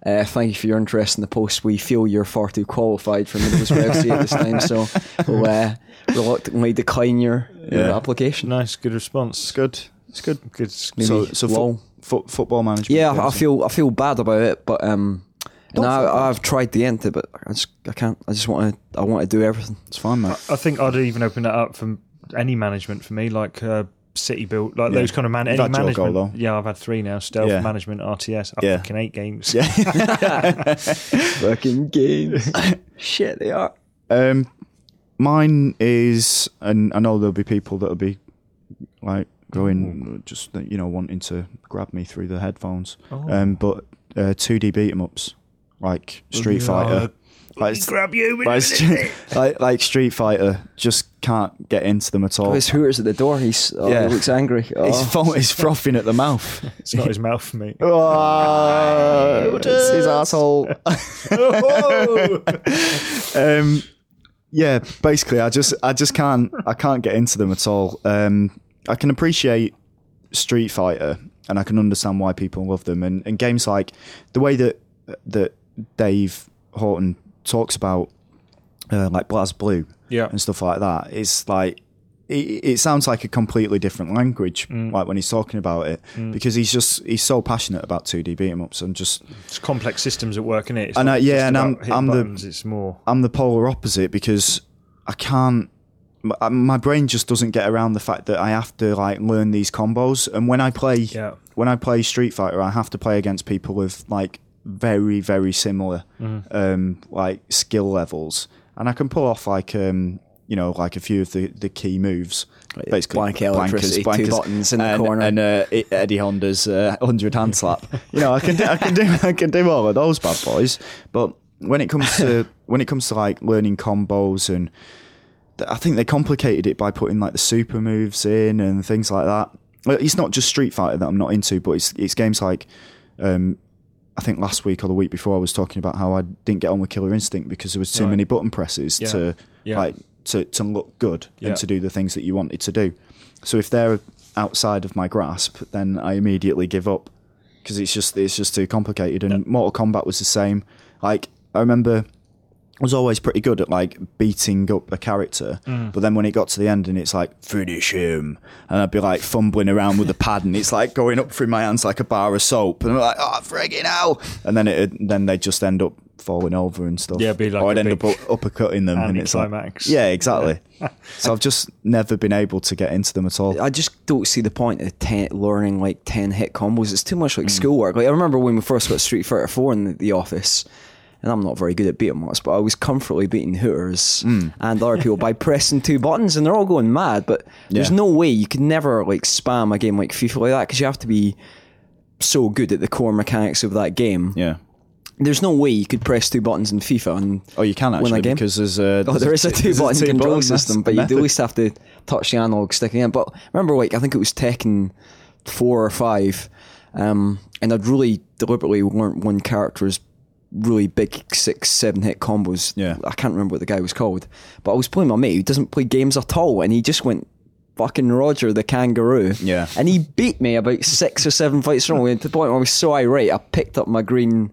[SPEAKER 3] Uh, thank you for your interest in the post. We feel you're far too qualified for Middlesbrough FC at this time, so we'll uh, reluctantly decline your, your
[SPEAKER 1] Yeah.
[SPEAKER 3] application.
[SPEAKER 2] Nice, good response.
[SPEAKER 1] it's good. It's good.
[SPEAKER 2] Good.
[SPEAKER 1] So,
[SPEAKER 3] Maybe
[SPEAKER 1] so
[SPEAKER 3] lol.
[SPEAKER 1] fo- fo- football management.
[SPEAKER 3] Yeah, I- I
[SPEAKER 1] games.
[SPEAKER 3] feel I feel bad about it, but um, and I, I've tried the end, but I just I can't. I just want to. I want to do everything.
[SPEAKER 1] it's fine, mate.
[SPEAKER 2] I think I'd even open that up for any management for me, like uh, City Build, like
[SPEAKER 1] Yeah.
[SPEAKER 2] those kind of man.
[SPEAKER 1] You've
[SPEAKER 2] Any
[SPEAKER 1] had your
[SPEAKER 2] management.
[SPEAKER 1] goal, though.
[SPEAKER 2] yeah, I've had three now. Stealth
[SPEAKER 1] Yeah.
[SPEAKER 2] management, RTS. I
[SPEAKER 1] Yeah.
[SPEAKER 2] fucking eight games.
[SPEAKER 3] Fucking games. Shit, they are.
[SPEAKER 1] Um, mine is, and I know there'll be people that'll be like going,
[SPEAKER 3] Mm.
[SPEAKER 1] just you know, wanting to grab me through the headphones.
[SPEAKER 3] Oh.
[SPEAKER 1] Um, but uh, 2D beat 'em ups, like Street Fighter, like,
[SPEAKER 4] Grab you with
[SPEAKER 1] like, st- like like Street Fighter, just can't get into them at all.
[SPEAKER 3] His hooter's at the door. He's oh,
[SPEAKER 1] Yeah.
[SPEAKER 3] he looks angry. Oh.
[SPEAKER 1] His phone is frothing at the mouth.
[SPEAKER 2] It's not his mouth, mate.
[SPEAKER 1] Oh, it's his asshole. um, yeah, basically, I just, I just can't, I can't get into them at all. Um, I can appreciate Street Fighter, and I can understand why people love them, and, and games like the way that that Dave Horton talks about, uh, like Blaz Blue,
[SPEAKER 2] Yeah.
[SPEAKER 1] and stuff like that. It's like it, it sounds like a completely different language, like when he's talking about it, because he's just he's so passionate about 2D beat 'em ups and just
[SPEAKER 2] It's complex systems at work, innit? It's
[SPEAKER 1] And
[SPEAKER 2] not
[SPEAKER 1] I- yeah,
[SPEAKER 2] just
[SPEAKER 1] and
[SPEAKER 2] about
[SPEAKER 1] I'm-
[SPEAKER 2] hitting
[SPEAKER 1] I'm the-
[SPEAKER 2] buttons, It's more.
[SPEAKER 1] I'm the polar opposite because I can't. My, my brain just doesn't get around the fact that I have to like learn these combos, and when I play
[SPEAKER 2] Yeah.
[SPEAKER 1] when I play Street Fighter, I have to play against people with like very very similar um, like skill levels, and I can pull off like um, you know like a few of the, the key moves. Basically,
[SPEAKER 3] blank electricity, two buttons in the
[SPEAKER 1] and,
[SPEAKER 3] corner.
[SPEAKER 1] and uh, E- Eddie Honda's uh, hundred hand slap. You know, I can do, I can do I can do all of those bad boys, but when it comes to when it comes to like learning combos and th- I think they complicated it by putting like the super moves in and things like that. Well, It's not just Street Fighter that I'm not into, but it's it's games like um, I think last week or the week before I was talking about how I didn't get on with Killer Instinct because there was too
[SPEAKER 2] Right.
[SPEAKER 1] many button presses
[SPEAKER 2] Yeah.
[SPEAKER 1] to
[SPEAKER 2] Yeah.
[SPEAKER 1] like to, to look good
[SPEAKER 2] Yeah.
[SPEAKER 1] and to do the things that you wanted to do. So if they're outside of my grasp, then I immediately give up because it's just it's just too complicated. And Mortal Kombat was the same. Like I remember, I was always pretty good at like beating up a character,
[SPEAKER 2] Mm.
[SPEAKER 1] but then when it got to the end and it's like finish him, and I'd be like fumbling around with the pad, and it's like going up through my hands like a bar of soap, and I'm like oh friggin' hell, and then it then they just end up falling over and stuff.
[SPEAKER 2] Yeah, it'd be like
[SPEAKER 1] or I'd
[SPEAKER 2] a
[SPEAKER 1] end
[SPEAKER 2] big
[SPEAKER 1] up u- uppercutting them, and it's like-
[SPEAKER 2] anticlimax.
[SPEAKER 1] yeah, exactly. so I've just never been able to get into them at all.
[SPEAKER 3] I just don't see the point of ten, learning like 10 hit combos. It's too much like
[SPEAKER 1] Hmm.
[SPEAKER 3] schoolwork. Like, I remember when we first got Street Fighter 4 in the, the office, and I'm not very good at beat 'em ups, but I was comfortably beating Hooters
[SPEAKER 1] Hmm.
[SPEAKER 3] and other people by pressing two buttons, and they're all going mad. But there's
[SPEAKER 1] Yeah.
[SPEAKER 3] no way you could never like spam a game like FIFA like that because you have to be so good at the core mechanics of that game.
[SPEAKER 1] yeah.
[SPEAKER 3] There's no way you could press two buttons in FIFA and
[SPEAKER 1] Oh, you can
[SPEAKER 3] win
[SPEAKER 1] actually
[SPEAKER 3] a game.
[SPEAKER 1] because there's a
[SPEAKER 3] Oh, there is a
[SPEAKER 1] there's
[SPEAKER 3] two button
[SPEAKER 1] two-button
[SPEAKER 3] control
[SPEAKER 1] mess-
[SPEAKER 3] system, but you at
[SPEAKER 1] method.
[SPEAKER 3] least have to touch the analog sticking in. But remember, like I think it was Tekken four or five, um, and I'd really deliberately learnt one character's really big six seven hit combos.
[SPEAKER 1] Yeah.
[SPEAKER 3] I can't remember what the guy was called, but I was playing my mate who doesn't play games at all, and he just went. Fucking Roger the kangaroo.
[SPEAKER 1] Yeah.
[SPEAKER 3] And he beat me about six or seven fights in a row. And to the point where I was so irate, I picked up my green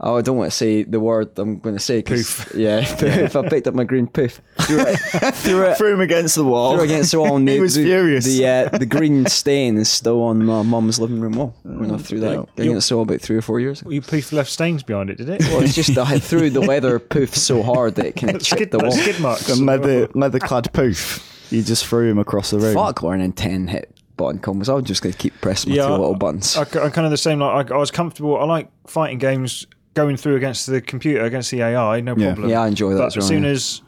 [SPEAKER 3] Oh, I don't want to say the word I'm going to say. 'cause- Yeah, poof. I picked up my green poof. Threw it, threw it, threw
[SPEAKER 1] threw him against the wall.
[SPEAKER 3] it against the wall. And
[SPEAKER 1] He
[SPEAKER 3] the,
[SPEAKER 1] was
[SPEAKER 3] the,
[SPEAKER 1] furious.
[SPEAKER 3] The, uh, the green stain is still on my mum's living room wall when I threw that against the wall about three or four years ago.
[SPEAKER 2] You poofed left stains behind it, did it?
[SPEAKER 3] Well, it's just that I threw the leather poof so hard that it kind of chipped
[SPEAKER 2] skid,
[SPEAKER 3] the wall.
[SPEAKER 2] skid marks.
[SPEAKER 1] The leather leather clad poof. You just threw him across the room.
[SPEAKER 3] Fuck learning 10 hit button combos. I was just going to keep pressing my
[SPEAKER 2] Yeah, uh,
[SPEAKER 3] two
[SPEAKER 2] I-
[SPEAKER 3] little buttons.
[SPEAKER 2] I, am kind of the same. Like I, I was comfortable. I like fighting games, going through against the computer, against the AI, no
[SPEAKER 1] Yeah.
[SPEAKER 2] problem.
[SPEAKER 3] Yeah, I enjoy that
[SPEAKER 2] But
[SPEAKER 3] as
[SPEAKER 2] as,
[SPEAKER 3] well,
[SPEAKER 2] soon
[SPEAKER 3] yeah.
[SPEAKER 2] as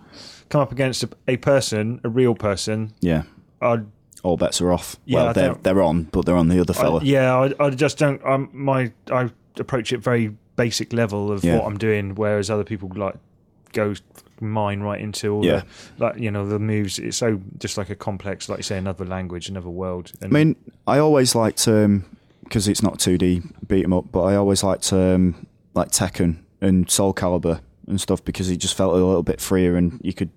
[SPEAKER 2] come up against a, a person, a real person,
[SPEAKER 1] Yeah.
[SPEAKER 2] I
[SPEAKER 1] All bets are off.
[SPEAKER 2] Yeah,
[SPEAKER 1] well,
[SPEAKER 2] I
[SPEAKER 1] they're
[SPEAKER 2] don't-
[SPEAKER 1] they're on, but they're on the other fella.
[SPEAKER 2] I, yeah, I, I just don't. I'm my I approach it very basic level of
[SPEAKER 1] Yeah.
[SPEAKER 2] what I'm doing, whereas other people like go mine right into all
[SPEAKER 1] Yeah.
[SPEAKER 2] the like you know the moves. It's so just like a complex, like you say, another language, another world. And
[SPEAKER 1] I mean, I always liked um 'cause because it's not 2D beat 'em up, but I always liked um, like Tekken and Soul Calibur and stuff because it just felt a little bit freer and you could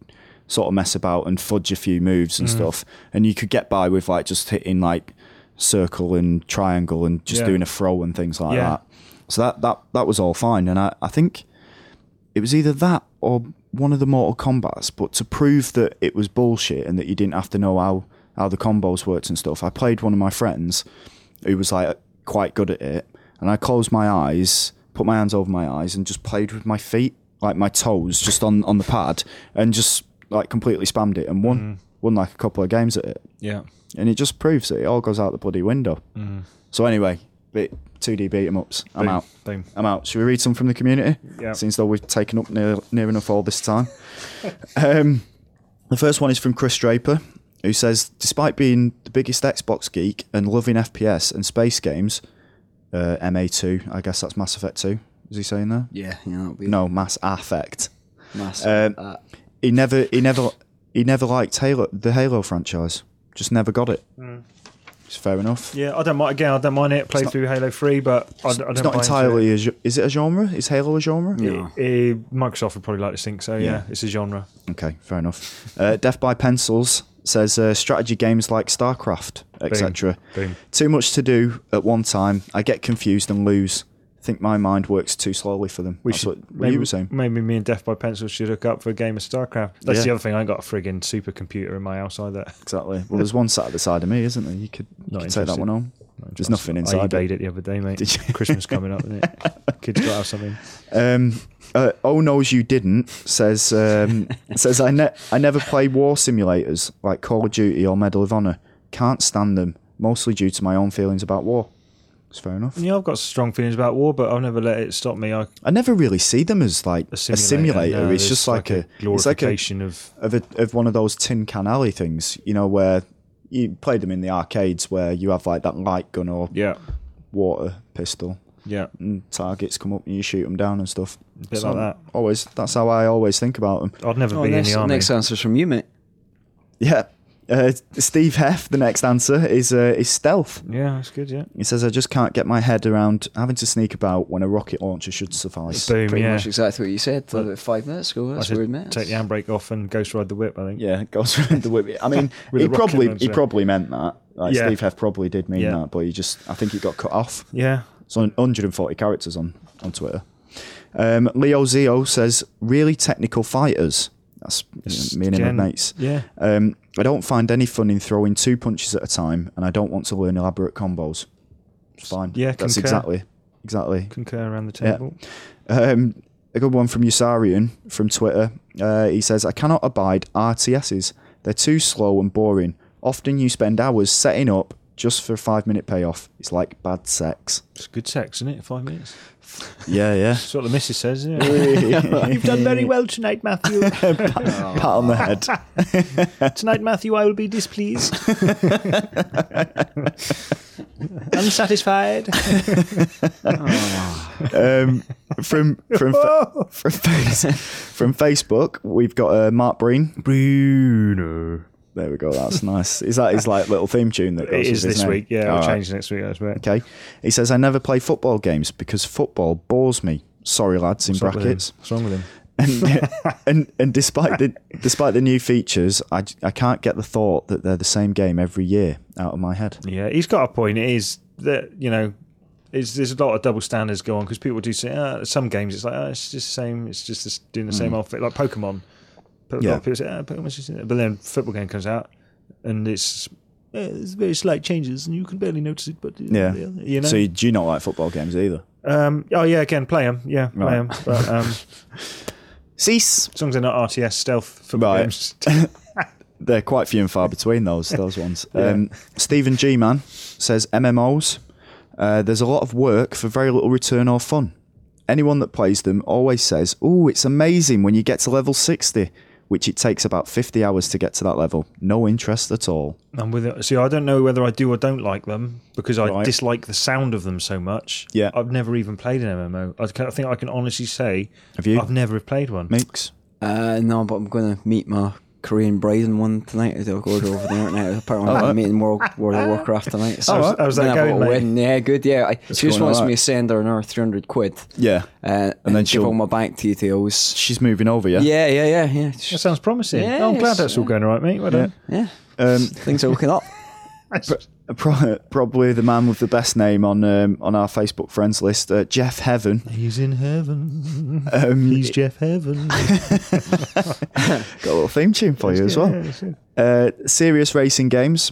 [SPEAKER 1] sort of mess about and fudge a few moves and stuff, and you could get by with like just hitting like circle and triangle and just
[SPEAKER 2] Yeah.
[SPEAKER 1] doing a throw and things like
[SPEAKER 2] Yeah.
[SPEAKER 1] that. So that that that was all fine, and I I think it was either that or one of the Mortal Kombats. But to prove that it was bullshit and that you didn't have to know how how the combos worked and stuff, I played one of my friends who was like quite good at it, and I closed my eyes, put my hands over my eyes, and just played with my feet, like my toes, just on on the pad, and just like completely spammed it and won won like a couple of games at it,
[SPEAKER 2] yeah,
[SPEAKER 1] and it just proves that it all goes out the bloody window. So anyway, bit. 2D beat 'em ups. I'm
[SPEAKER 2] boom,
[SPEAKER 1] out.
[SPEAKER 2] boom.
[SPEAKER 1] I'm out. Should we read some from the community?
[SPEAKER 2] Yeah.
[SPEAKER 1] Seems though we've taken up near, near enough all this time. um, the first one is from Chris Draper, who says, despite being the biggest Xbox geek and loving FPS and space games, uh, MA2, I guess that's Mass Effect 2. Is he saying that?
[SPEAKER 3] yeah, yeah, that'll be
[SPEAKER 1] No, Mass Affect.
[SPEAKER 3] massive.
[SPEAKER 1] Um, he never, he never, he never liked Halo, the Halo franchise. Just never got it.
[SPEAKER 2] Hmm.
[SPEAKER 1] It's fair enough.
[SPEAKER 2] yeah. I don't mind again. I don't mind it. Play through Halo Three, but I, d- I don't.
[SPEAKER 1] It's not
[SPEAKER 2] buy into
[SPEAKER 1] entirely. A, ge- is it a genre? Is Halo a genre?
[SPEAKER 2] it. Eh, Microsoft would probably like to think so. Yeah, it's a genre.
[SPEAKER 1] Okay, fair enough. Uh, Death by Pencils says uh, strategy games like StarCraft, etc.
[SPEAKER 2] Boom.
[SPEAKER 1] Too much to do at one time. I get confused and lose. think my mind works too slowly for them.
[SPEAKER 2] We
[SPEAKER 1] That's
[SPEAKER 2] should
[SPEAKER 1] what
[SPEAKER 2] maybe,
[SPEAKER 1] you were saying.
[SPEAKER 2] maybe me and Death by Pencil should hook up for a game of StarCraft. That's
[SPEAKER 1] Yeah.
[SPEAKER 2] the other thing. I ain't got a friggin' supercomputer in my house either.
[SPEAKER 1] Exactly. Well, there's one sat at the side of me, isn't there? You could, you
[SPEAKER 2] Not
[SPEAKER 1] could take that
[SPEAKER 2] interested.
[SPEAKER 1] one on. There's nothing
[SPEAKER 2] I
[SPEAKER 1] inside.
[SPEAKER 2] eBayed it the other day, mate.
[SPEAKER 1] Did you?
[SPEAKER 2] Christmas coming up, isn't it? Kids got to have something.
[SPEAKER 1] Um, uh, oh knows you didn't says um, says I ne- I never play war simulators like Call of Duty or Medal of Honor. Can't stand them, mostly due to my own feelings about war. It's fair enough.
[SPEAKER 2] Yeah, I've got strong feelings about war, but I've never let it stop me. I,
[SPEAKER 1] I never really see them as like a simulator.
[SPEAKER 2] no,
[SPEAKER 1] it's
[SPEAKER 2] there's
[SPEAKER 1] just like, a it's like a
[SPEAKER 2] glorification of
[SPEAKER 1] of, a, of one of those tin can alley things, you know, where you play them in the arcades where you have like that light gun or
[SPEAKER 2] yeah,
[SPEAKER 1] water pistol,
[SPEAKER 2] yeah,
[SPEAKER 1] and targets come up and you shoot them down and stuff.
[SPEAKER 2] bit
[SPEAKER 1] So
[SPEAKER 2] like that.
[SPEAKER 1] Always, that's how I always think about them.
[SPEAKER 2] I'd never
[SPEAKER 3] Oh,
[SPEAKER 2] be
[SPEAKER 3] next,
[SPEAKER 2] in the army.
[SPEAKER 3] next answer's from you, mate.
[SPEAKER 1] Yeah. Uh, Steve Heff, the next answer is uh, is stealth.
[SPEAKER 2] Yeah, that's good. Yeah.
[SPEAKER 1] He says, "I just can't get my head around having to sneak about when a rocket launcher should suffice."
[SPEAKER 2] Boom.
[SPEAKER 3] Pretty
[SPEAKER 2] yeah.
[SPEAKER 3] much exactly what you said like, five minutes ago.
[SPEAKER 2] I
[SPEAKER 3] That's
[SPEAKER 2] should
[SPEAKER 3] weird, man.
[SPEAKER 2] Take the handbrake off and ghost ride the whip. I think.
[SPEAKER 1] Yeah, goes around the whip. I mean,
[SPEAKER 2] With
[SPEAKER 1] he
[SPEAKER 2] a rocket
[SPEAKER 1] probably he
[SPEAKER 2] launcher.
[SPEAKER 1] probably meant that. Like,
[SPEAKER 2] Yeah.
[SPEAKER 1] Steve Heff probably did mean
[SPEAKER 2] Yeah.
[SPEAKER 1] that, but he just I think he got cut off.
[SPEAKER 2] Yeah.
[SPEAKER 1] It's on 140 characters on on Twitter. Um, Leo Zio says, "Really technical fighters." That's
[SPEAKER 2] It's
[SPEAKER 1] me and him are
[SPEAKER 2] gen-
[SPEAKER 1] mates.
[SPEAKER 2] Yeah.
[SPEAKER 1] Um, I don't find any fun in throwing two punches at a time, and I don't want to learn elaborate combos. It's fine.
[SPEAKER 2] Yeah,
[SPEAKER 1] that's
[SPEAKER 2] concur.
[SPEAKER 1] exactly exactly.
[SPEAKER 2] Concur around the
[SPEAKER 1] Yeah.
[SPEAKER 2] table.
[SPEAKER 1] Um, a good one from Usarian from Twitter. Uh, he says, I cannot abide RTSs. They're too slow and boring. Often you spend hours setting up just for a five minute payoff. It's like bad sex.
[SPEAKER 2] It's good sex, isn't it? Five minutes.
[SPEAKER 1] Yeah, yeah.
[SPEAKER 2] That's what the missus says. Yeah.
[SPEAKER 1] You've
[SPEAKER 2] done very well tonight, Matthew.
[SPEAKER 1] Pat on the head.
[SPEAKER 2] tonight, Matthew, I will be displeased. Unsatisfied.
[SPEAKER 1] Um, from from fa- from, face, from Facebook, we've got uh, Mark Breen.
[SPEAKER 2] Bruno.
[SPEAKER 1] There we go. That's nice. Is that his like little theme tune that goes
[SPEAKER 2] It is
[SPEAKER 1] with his
[SPEAKER 2] this
[SPEAKER 1] name?
[SPEAKER 2] week. Yeah, we'll
[SPEAKER 1] All right.
[SPEAKER 2] change next week. I expect.
[SPEAKER 1] Okay. He says, I never play football games because football bores me. Sorry, lads, in brackets.
[SPEAKER 2] What's wrong with him?
[SPEAKER 1] And, and and despite the despite the new features, I, j- I can't get the thought that they're the same game every year out of my head.
[SPEAKER 2] Yeah, he's got a point. It is that you know, it's, there's a lot of double standards go on because people do say ah, some games it's like ah, it's just the same. It's just this, doing the same outfit like Pokemon.
[SPEAKER 1] Mm.
[SPEAKER 2] But a lot
[SPEAKER 1] Yeah.
[SPEAKER 2] of people say, ah, Pokemon's just, but then football game comes out and it's eh, there's very slight changes and you can barely notice it. But uh,
[SPEAKER 1] Yeah.
[SPEAKER 2] you know.
[SPEAKER 1] So you do you not like football games either?
[SPEAKER 2] um, oh yeah, again, play them. Yeah, play
[SPEAKER 1] Right.
[SPEAKER 2] 'em. But um, as
[SPEAKER 1] Cease.
[SPEAKER 2] long as they're not RTS stealth football
[SPEAKER 1] Right.
[SPEAKER 2] games.
[SPEAKER 1] They're quite few and far between those those ones. Um, Stephen G man says MMOs. Uh, there's a lot of work for very little return or fun. Anyone that plays them always says, "Oh, it's amazing when you get to level 60," which it takes about 50 hours to get to that level. No interest at all.
[SPEAKER 2] I'm with it. See, I don't know whether I do or don't like them because I
[SPEAKER 1] Right.
[SPEAKER 2] dislike the sound of them so much.
[SPEAKER 1] Yeah.
[SPEAKER 2] I've never even played an MMO. I, can, I think I can honestly say
[SPEAKER 1] Have you?
[SPEAKER 2] I've never played one.
[SPEAKER 1] Mix.
[SPEAKER 3] Uh, no, but I'm going to meet my Korean bride in one tonight. I did order over there tonight. Apparently, I'm meeting World, World of Warcraft tonight. So
[SPEAKER 2] How's- how's that
[SPEAKER 3] Then I've got
[SPEAKER 2] going,
[SPEAKER 3] a
[SPEAKER 2] mate?
[SPEAKER 3] wedding. Yeah, good. Yeah, I, she just
[SPEAKER 1] going
[SPEAKER 3] wants
[SPEAKER 1] alright.
[SPEAKER 3] me to send her another 300 quid.
[SPEAKER 1] Yeah.
[SPEAKER 3] Uh, and,
[SPEAKER 1] then
[SPEAKER 3] then give
[SPEAKER 1] she'll-
[SPEAKER 3] all my bank details.
[SPEAKER 1] She's moving over, yeah?
[SPEAKER 3] Yeah, yeah, yeah, yeah.
[SPEAKER 2] That sounds promising. Oh, I'm glad
[SPEAKER 3] Yes.
[SPEAKER 2] that's all going all right, mate. Well done.
[SPEAKER 3] yeah.
[SPEAKER 1] Um,
[SPEAKER 3] Things are looking up.
[SPEAKER 1] pro- probably the man with the best name on um, on our Facebook friends list, uh, Jeff Heaven.
[SPEAKER 2] He's in heaven.
[SPEAKER 1] Um,
[SPEAKER 2] He's Jeff Heaven.
[SPEAKER 1] Got a little theme tune for you as well. Uh, serious Racing Games.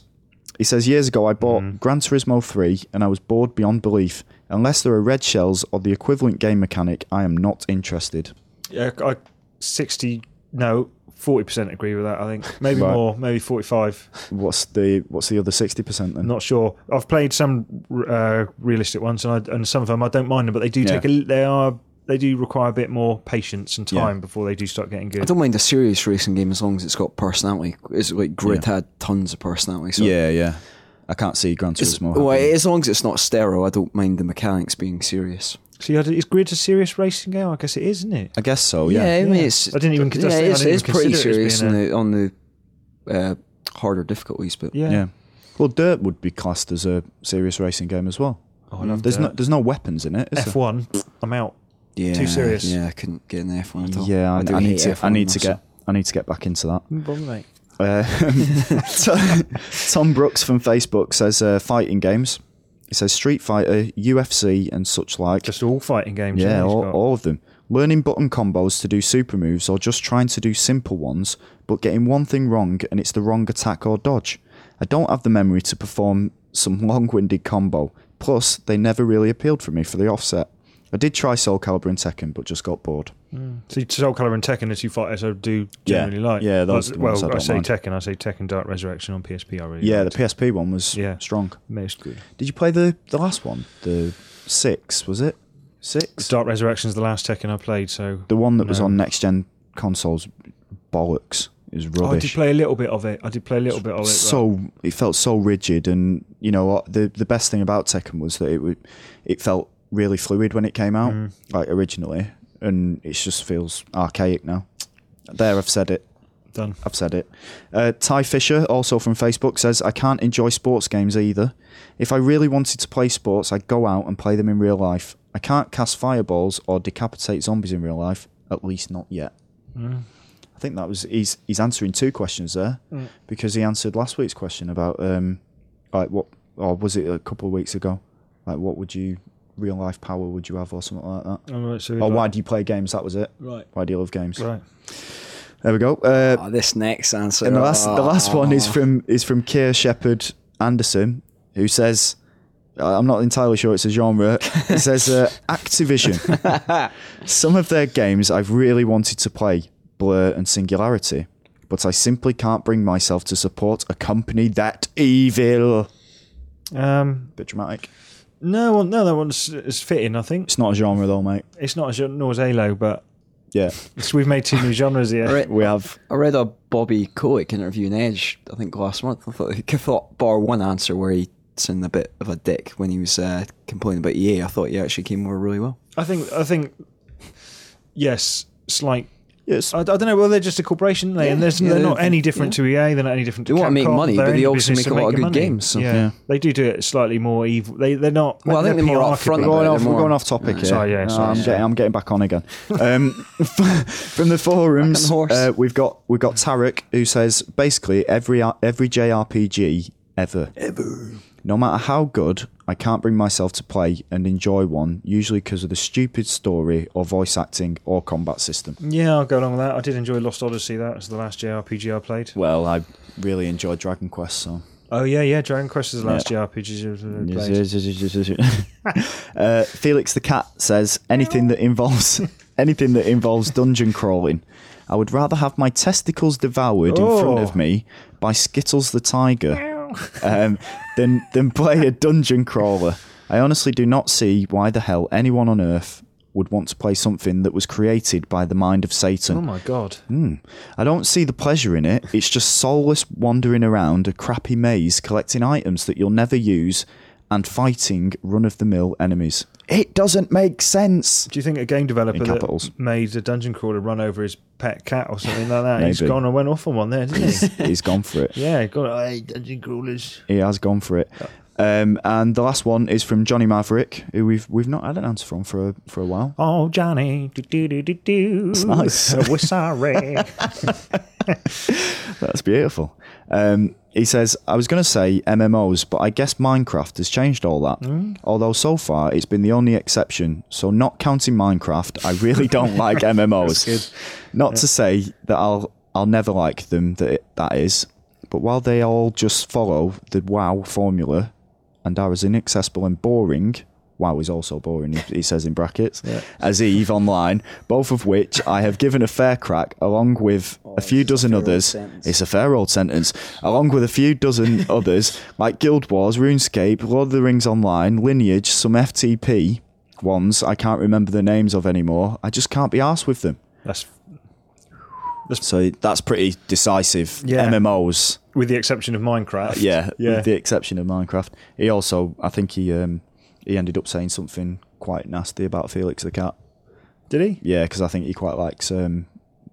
[SPEAKER 1] He says, years ago I bought Gran Turismo 3 and I was bored beyond belief. Unless there are red shells or the equivalent game mechanic, I am not interested.
[SPEAKER 2] yeah, I 60, no, 40% agree with that, I think. Maybe
[SPEAKER 1] Right.
[SPEAKER 2] more, maybe 45.
[SPEAKER 1] What's the what's the other 60% then?
[SPEAKER 2] I'm not sure. I've played some uh, realistic ones, and, I, and some of them I don't mind them, but they do
[SPEAKER 1] Yeah.
[SPEAKER 2] take a. They are they do require a bit more patience and
[SPEAKER 1] Yeah.
[SPEAKER 2] time before they do start getting
[SPEAKER 3] I
[SPEAKER 2] good.
[SPEAKER 3] don't mind a serious racing game as long as it's got personality. It's like Grid
[SPEAKER 1] Yeah.
[SPEAKER 3] had tons of personality. So
[SPEAKER 1] yeah, yeah. I can't see Gran
[SPEAKER 3] It's,
[SPEAKER 1] Turismo.
[SPEAKER 3] well,
[SPEAKER 1] happening.
[SPEAKER 3] as long as it's not sterile, I don't mind the mechanics being serious.
[SPEAKER 2] See, I d- is Grid a serious racing game? I guess it is, isn't it?
[SPEAKER 1] I guess so, yeah.
[SPEAKER 3] I
[SPEAKER 2] Yeah. I didn't even consider- I
[SPEAKER 3] Yeah,
[SPEAKER 2] didn't
[SPEAKER 3] it's,
[SPEAKER 2] even
[SPEAKER 3] it's pretty
[SPEAKER 2] consider it as
[SPEAKER 3] serious on
[SPEAKER 2] being
[SPEAKER 3] the on the uh, harder difficulties, but
[SPEAKER 2] Yeah.
[SPEAKER 1] Yeah. Well, dirt would be classed as a serious racing game as well.
[SPEAKER 2] Oh, I love
[SPEAKER 1] There's
[SPEAKER 2] that.
[SPEAKER 1] no there's no weapons in it. Is there?
[SPEAKER 2] F1, I'm out.
[SPEAKER 3] yeah,
[SPEAKER 2] Too serious.
[SPEAKER 3] Yeah, I couldn't get an F one at all.
[SPEAKER 1] Yeah, I,
[SPEAKER 3] do
[SPEAKER 1] I need
[SPEAKER 3] hate
[SPEAKER 1] to. I
[SPEAKER 3] F1
[SPEAKER 1] need to
[SPEAKER 3] also.
[SPEAKER 1] get. I need to get back into that.
[SPEAKER 2] mate.
[SPEAKER 1] Uh, Tom- Tom Brooks from Facebook says uh, fighting games. He says Street Fighter, UFC, and such like.
[SPEAKER 2] Just all fighting games.
[SPEAKER 1] yeah,
[SPEAKER 2] yeah, he's
[SPEAKER 1] all,
[SPEAKER 2] got.
[SPEAKER 1] all of them. Learning button combos to do super moves, or just trying to do simple ones, but getting one thing wrong and it's the wrong attack or dodge. I don't have the memory to perform some long-winded combo. Plus, they never really appealed for me for the offset. I did try Soul Calibur and Tekken, but just got bored.
[SPEAKER 2] See, Soul Calibur and Tekken are two fighters I do
[SPEAKER 1] Yeah.
[SPEAKER 2] generally like.
[SPEAKER 1] Yeah, those
[SPEAKER 2] But-
[SPEAKER 1] are the
[SPEAKER 2] well,
[SPEAKER 1] ones I
[SPEAKER 2] I,
[SPEAKER 1] don't
[SPEAKER 2] say
[SPEAKER 1] mind.
[SPEAKER 2] Tekken, I say Tekken Dark Resurrection on PSP. I really
[SPEAKER 1] Yeah, the
[SPEAKER 2] liked.
[SPEAKER 1] PSP one was
[SPEAKER 2] Yeah.
[SPEAKER 1] strong.
[SPEAKER 2] most good.
[SPEAKER 1] Did you play the the last one? The six was it? Six.
[SPEAKER 2] Dark Resurrection's the last Tekken I played, so
[SPEAKER 1] The one that was
[SPEAKER 2] No.
[SPEAKER 1] on next gen consoles. Bollocks is
[SPEAKER 2] Oh, I did
[SPEAKER 1] rubbish.
[SPEAKER 2] play a little bit of it. I did play a little bit of it. but-
[SPEAKER 1] so it felt so rigid, and you know what? The the best thing about Tekken was that it would it felt really fluid when it came out, like originally, and it just feels archaic now. There, I've said it.
[SPEAKER 2] Done.
[SPEAKER 1] I've said it. Uh, Ty Fisher, also from Facebook, says, I can't enjoy sports games either. If I really wanted to play sports, I'd go out and play them in real life. I can't cast fireballs or decapitate zombies in real life, at least not yet. I think that was he's he's answering two questions there because he answered last week's question about um like what or was it a couple of weeks ago like what would you real life power would you have or something like that
[SPEAKER 2] All right, so we'd
[SPEAKER 1] or
[SPEAKER 2] like-
[SPEAKER 1] Oh, why do you play games that was it
[SPEAKER 3] Right.
[SPEAKER 1] why do you love games
[SPEAKER 2] Right.
[SPEAKER 1] there we go uh,
[SPEAKER 3] Ah, this next answer.
[SPEAKER 1] and the last the last one is
[SPEAKER 3] Ah.
[SPEAKER 1] from is from Keir Shepherd Anderson, who says, I'm not entirely sure it's a genre. It says uh, Activision. Some of their games I've really wanted to play, Blur and Singularity, but I simply can't bring myself to support a company that evil.
[SPEAKER 2] Um,
[SPEAKER 1] Bit dramatic.
[SPEAKER 2] no, well, no, that one's is fitting. I think
[SPEAKER 1] It's not a genre though, mate.
[SPEAKER 2] it's not as nor as Halo, but
[SPEAKER 1] Yeah,
[SPEAKER 2] it's- we've made two new genres here.
[SPEAKER 3] Right.
[SPEAKER 1] we have.
[SPEAKER 3] I read a Bobby Kotick interview in Edge, I think last month. I thought, I thought bar one answer where he seemed a bit of a dick when he was uh, complaining about EA. I thought he actually came over really well.
[SPEAKER 2] I think. I think. Yes, slight.
[SPEAKER 1] Yes,
[SPEAKER 2] I, I don't know. Well, they're just a corporation, they, and there's,
[SPEAKER 3] yeah,
[SPEAKER 2] they're
[SPEAKER 3] they-
[SPEAKER 2] not any different to EA. They're not any different. to
[SPEAKER 3] They wanna make
[SPEAKER 2] Capcom,
[SPEAKER 3] money,
[SPEAKER 2] they're
[SPEAKER 3] but
[SPEAKER 2] in
[SPEAKER 3] they
[SPEAKER 2] the
[SPEAKER 3] also
[SPEAKER 2] business
[SPEAKER 3] make a
[SPEAKER 2] of
[SPEAKER 3] lot of
[SPEAKER 2] making
[SPEAKER 3] good
[SPEAKER 2] money.
[SPEAKER 3] games, so-
[SPEAKER 2] yeah.
[SPEAKER 1] Yeah.
[SPEAKER 2] they do do it slightly more evil. They they're not.
[SPEAKER 3] Well, I think they're more
[SPEAKER 2] hierarchical.
[SPEAKER 3] upfront
[SPEAKER 1] We're
[SPEAKER 3] about
[SPEAKER 1] going
[SPEAKER 3] it,
[SPEAKER 1] off.
[SPEAKER 3] they're
[SPEAKER 1] We're
[SPEAKER 3] more-
[SPEAKER 1] going off topic here.
[SPEAKER 2] Sorry, yeah,
[SPEAKER 1] No,
[SPEAKER 2] sorry,
[SPEAKER 1] I'm
[SPEAKER 2] sorry.
[SPEAKER 1] getting I'm getting back on again. Um, from the forums,
[SPEAKER 3] Back on horse.
[SPEAKER 1] uh, we've got we've got Tarek who says basically every R- every JRPG ever ever. No matter how good, I can't bring myself to play and enjoy one, usually because of the stupid story or voice acting or combat system.
[SPEAKER 2] Yeah, I'll go along with that. I did enjoy Lost Odyssey. That was the last JRPG I played.
[SPEAKER 1] Well, I really enjoyed Dragon Quest, so.
[SPEAKER 2] Oh yeah, yeah. Dragon Quest is the last
[SPEAKER 1] Yeah.
[SPEAKER 2] JRPG I played.
[SPEAKER 1] uh, Felix the cat says anything that involves anything that involves dungeon crawling. I would rather have my testicles devoured in front
[SPEAKER 2] Oh.
[SPEAKER 1] of me by Skittles the tiger um, than than play a dungeon crawler. I honestly do not see why the hell anyone on earth would want to play something that was created by the mind of Satan.
[SPEAKER 2] Oh my god.
[SPEAKER 1] I don't see the pleasure in it. It's just soulless wandering around a crappy maze, collecting items that you'll never use, and fighting run of the mill enemies. It doesn't make sense.
[SPEAKER 2] Do you think a game developer
[SPEAKER 1] capitals.
[SPEAKER 2] that made a dungeon crawler run over his pet cat or something like that? He's
[SPEAKER 1] Maybe.
[SPEAKER 2] gone and went off on one there, didn't he?
[SPEAKER 1] He's gone for it.
[SPEAKER 2] yeah, he got
[SPEAKER 4] Hey, dungeon crawlers.
[SPEAKER 1] He has gone for it. Um, and the last one is from Johnny Maverick, who we've we've not had an answer from for a, for a while.
[SPEAKER 2] Oh Johnny, do do do do do.
[SPEAKER 1] nice.
[SPEAKER 2] We're sorry.
[SPEAKER 1] That's beautiful. Um, he says, I was going to say MMOs, but I guess Minecraft has changed all that. Although so far it's been the only exception. So, not counting Minecraft, I really don't like MMOs. Not to say that I'll I'll never like them. That it, that is, but while they all just follow the WoW formula and are as inaccessible and boring. WoW is also boring, he he says in brackets, as Eve Online, both of which I have given a fair crack, along with a few dozen others.
[SPEAKER 3] sentence.
[SPEAKER 1] It's a fair old sentence, along with a few dozen others, like Guild Wars, RuneScape, Lord of the Rings Online, Lineage, some FTP ones I can't remember the names of anymore. I just can't be arsed with them.
[SPEAKER 2] That's
[SPEAKER 1] So that's pretty decisive.
[SPEAKER 2] Yeah.
[SPEAKER 1] MMOs,
[SPEAKER 2] with the exception of Minecraft.
[SPEAKER 1] yeah,
[SPEAKER 2] yeah.
[SPEAKER 1] with the exception of Minecraft. He also, I think he um, he ended up saying something quite nasty about Felix the cat.
[SPEAKER 2] Did he?
[SPEAKER 1] Yeah, because I think he quite likes um,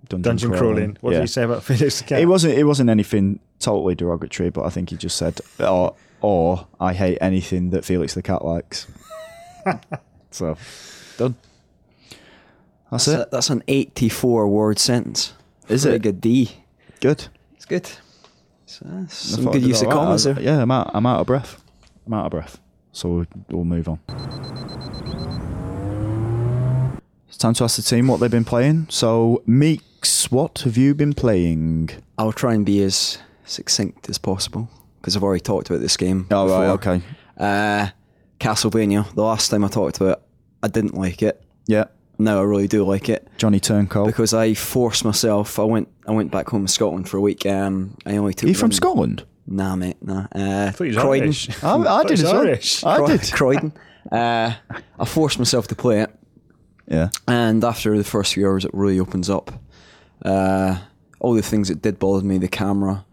[SPEAKER 1] dungeon,
[SPEAKER 2] Dungeon crawling. What
[SPEAKER 1] yeah.
[SPEAKER 2] did he say about Felix the cat?
[SPEAKER 1] It wasn't. It wasn't anything totally derogatory, but I think he just said, "Or, or I hate anything that Felix the cat likes." so, done. That's,
[SPEAKER 3] That's, a-
[SPEAKER 1] it.
[SPEAKER 3] that's an 84 word sentence.
[SPEAKER 1] Is
[SPEAKER 3] Pretty
[SPEAKER 1] it?
[SPEAKER 3] good D.
[SPEAKER 1] Good.
[SPEAKER 3] It's good. So, that's
[SPEAKER 1] I
[SPEAKER 3] some
[SPEAKER 1] thought I
[SPEAKER 3] good
[SPEAKER 1] did
[SPEAKER 3] use of
[SPEAKER 1] all right.
[SPEAKER 3] commas
[SPEAKER 1] I-
[SPEAKER 3] there.
[SPEAKER 1] Yeah, I'm out. I'm out of breath. I'm out of breath. So we'll, we'll move on. It's time to ask the team what they've been playing. So, Meeks, what have you been playing?
[SPEAKER 3] I'll try and be as succinct as possible because I've already talked about this game.
[SPEAKER 1] Oh, right,
[SPEAKER 3] before.
[SPEAKER 1] okay.
[SPEAKER 3] Uh, Castlevania. The last time I talked about it, I didn't like it.
[SPEAKER 1] Yeah,
[SPEAKER 3] Now I really do like it.
[SPEAKER 1] Johnny Turncoat.
[SPEAKER 3] because I forced myself. I went. I went back home to Scotland for a week. Um, I only took.
[SPEAKER 1] Are you from
[SPEAKER 3] one-
[SPEAKER 1] Scotland?
[SPEAKER 3] Nah, mate. Nah. Uh,
[SPEAKER 2] thought he was
[SPEAKER 3] Croydon.
[SPEAKER 2] Irish.
[SPEAKER 1] I, I
[SPEAKER 2] But
[SPEAKER 1] did
[SPEAKER 2] he's
[SPEAKER 1] as well.
[SPEAKER 2] Irish.
[SPEAKER 1] I
[SPEAKER 3] Cro-
[SPEAKER 1] did.
[SPEAKER 3] Croydon. Uh, I forced myself to play it,
[SPEAKER 1] Yeah.
[SPEAKER 3] and after the first few hours, it really opens up. Uh, all the things that did bother me, the camera,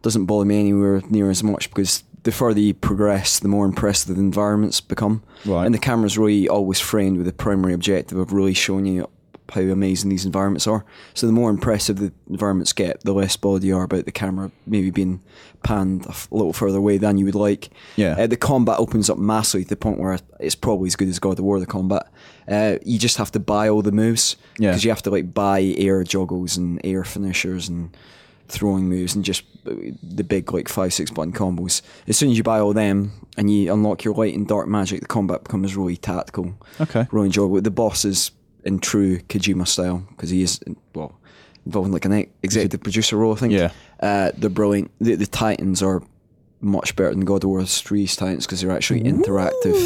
[SPEAKER 3] doesn't bother me anywhere near as much because the further you progress, the more impressive the environments become.
[SPEAKER 1] Right.
[SPEAKER 3] And the camera's really always framed with the primary objective of really showing you up how amazing these environments are. So the more impressive the environments get, the less bothered you are about the camera maybe being panned a f- little further away than you would like.
[SPEAKER 1] Yeah.
[SPEAKER 3] Uh, the combat opens up massively to the point where it's probably as good as God of War. The combat, uh, you just have to buy all the moves
[SPEAKER 1] Yeah.
[SPEAKER 3] because you have to like buy air joggles and air finishers and throwing moves and just uh, the big like five six button combos. As soon as you buy all them and you unlock your light and dark magic, the combat becomes really tactical.
[SPEAKER 1] Okay.
[SPEAKER 3] really enjoyable. The boss is in true Kojima style because he is well involved in like an ex- executive producer role. I think.
[SPEAKER 1] Yeah.
[SPEAKER 3] uh, they're brilliant. The, the Titans are. Much better than God of War 3's Titans because they're actually interactive.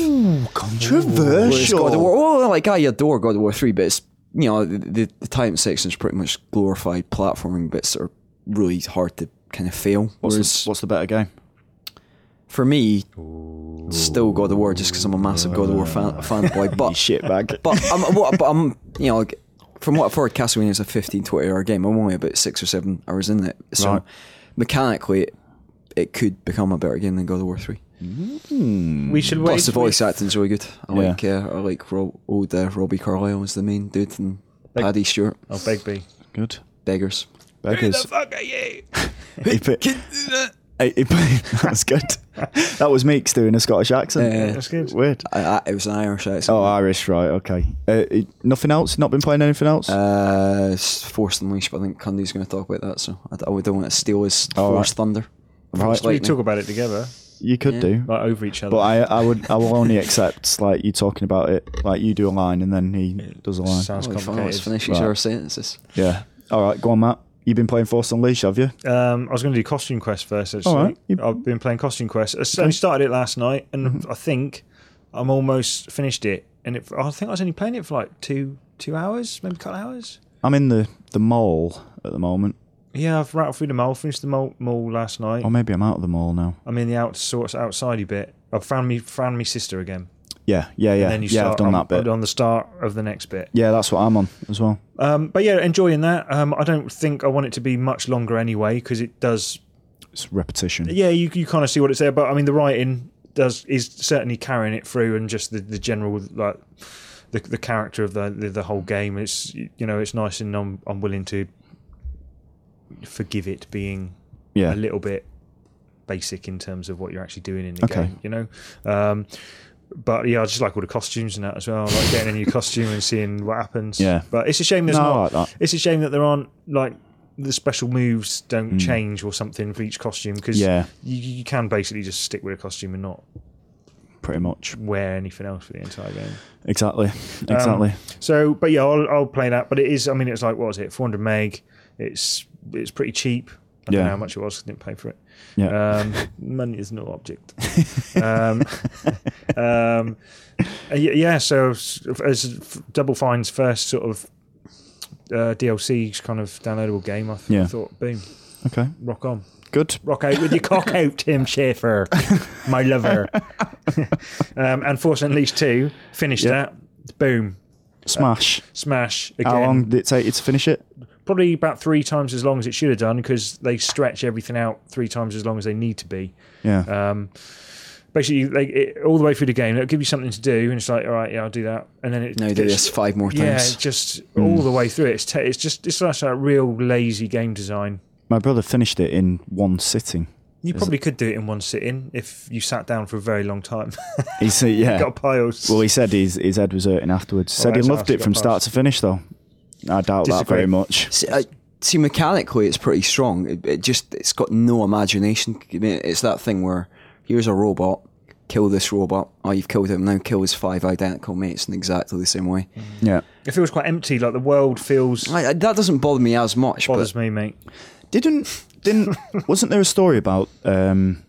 [SPEAKER 3] Whereas
[SPEAKER 1] Controversial.
[SPEAKER 3] God of War, well, like I adore God of War three, but it's you know the, the, the Titan section is pretty much glorified platforming bits that are really hard to kind of fail.
[SPEAKER 1] What's
[SPEAKER 3] Whereas
[SPEAKER 1] the, what's the better game?
[SPEAKER 3] for me, still God of War just because I'm a massive God of War fan, fanboy. But
[SPEAKER 1] Shitbag.
[SPEAKER 3] but I'm what, but I'm you know like, from what I've heard, Castlevania is a 15, 20 hour game. I'm only about six or seven hours in it, so
[SPEAKER 1] Right.
[SPEAKER 3] mechanically it, it could become a better game than God of War three.
[SPEAKER 2] We should wait.
[SPEAKER 3] Plus the voice acting's really good. I
[SPEAKER 1] Yeah.
[SPEAKER 3] like uh, I like Rob, old uh, Robbie Carlyle was the main dude and Paddy Stewart
[SPEAKER 2] Oh, Begbie.
[SPEAKER 1] Good.
[SPEAKER 3] beggars.
[SPEAKER 1] Beggars.
[SPEAKER 4] Fuck are you?
[SPEAKER 1] He put- Hey, he put- That's good. That was Meeks doing a Scottish accent.
[SPEAKER 3] Yeah,
[SPEAKER 2] That's good.
[SPEAKER 1] Weird.
[SPEAKER 3] I, I, it was an Irish accent.
[SPEAKER 1] Oh, Irish, right? Okay. Uh, it- nothing else. Not been playing anything else.
[SPEAKER 3] Uh, it's Force Unleashed, but I think Cundy's going to talk about that, so I, d- I don't want to steal his
[SPEAKER 1] All Oh,
[SPEAKER 3] Force
[SPEAKER 1] right.
[SPEAKER 3] Thunder.
[SPEAKER 1] Right.
[SPEAKER 3] Force
[SPEAKER 2] We
[SPEAKER 3] Lightning.
[SPEAKER 2] talk about it together,
[SPEAKER 1] you could do,
[SPEAKER 2] like uh, over each other.
[SPEAKER 1] but I, I would, I will only accept like you talking about it. Like you do a line, and then he does a line.
[SPEAKER 2] sounds
[SPEAKER 3] Holy fuck, let's
[SPEAKER 2] complicated.
[SPEAKER 3] finish each
[SPEAKER 1] Right.
[SPEAKER 3] other's sentences.
[SPEAKER 1] Yeah. All right. Go on, Matt. You've been playing Force Unleashed, have you?
[SPEAKER 2] Um, I was going to do Costume Quest first. Actually,
[SPEAKER 1] All right. You- Mm-hmm.
[SPEAKER 2] I've been playing Costume Quest. I only started it last night, and I think I'm almost finished it. And it, I think I was only playing it for like two two hours, maybe a couple hours.
[SPEAKER 1] I'm in the the mall at the moment,
[SPEAKER 2] Yeah, I've rattled through the mall. Finished the mall, mall last night.
[SPEAKER 1] or maybe I'm out of the mall now.
[SPEAKER 2] I'm in the out sorts outsidey bit. I found me found me sister again.
[SPEAKER 1] Yeah. Yeah. Yeah.
[SPEAKER 2] Then you
[SPEAKER 1] yeah.
[SPEAKER 2] start
[SPEAKER 1] I've done
[SPEAKER 2] on,
[SPEAKER 1] that bit.
[SPEAKER 2] on the start of the next bit.
[SPEAKER 1] Yeah, that's what I'm on as well.
[SPEAKER 2] Um, but yeah, enjoying that. Um, I don't think I want it to be much longer anyway because it does
[SPEAKER 1] It's repetition.
[SPEAKER 2] yeah, you, you kind of see what it's there, but I mean, the writing does is certainly carrying it through, and just the, the general like the the character of the, the the whole game. It's you know, it's nice, and I'm I'm willing to forgive it being
[SPEAKER 1] Yeah.
[SPEAKER 2] a little bit basic in terms of what you're actually doing in the
[SPEAKER 1] Okay.
[SPEAKER 2] game. You know. Um, but yeah, I just like all the costumes and that as well. I like getting a new costume and seeing what happens.
[SPEAKER 1] Yeah.
[SPEAKER 2] But it's a shame there's
[SPEAKER 1] No, I
[SPEAKER 2] not.
[SPEAKER 1] like that.
[SPEAKER 2] It's a shame that there aren't like the special moves don't change or something for each costume because
[SPEAKER 1] Hmm. Yeah.
[SPEAKER 2] you, you can basically just stick with a costume and not
[SPEAKER 1] Pretty much.
[SPEAKER 2] wear anything else for the entire game.
[SPEAKER 1] Exactly.
[SPEAKER 2] Um,
[SPEAKER 1] Exactly.
[SPEAKER 2] So, but yeah, I'll, I'll play that. But it is, I mean, it's like what was it, 400 meg? It's it's pretty cheap. I don't
[SPEAKER 1] Yeah.
[SPEAKER 2] know how much it was. 'cause I didn't pay for it.
[SPEAKER 1] yeah.
[SPEAKER 2] Um, money is no object. um, um, uh, y- yeah, so s- as f- Double Fine's first sort of uh, DLC kind of downloadable game, I th-
[SPEAKER 1] Yeah.
[SPEAKER 2] thought, boom,
[SPEAKER 1] okay.
[SPEAKER 2] rock on.
[SPEAKER 1] Good.
[SPEAKER 2] Rock out with your cock out, Tim Schafer, my lover. um, and Force Unleashed 2, finished
[SPEAKER 1] Yeah.
[SPEAKER 2] that. Boom,
[SPEAKER 1] Smash.
[SPEAKER 2] smash again.
[SPEAKER 1] How long did it take you to finish it?
[SPEAKER 2] Probably about three times as long as it should have done because they stretch everything out three times as long as they need to be.
[SPEAKER 1] Yeah.
[SPEAKER 2] Um, basically, like it, all the way through the game, it'll give you something to do, and it's like, all right, yeah, I'll do that, and then it
[SPEAKER 3] Now do
[SPEAKER 2] gets-
[SPEAKER 3] this five more
[SPEAKER 2] Yeah,
[SPEAKER 3] times.
[SPEAKER 2] it just all the way through it. It's, te- it's just it's such a real lazy game design.
[SPEAKER 1] My brother finished it in one sitting.
[SPEAKER 2] You probably could do it in one sitting if you sat down for a very long time.
[SPEAKER 1] He said, yeah.
[SPEAKER 2] Got piles.
[SPEAKER 1] Well, he said his, his head was hurting afterwards. said he
[SPEAKER 2] that's
[SPEAKER 1] loved
[SPEAKER 2] how she
[SPEAKER 1] it
[SPEAKER 2] got
[SPEAKER 1] from start
[SPEAKER 2] past.
[SPEAKER 1] to finish, though. I doubt that
[SPEAKER 2] Disagree.
[SPEAKER 1] very much.
[SPEAKER 3] See, I, see, mechanically, it's pretty strong. It, it just it's got no imagination. I mean, It's that thing where here's a robot, kill this robot. Oh, you've killed him. Now kill his five identical mates in exactly the same way.
[SPEAKER 1] Yeah.
[SPEAKER 2] it feels quite empty. Like the world feels
[SPEAKER 3] I, I- that doesn't bother me as much.
[SPEAKER 2] bothers
[SPEAKER 3] but
[SPEAKER 2] me, mate.
[SPEAKER 1] Didn't didn't wasn't there a story about um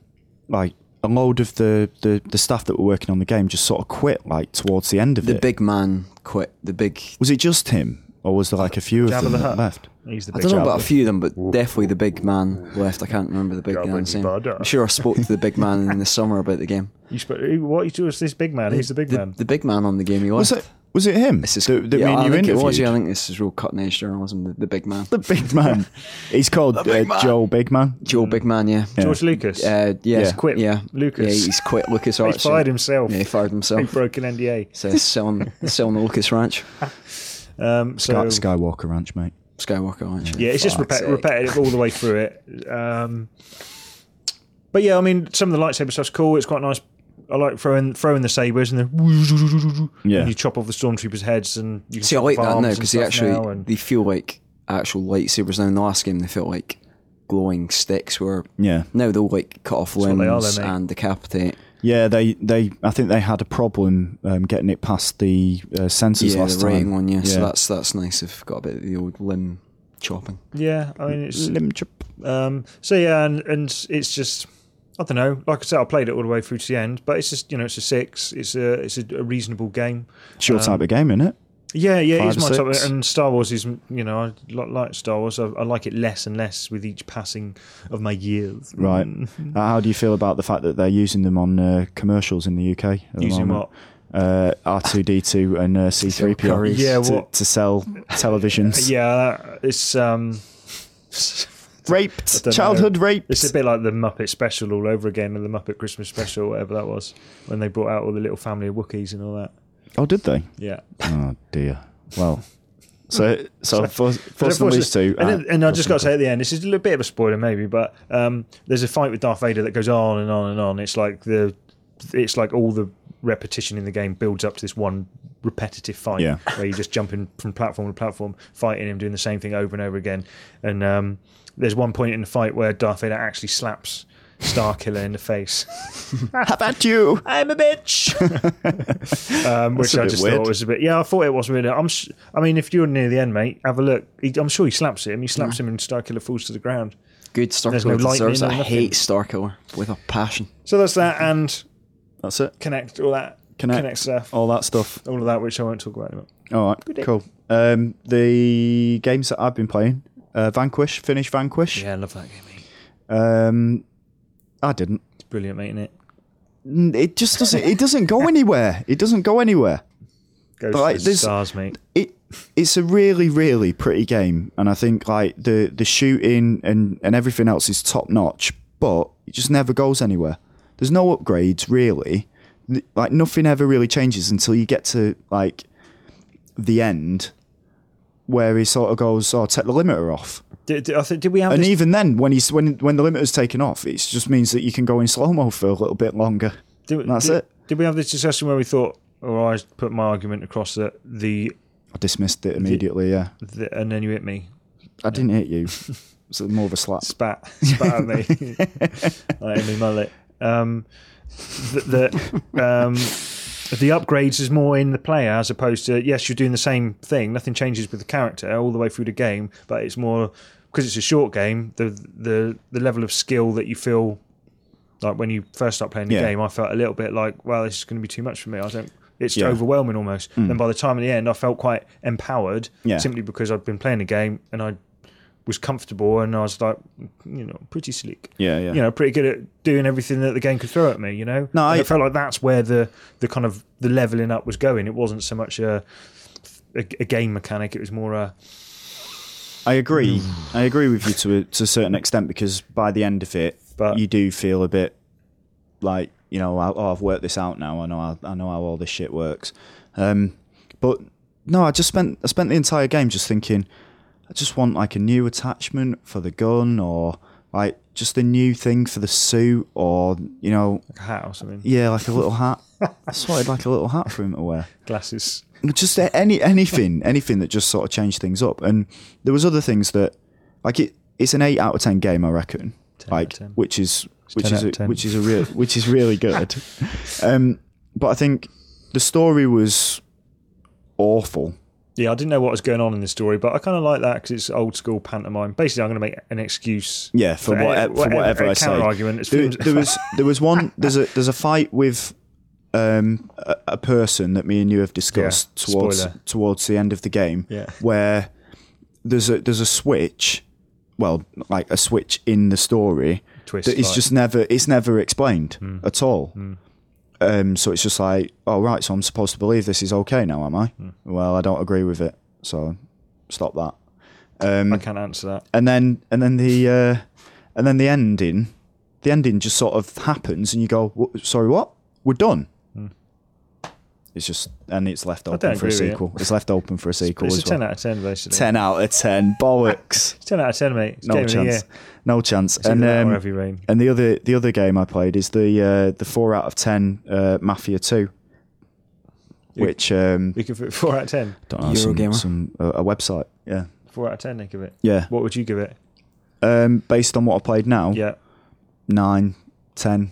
[SPEAKER 1] like a load of the, the the staff that were working on the game just sort of quit like towards the end of
[SPEAKER 3] the
[SPEAKER 1] it?
[SPEAKER 3] big man quit. The big.
[SPEAKER 1] was it just him, or was there like a few of
[SPEAKER 2] Jabba
[SPEAKER 1] them
[SPEAKER 2] the
[SPEAKER 1] that
[SPEAKER 2] Hutt.
[SPEAKER 1] left?
[SPEAKER 2] He's the
[SPEAKER 3] I
[SPEAKER 2] big
[SPEAKER 3] don't know about a
[SPEAKER 2] Jabba.
[SPEAKER 3] few of them, but definitely the big man left. I can't remember the big man's name.
[SPEAKER 2] Jabba-dabba-da.
[SPEAKER 3] I'm sure I spoke to the big man in the summer about the game.
[SPEAKER 2] You sp- who- what you do is this big man. He's the big man.
[SPEAKER 3] The big man on the game. He left.
[SPEAKER 1] Was it was it him?
[SPEAKER 3] This is-
[SPEAKER 1] that, that
[SPEAKER 3] yeah,
[SPEAKER 1] me and
[SPEAKER 3] I
[SPEAKER 1] you
[SPEAKER 3] think it
[SPEAKER 1] interviewed?
[SPEAKER 3] was. Yeah, I think this is real cutting edge journalism. The, the big man,
[SPEAKER 1] the big man. He's called uh, Joel Big Man.
[SPEAKER 3] Joe Big Man. Yeah,
[SPEAKER 2] George Lucas.
[SPEAKER 3] Uh, yeah,
[SPEAKER 1] He's
[SPEAKER 2] quit
[SPEAKER 3] Yeah,
[SPEAKER 2] Lucas.
[SPEAKER 3] Yeah, he's quit Lucas Arts.
[SPEAKER 2] fired himself.
[SPEAKER 3] Yeah, he fired
[SPEAKER 2] he
[SPEAKER 3] himself.
[SPEAKER 2] broke an NDA.
[SPEAKER 3] So he's selling, selling the Lucas Ranch.
[SPEAKER 2] Um, so
[SPEAKER 1] Sky, Skywalker Ranch, mate.
[SPEAKER 3] Skywalker Ranch.
[SPEAKER 2] yeah, it's just
[SPEAKER 3] Fuck's
[SPEAKER 2] repet-
[SPEAKER 3] sake.
[SPEAKER 2] repetitive all the way through it. Um, but yeah, I mean, some of the lightsaber stuff's cool. It's quite nice. I like throwing throwing the sabers and then
[SPEAKER 1] Yeah.
[SPEAKER 2] and you chop off the stormtroopers' heads and you can
[SPEAKER 3] See, I
[SPEAKER 2] chop
[SPEAKER 3] like
[SPEAKER 2] off
[SPEAKER 3] that now
[SPEAKER 2] arms and
[SPEAKER 3] because they
[SPEAKER 2] stuff
[SPEAKER 3] actually
[SPEAKER 2] now and-
[SPEAKER 3] they feel like actual lightsabers now. In the last game, they felt like glowing sticks. Where
[SPEAKER 1] Yeah.
[SPEAKER 3] now they'll like cut off
[SPEAKER 2] what
[SPEAKER 3] limbs
[SPEAKER 2] they are, then, mate.
[SPEAKER 3] and decapitate.
[SPEAKER 1] Yeah, they, they I think they had a problem um, getting it past the uh, sensors
[SPEAKER 3] yeah,
[SPEAKER 1] last
[SPEAKER 3] the rating
[SPEAKER 1] time.
[SPEAKER 3] one. Yeah.
[SPEAKER 1] Yeah.
[SPEAKER 3] so that's that's nice. I've got a bit of the old limb chopping.
[SPEAKER 2] yeah, I mean, it's
[SPEAKER 1] Lim chop.
[SPEAKER 2] Um, so yeah, and, and it's just I don't know. Like I said, I played it all the way through to the end, but it's just you know it's a six. It's a it's a, a reasonable game.
[SPEAKER 1] It's your type of game, isn't it?
[SPEAKER 2] Yeah, yeah,
[SPEAKER 1] Five
[SPEAKER 2] it's my
[SPEAKER 1] or
[SPEAKER 2] type. of-
[SPEAKER 1] six?
[SPEAKER 2] And Star Wars is you know I li- like Star Wars. I, I like it less and less with each passing of my years. Mm,
[SPEAKER 1] Right.
[SPEAKER 2] Mm-hmm.
[SPEAKER 1] Uh, How do you feel about the fact that they're using them on uh, commercials in the UK? at the
[SPEAKER 2] Using
[SPEAKER 1] moment?
[SPEAKER 2] what?
[SPEAKER 1] Uh, R2D2 and uh, C3PO
[SPEAKER 2] Yeah,
[SPEAKER 1] to,
[SPEAKER 2] what-
[SPEAKER 1] to sell televisions.
[SPEAKER 2] Yeah, it's um. I
[SPEAKER 1] Raped,
[SPEAKER 2] don't
[SPEAKER 1] childhood
[SPEAKER 2] know.
[SPEAKER 1] raped.
[SPEAKER 2] It's a bit like the Muppet Special all over again, or the Muppet Christmas Special, whatever that was, when they brought out all the little family of Wookiees and all that.
[SPEAKER 1] oh, did they?
[SPEAKER 2] Yeah,
[SPEAKER 1] Oh dear. Well, so so Force, Force
[SPEAKER 2] But
[SPEAKER 1] Unleashed two,
[SPEAKER 2] unfortunately- And,
[SPEAKER 1] uh,
[SPEAKER 2] then- and I just got to
[SPEAKER 1] Force
[SPEAKER 2] say at the end, this is a little bit of a spoiler maybe, but um, there's a fight with Darth Vader that goes on and on and on. It's like the, it's like all the repetition in the game builds up to this one repetitive fight
[SPEAKER 1] Yeah.
[SPEAKER 2] where you're just jumping from platform to platform, fighting him, doing the same thing over and over again. And um, there's one point in the fight where Darth Vader actually slaps Starkiller in the face.
[SPEAKER 1] How about you?
[SPEAKER 2] I'm a bitch. um, which
[SPEAKER 1] a
[SPEAKER 2] I
[SPEAKER 1] bit
[SPEAKER 2] just
[SPEAKER 1] weird.
[SPEAKER 2] thought was a bit. Yeah, I thought it was weird. I'm. s- I mean, if you're near the end, mate, have a look. He, I'm sure he slaps him. He slaps him, and Starkiller falls to the ground.
[SPEAKER 3] Good
[SPEAKER 2] There's no
[SPEAKER 3] Starkiller deserves
[SPEAKER 2] lightning
[SPEAKER 3] it.
[SPEAKER 2] or
[SPEAKER 3] I
[SPEAKER 2] nothing.
[SPEAKER 3] hate Starkiller with a passion.
[SPEAKER 2] So that's that, and
[SPEAKER 1] That's it.
[SPEAKER 2] connect all that.
[SPEAKER 1] Connect, Oh.
[SPEAKER 2] stuff.
[SPEAKER 1] all that stuff.
[SPEAKER 2] All of that, which I won't talk about. Anymore.
[SPEAKER 1] All right, cool. Um, the games that I've been playing, uh, Vanquish, finish Vanquish.
[SPEAKER 2] I love that game. Mate.
[SPEAKER 1] Um, I didn't.
[SPEAKER 2] It's brilliant, mate. Isn't it?
[SPEAKER 1] N- It just doesn't. It doesn't go anywhere. It doesn't go anywhere.
[SPEAKER 2] Goes
[SPEAKER 1] But, like,
[SPEAKER 2] to the
[SPEAKER 1] there's-
[SPEAKER 2] stars, mate.
[SPEAKER 1] it it's a really really pretty game and i think like the the shooting and and everything else is top notch but it just never goes anywhere there's no upgrades really N- like nothing ever really changes until you get to like the end where he sort of goes oh take the limiter off
[SPEAKER 2] Did, did, I think, did we have
[SPEAKER 1] and
[SPEAKER 2] this?
[SPEAKER 1] even then when he's when when the limiter's taken off it just means that you can go in slow mo for a little bit longer
[SPEAKER 2] did,
[SPEAKER 1] that's
[SPEAKER 2] did-
[SPEAKER 1] it.
[SPEAKER 2] Did we have this discussion where we thought, or I put my argument across that the,
[SPEAKER 1] i dismissed it immediately yeah
[SPEAKER 2] the and then you hit me.
[SPEAKER 1] i didn't hit you it's more of a slap
[SPEAKER 2] spat spat at me like Emily Mullet. Um, the the, um, the upgrades is more in the player as opposed to yes, you're doing the same thing. Nothing changes with the character all the way through the game, but it's more because it's a short game. The the the level of skill that you feel like when you first start playing the
[SPEAKER 1] Yeah.
[SPEAKER 2] game, I felt a little bit like, well, this is going to be too much for me. I don't. It's
[SPEAKER 1] Yeah. Mm.
[SPEAKER 2] overwhelming almost. And by the time at the end, I felt quite empowered
[SPEAKER 1] Yeah.
[SPEAKER 2] simply because I'd been playing the game and I was comfortable and I was like, you know, pretty slick.
[SPEAKER 1] Yeah, yeah.
[SPEAKER 2] You know, pretty good at doing everything that the game could throw at me. You know,
[SPEAKER 1] No,
[SPEAKER 2] And
[SPEAKER 1] I-
[SPEAKER 2] it felt like that's where the the kind of the leveling up was going. It wasn't so much a a, a game mechanic. It was more a
[SPEAKER 1] I agree. I agree with you to a, to a certain extent because by the end of it,
[SPEAKER 2] But-
[SPEAKER 1] you do feel a bit like you know, I- oh, I've worked this out now. I know, how, I know how all this shit works. Um, but no, I just spent I spent the entire game just thinking, I just want like a new attachment for the gun or like just a new thing for the suit or you know,
[SPEAKER 2] hat or something.
[SPEAKER 1] yeah, like a little hat. I just wanted like a little hat for him to wear
[SPEAKER 2] Glasses.
[SPEAKER 1] just a- any anything anything that just sort of changed things up and there was other things that like it it's an 8 out of 10 game i reckon like
[SPEAKER 2] 10.
[SPEAKER 1] which is which
[SPEAKER 2] 10
[SPEAKER 1] is
[SPEAKER 2] out
[SPEAKER 1] a,
[SPEAKER 2] of 10.
[SPEAKER 1] which is a real which is really good um but i think the story was awful
[SPEAKER 2] Yeah, I didn't know what was going on in the story, but I kind of like that because it's old school pantomime. Basically, I'm going to make an excuse.
[SPEAKER 1] yeah for,
[SPEAKER 2] a-
[SPEAKER 1] whatever, for whatever
[SPEAKER 2] a
[SPEAKER 1] i say
[SPEAKER 2] counter argument. It's
[SPEAKER 1] there,
[SPEAKER 2] filmed-
[SPEAKER 1] there was there was one there's a there's a fight with um a, a person that me and you have discussed
[SPEAKER 2] Yeah,
[SPEAKER 1] towards
[SPEAKER 2] spoiler.
[SPEAKER 1] towards the end of the game
[SPEAKER 2] Yeah.
[SPEAKER 1] where there's a there's a switch well like a switch in the story
[SPEAKER 2] Twist,
[SPEAKER 1] that is
[SPEAKER 2] like. Hmm.
[SPEAKER 1] just never it's never explained at all um so it's just like oh right so i'm supposed to believe this is okay now am i
[SPEAKER 2] Hmm.
[SPEAKER 1] well i don't agree with it so stop that
[SPEAKER 2] I can't answer that.
[SPEAKER 1] and then and then the uh, and then the ending, the ending just sort of happens, and you go, "Wha- "Sorry, what? We're done." it's just and it's left
[SPEAKER 2] Hmm. don't
[SPEAKER 1] open for a
[SPEAKER 2] agree with
[SPEAKER 1] sequel. It's left open for a sequel
[SPEAKER 2] It's a
[SPEAKER 1] as
[SPEAKER 2] 10
[SPEAKER 1] well.
[SPEAKER 2] out of 10, basically.
[SPEAKER 1] 10 out of 10 bollocks.
[SPEAKER 2] It's 10 out of 10, mate. It's
[SPEAKER 1] no
[SPEAKER 2] game Of the year.
[SPEAKER 1] chance. No chance.
[SPEAKER 2] It's
[SPEAKER 1] And
[SPEAKER 2] either that
[SPEAKER 1] um,
[SPEAKER 2] or Heavy Rain.
[SPEAKER 1] and the other the other game I played is the uh, the 4 out of 10 uh, Mafia 2 which um
[SPEAKER 2] You give it 4 out of 10.
[SPEAKER 1] don't know, some,
[SPEAKER 3] Eurogamer.
[SPEAKER 1] some uh, a website. Yeah.
[SPEAKER 2] 4 out of 10, they give it.
[SPEAKER 1] Yeah.
[SPEAKER 2] What would you give it?
[SPEAKER 1] Um based on what I've played now,
[SPEAKER 2] Yeah.
[SPEAKER 1] nine, ten.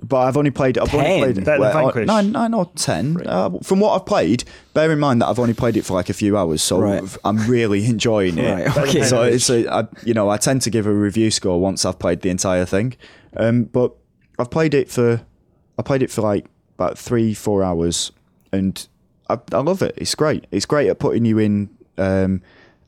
[SPEAKER 1] But I've only played. I've only
[SPEAKER 3] 10?
[SPEAKER 1] played
[SPEAKER 2] Better than
[SPEAKER 1] well,
[SPEAKER 2] Vanquish.
[SPEAKER 1] Nine, nine or ten. Uh, from what I've played, bear in mind that I've only played it for like a few hours, so
[SPEAKER 3] Right.
[SPEAKER 1] I'm really enjoying it.
[SPEAKER 3] Right, okay.
[SPEAKER 1] So it's a, I, you know, I tend to give a review score once I've played the entire thing. Um, but I've played it for, I played it for like about three, four hours, and I, I love it. It's great. It's great at putting you in um,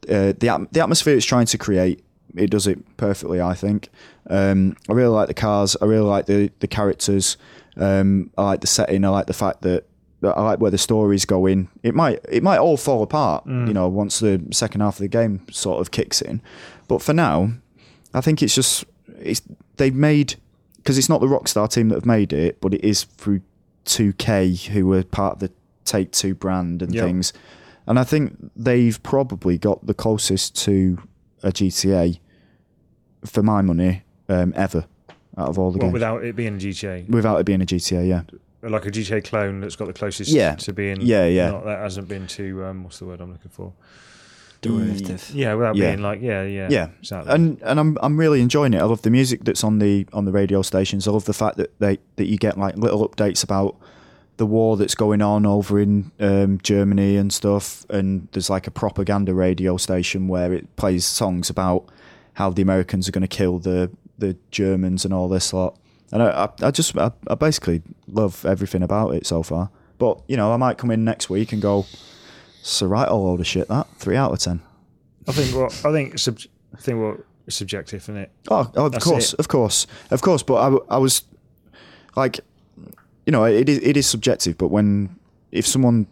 [SPEAKER 1] uh, the atm- the atmosphere it's trying to create. It does it perfectly, I think. Um, I really like the cars. I really like the the characters. Um, I like the setting. I like the fact that that I like where the story's going. It might it might all fall apart, you know, once the second half of the game sort of kicks in. But for now, I think it's just it's they've made because it's not the Rockstar team that have made it, but it is through 2K who were part of the Take Two brand and
[SPEAKER 2] Yeah.
[SPEAKER 1] things. And I think they've probably got the closest to a GTA for my money um, ever out of all the
[SPEAKER 2] Well,
[SPEAKER 1] games.
[SPEAKER 2] without it being a GTA.
[SPEAKER 1] Without it being a GTA, yeah.
[SPEAKER 2] Like a GTA clone that's got the closest
[SPEAKER 1] Yeah.
[SPEAKER 2] to being.
[SPEAKER 1] Yeah, yeah.
[SPEAKER 2] Not, that hasn't been to, um, what's the word I'm looking for? Mm.
[SPEAKER 3] Derivative.
[SPEAKER 2] Yeah, without
[SPEAKER 1] Yeah.
[SPEAKER 2] being like, yeah, yeah.
[SPEAKER 1] yeah,
[SPEAKER 2] Exactly.
[SPEAKER 1] and and I'm I'm really enjoying it. I love the music that's on the on the radio stations. I love the fact that they that you get like little updates about the war that's going on over in um, Germany and stuff. And there's like a propaganda radio station where it plays songs about how the Americans are going to kill the the Germans and all this lot. And I I, I just I, I basically love everything about it so far. But you know, I might come in next week and go. So right, all load of shit. That three out of ten.
[SPEAKER 2] I think what I think sub- I think what is subjective, isn't it?
[SPEAKER 1] Oh, oh, of
[SPEAKER 2] That's
[SPEAKER 1] course,
[SPEAKER 2] it.
[SPEAKER 1] of course, of course. But I, w- I was like, you know, it is it is subjective. But when if someone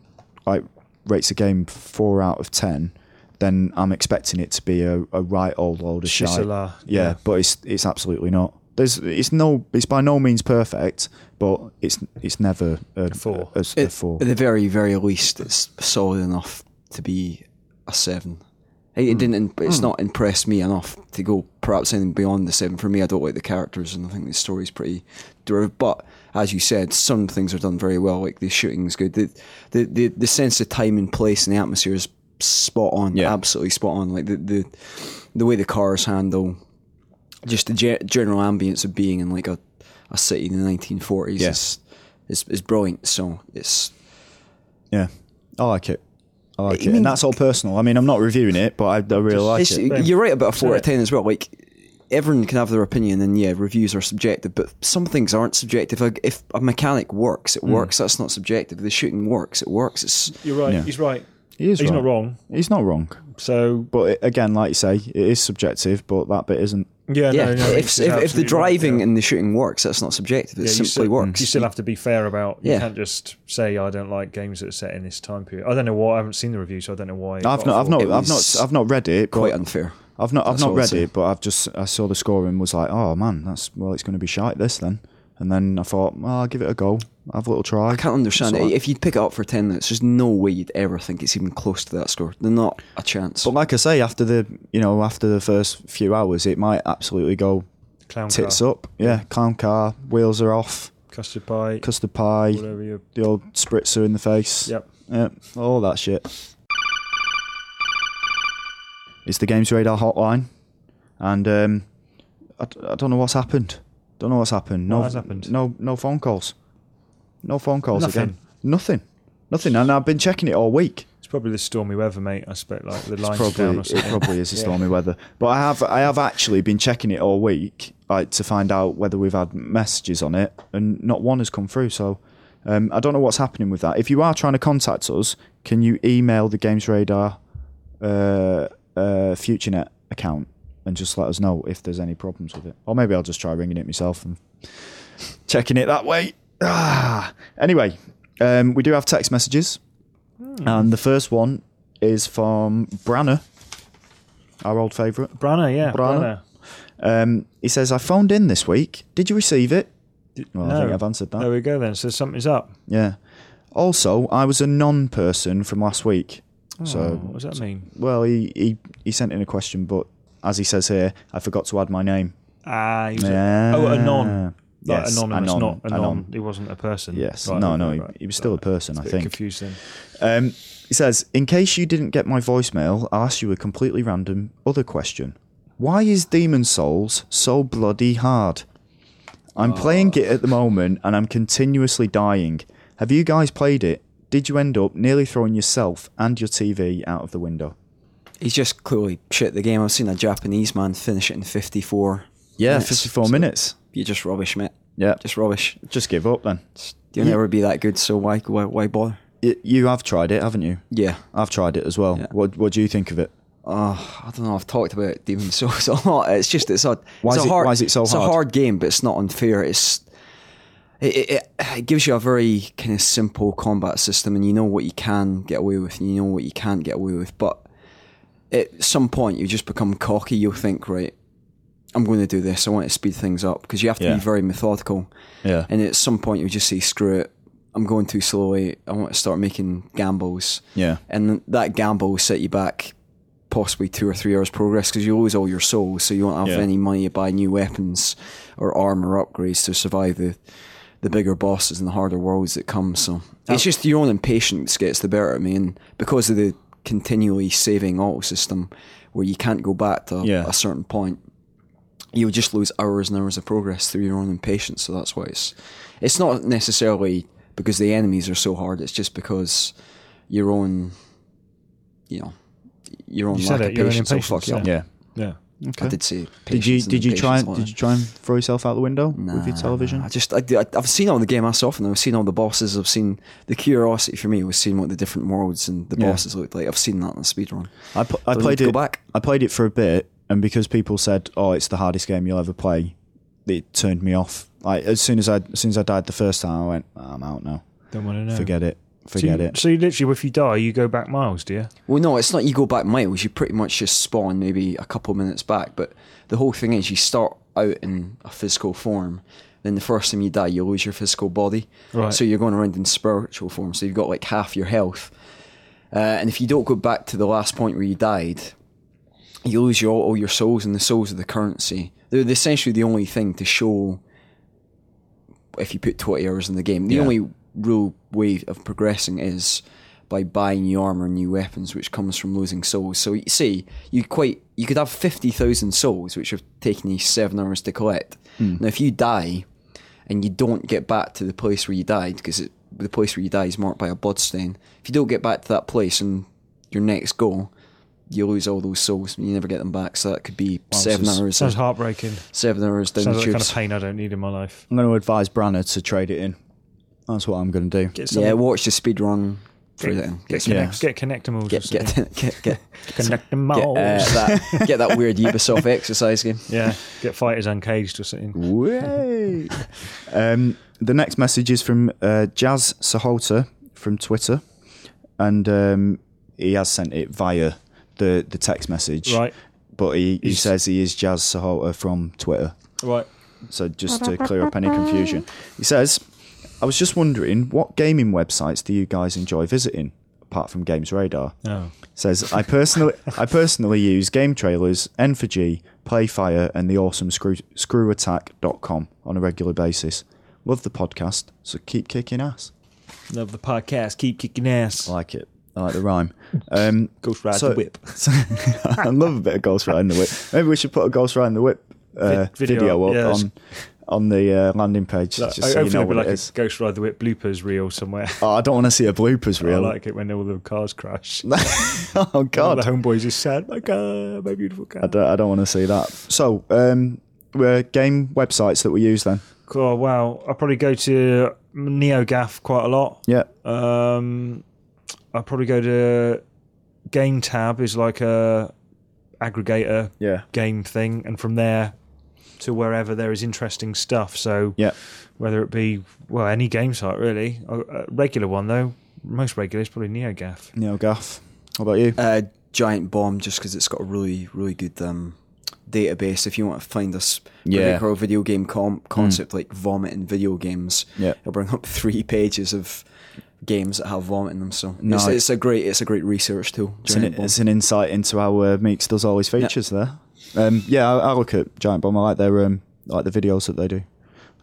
[SPEAKER 1] like rates a game four out of ten, then I'm expecting it to be a, a right old load of shite.
[SPEAKER 2] Shizzler,
[SPEAKER 1] Yeah,
[SPEAKER 2] yeah.
[SPEAKER 1] but it's it's absolutely not. There's it's no it's by no means perfect, but it's it's never a
[SPEAKER 2] Four.
[SPEAKER 1] A, a- a
[SPEAKER 3] It-
[SPEAKER 1] four.
[SPEAKER 3] At the very, very least, it's solid enough to be a seven. It,
[SPEAKER 1] Hmm.
[SPEAKER 3] it didn't. It's not impressed me enough to go perhaps anything beyond the seven. For me, I don't like the characters, and I think the story's pretty derivative. But as you said, some things are done very well. Like the shooting's good. The the the, the sense of time and place and the atmosphere is spot on.
[SPEAKER 1] Yeah.
[SPEAKER 3] absolutely spot on. Like the the the way the cars handle, just the ge- general ambience of being in like a a city in the 1940s
[SPEAKER 1] Yeah.
[SPEAKER 3] is, is is brilliant. So it's
[SPEAKER 1] yeah, I like it. I like
[SPEAKER 3] I
[SPEAKER 1] it,
[SPEAKER 3] mean-
[SPEAKER 1] and that's all personal. I mean, I'm not reviewing it, but I, I really like
[SPEAKER 3] It's-
[SPEAKER 1] it.
[SPEAKER 3] You're right about a four
[SPEAKER 2] Yeah.
[SPEAKER 3] out of ten as well. Like everyone can have their opinion, and yeah, reviews are subjective, but some things aren't subjective. Like, if a mechanic works,
[SPEAKER 2] Hmm.
[SPEAKER 3] it works. That's not subjective. The shooting works, it works. It's
[SPEAKER 2] You're right.
[SPEAKER 1] Yeah.
[SPEAKER 2] He's right.
[SPEAKER 1] He is
[SPEAKER 2] He's
[SPEAKER 1] right.
[SPEAKER 2] not wrong.
[SPEAKER 1] He's not wrong.
[SPEAKER 2] So
[SPEAKER 1] But it, again, like you say, it is subjective, but that bit isn't.
[SPEAKER 2] yeah,
[SPEAKER 3] yeah.
[SPEAKER 2] no, no, it's-
[SPEAKER 3] if, if,
[SPEAKER 2] it's
[SPEAKER 3] if the
[SPEAKER 2] absolutely
[SPEAKER 3] driving
[SPEAKER 2] right, yeah.
[SPEAKER 3] and the shooting works, that's not subjective. It
[SPEAKER 2] Yeah, you
[SPEAKER 3] simply
[SPEAKER 2] still-
[SPEAKER 3] works.
[SPEAKER 2] you still have to be fair about. You
[SPEAKER 3] Yeah.
[SPEAKER 2] can't just say I don't like games that are set in this time period. I don't know why. I haven't seen the review, so I don't know why. it
[SPEAKER 1] I've
[SPEAKER 2] got
[SPEAKER 1] not,
[SPEAKER 2] a
[SPEAKER 1] I've
[SPEAKER 2] four.
[SPEAKER 1] not,
[SPEAKER 3] It
[SPEAKER 1] I've
[SPEAKER 3] was
[SPEAKER 1] not, I've not read it. But
[SPEAKER 3] Quite unfair.
[SPEAKER 1] I've not, I've
[SPEAKER 3] That's
[SPEAKER 1] not
[SPEAKER 3] all
[SPEAKER 1] read
[SPEAKER 3] I'd say.
[SPEAKER 1] it, but I've just, I saw the score and was like, oh man, that's well, it's going to be shite this then. And then I thought, well, I'll give it a go, have a little try.
[SPEAKER 3] I can't understand it. If you'd pick it up for ten minutes, there's no way you'd ever think it's even close to that score. They're not a chance.
[SPEAKER 1] But like I say, after the, you know, after the first few hours, it might absolutely go
[SPEAKER 2] clown
[SPEAKER 1] tits
[SPEAKER 2] car,
[SPEAKER 1] up. Yeah, clown car, wheels are off,
[SPEAKER 2] custard pie,
[SPEAKER 1] custard pie,
[SPEAKER 2] whatever you.
[SPEAKER 1] the old spritzer in the face.
[SPEAKER 2] Yep.
[SPEAKER 1] Yeah, all that shit. It's the Games Radar hotline, and um, I, d- I don't know what's happened. Don't know what's happened. No,
[SPEAKER 2] What has happened?
[SPEAKER 1] No, no phone calls. No phone calls
[SPEAKER 2] Nothing.
[SPEAKER 1] again. Nothing. Nothing. And I've been checking it all week.
[SPEAKER 2] It's probably the stormy weather, mate. I expect like the
[SPEAKER 1] It's
[SPEAKER 2] lines are down
[SPEAKER 1] probably
[SPEAKER 2] or
[SPEAKER 1] it
[SPEAKER 2] something.
[SPEAKER 1] probably is a stormy weather. But I have I have actually been checking it all week, like to find out whether we've had messages on it, and not one has come through. So um, I don't know what's happening with that. If you are trying to contact us, can you email the Games Radar uh, uh, FutureNet account and just let us know if there's any problems with it? Or maybe I'll just try ringing it myself and checking it that way. Ah. Anyway, um, we do have text messages. And the first one is from Branner, our old favourite.
[SPEAKER 2] Branner, yeah,
[SPEAKER 1] Branner. Um, he says, I phoned in this week. Did you receive it? Well, I think I've answered that.
[SPEAKER 2] There we go then. So something's up.
[SPEAKER 1] Yeah. Also, I was a non-person from last week.
[SPEAKER 2] Oh,
[SPEAKER 1] so
[SPEAKER 2] what does that mean?
[SPEAKER 1] Well, he, he he sent in a question, but as he says here, I forgot to add my name.
[SPEAKER 2] Ah, he was
[SPEAKER 1] Yeah.
[SPEAKER 2] a, oh, a non. Like
[SPEAKER 1] Yes,
[SPEAKER 2] anonymous,
[SPEAKER 1] anon,
[SPEAKER 2] not a non.
[SPEAKER 1] anon.
[SPEAKER 2] He wasn't a person.
[SPEAKER 1] Yes.
[SPEAKER 2] Right,
[SPEAKER 1] no,
[SPEAKER 2] okay,
[SPEAKER 1] no, he,
[SPEAKER 2] right.
[SPEAKER 1] he was still a person, I
[SPEAKER 2] Bit
[SPEAKER 1] think.
[SPEAKER 2] Confused then.
[SPEAKER 1] Um, he says, in case you didn't get my voicemail, I'll ask you a completely random other question. Why is Demon Souls so bloody hard? I'm playing it at the moment and I'm continuously dying. Have you guys played it? Did you end up nearly throwing yourself and your TV out of the window?
[SPEAKER 3] He's just clearly shit the game. I've seen a Japanese man finish it in 54.
[SPEAKER 1] Yeah,
[SPEAKER 3] minutes.
[SPEAKER 1] 54
[SPEAKER 3] So
[SPEAKER 1] minutes.
[SPEAKER 3] You're just rubbish, mate.
[SPEAKER 1] Yeah. Just,
[SPEAKER 3] Just rubbish.
[SPEAKER 1] just give up then.
[SPEAKER 3] You'll
[SPEAKER 1] Yeah.
[SPEAKER 3] never be that good, so why, why, why bother?
[SPEAKER 1] Y you have tried it, haven't you?
[SPEAKER 3] Yeah.
[SPEAKER 1] I've tried it as well.
[SPEAKER 3] Yeah.
[SPEAKER 1] What, what do you think of it?
[SPEAKER 3] Oh, I don't know. I've talked about Demon Souls a lot. It's just it's a
[SPEAKER 1] Why
[SPEAKER 3] it's
[SPEAKER 1] is
[SPEAKER 3] a
[SPEAKER 1] it-
[SPEAKER 3] hard
[SPEAKER 1] why is it so
[SPEAKER 3] it's
[SPEAKER 1] hard?
[SPEAKER 3] a hard game, but it's not unfair. It's it, it, it, it gives you a very kind of simple combat system, and you know what you can get away with, and you know what you can't get away with. But at some point, you just become cocky. You'll think, right, I'm going to do this. I want to speed things up because you have to
[SPEAKER 1] Yeah.
[SPEAKER 3] be very methodical.
[SPEAKER 1] Yeah.
[SPEAKER 3] And at some point, you just say, screw it. I'm going too slowly. I want to start making gambles.
[SPEAKER 1] Yeah.
[SPEAKER 3] And that gamble will set you back possibly two or three hours progress because you lose all your souls, so you won't have
[SPEAKER 1] Yeah.
[SPEAKER 3] any money to buy new weapons or armor upgrades to survive the the bigger bosses and the harder worlds that come. So it's just your own impatience gets the better of me, and because of the continually saving auto system where you can't go back to
[SPEAKER 1] Yeah.
[SPEAKER 3] a certain point, you'll just lose hours and hours of progress through your own impatience. So that's why it's it's not necessarily because the enemies are so hard. It's just because your own, you know, your own
[SPEAKER 2] You
[SPEAKER 3] lack
[SPEAKER 2] said
[SPEAKER 3] of
[SPEAKER 2] it, your own
[SPEAKER 3] patience. Oh fuck
[SPEAKER 2] impatience,
[SPEAKER 3] yeah.
[SPEAKER 2] yeah.
[SPEAKER 1] Yeah.
[SPEAKER 2] Yeah.
[SPEAKER 3] I did say.
[SPEAKER 1] Did you did you try did you try and throw yourself out the window with your television?
[SPEAKER 3] I just I, I, I've seen all the game myself, and I've seen all the bosses. I've seen the curiosity for me was seeing what the different worlds and the
[SPEAKER 1] Yeah.
[SPEAKER 3] bosses looked like. I've seen that in the speedrun.
[SPEAKER 1] I, pl- I
[SPEAKER 3] Doesn't
[SPEAKER 1] played
[SPEAKER 3] need
[SPEAKER 1] it.
[SPEAKER 3] to go back.
[SPEAKER 1] I played it for a bit, and because people said, "Oh, it's the hardest game you'll ever play," it turned me off. Like as soon as I as soon as I died the first time, I went, "Ah, "I'm out now.
[SPEAKER 2] Don't want to know.
[SPEAKER 1] Forget it.
[SPEAKER 2] So you-
[SPEAKER 1] Forget it."
[SPEAKER 2] So you literally, if you die, you go back miles, do you?
[SPEAKER 3] Well, no, it's not you go back miles. You pretty much just spawn maybe a couple minutes back. But the whole thing is you start out in a physical form. Then the first time you die, you lose your physical body.
[SPEAKER 2] Right.
[SPEAKER 3] So you're going around in spiritual form. So you've got like half your health. Uh, and if you don't go back to the last point where you died, you lose your, all your souls, and the souls are the currency. They're essentially the only thing to show if you put 20 hours in the game. The
[SPEAKER 1] Yeah.
[SPEAKER 3] only real way of progressing is by buying new armor and new weapons, which comes from losing souls. So you see, you quite you could have 50,000 souls, which have taken you seven hours to collect.
[SPEAKER 2] Hmm.
[SPEAKER 3] Now, if you die and you don't get back to the place where you died, because the place where you die is marked by a bloodstain, if you don't get back to that place and your next goal, you lose all those souls and you never get them back. So that could be seven
[SPEAKER 1] sounds-
[SPEAKER 3] hours,
[SPEAKER 2] Sounds heartbreaking.
[SPEAKER 3] seven hours down
[SPEAKER 2] Sounds like the
[SPEAKER 3] the
[SPEAKER 2] kind
[SPEAKER 3] tubes.
[SPEAKER 2] of pain I don't need in my life.
[SPEAKER 1] I'm going to advise Branner to trade it in. That's what I'm going to do.
[SPEAKER 2] Get some,
[SPEAKER 3] yeah, watch the speed run. Through
[SPEAKER 2] get,
[SPEAKER 3] that.
[SPEAKER 2] get,
[SPEAKER 3] some-
[SPEAKER 1] yeah.
[SPEAKER 2] connect, get connectimals.
[SPEAKER 3] get get get get, get, uh,
[SPEAKER 2] connectimals.
[SPEAKER 3] that get that weird Ubisoft exercise game.
[SPEAKER 2] yeah, get fighters uncaged or something.
[SPEAKER 1] Way. um, the next message is from uh, Jazz Sahota from Twitter, and um, he has sent it via the the text message.
[SPEAKER 2] Right,
[SPEAKER 1] But he, he
[SPEAKER 2] He's-
[SPEAKER 1] says he is Jazz Sahota from Twitter.
[SPEAKER 2] right.
[SPEAKER 1] So just to clear up any confusion, he says, "I was just wondering what gaming websites do you guys enjoy visiting apart from Games Radar?"
[SPEAKER 2] Oh.
[SPEAKER 1] Says I personally, I personally use Game Trailers, N4G, Playfire, and the awesome screw, ScrewAttack.com on a regular basis. Love the podcast, so keep kicking ass.
[SPEAKER 2] Love the podcast. Keep kicking ass.
[SPEAKER 1] I like it. I like the rhyme. Um,
[SPEAKER 2] Ghost Ride
[SPEAKER 1] so-
[SPEAKER 2] the Whip.
[SPEAKER 1] so- I love a bit of Ghost Ride in the Whip. Maybe we should put a Ghost Ride in the Whip uh,
[SPEAKER 2] Vid- video,
[SPEAKER 1] video, up
[SPEAKER 2] yeah.
[SPEAKER 1] on on the uh, landing page,
[SPEAKER 2] Like,
[SPEAKER 1] just
[SPEAKER 2] I-
[SPEAKER 1] so you
[SPEAKER 2] hopefully
[SPEAKER 1] know
[SPEAKER 2] there'll
[SPEAKER 1] what
[SPEAKER 2] be like
[SPEAKER 1] it
[SPEAKER 2] a
[SPEAKER 1] is.
[SPEAKER 2] Ghost Ride the Whip bloopers reel somewhere.
[SPEAKER 1] Oh, I don't want to see a bloopers
[SPEAKER 2] I
[SPEAKER 1] reel.
[SPEAKER 2] like it when all the cars crash.
[SPEAKER 1] oh
[SPEAKER 2] The
[SPEAKER 1] God,
[SPEAKER 2] homeboys is sad. My car, my beautiful car.
[SPEAKER 1] I don't, I don't want to see that. So, um, we're game websites that we use then.
[SPEAKER 2] Oh wow! I probably go to NeoGaf quite a lot.
[SPEAKER 1] Yeah,
[SPEAKER 2] Um, I probably go to Game Tab is like a aggregator
[SPEAKER 1] yeah,
[SPEAKER 2] game thing, and from there to wherever there is interesting stuff. So
[SPEAKER 1] yeah.
[SPEAKER 2] whether it be well any game site really, a, a regular one though. Most regular is probably NeoGaf.
[SPEAKER 1] Neil Gaff, how about you?
[SPEAKER 3] Uh, Giant Bomb, just because it's got a really really good um, database. If you want to find us
[SPEAKER 1] Yeah.
[SPEAKER 3] particular video Mm. game com- concept like vomiting video games,
[SPEAKER 1] Yeah.
[SPEAKER 3] it'll bring up three pages of games that have vomit in them. So
[SPEAKER 1] No,
[SPEAKER 3] it's,
[SPEAKER 1] it-
[SPEAKER 3] it's a great it's a great research tool.
[SPEAKER 1] It's an,
[SPEAKER 3] Giant Bomb.
[SPEAKER 1] it's an insight into how uh, Meeks does all his features there. Um, yeah, I, I look at Giant Bomb. I like their um, I like the videos that they do.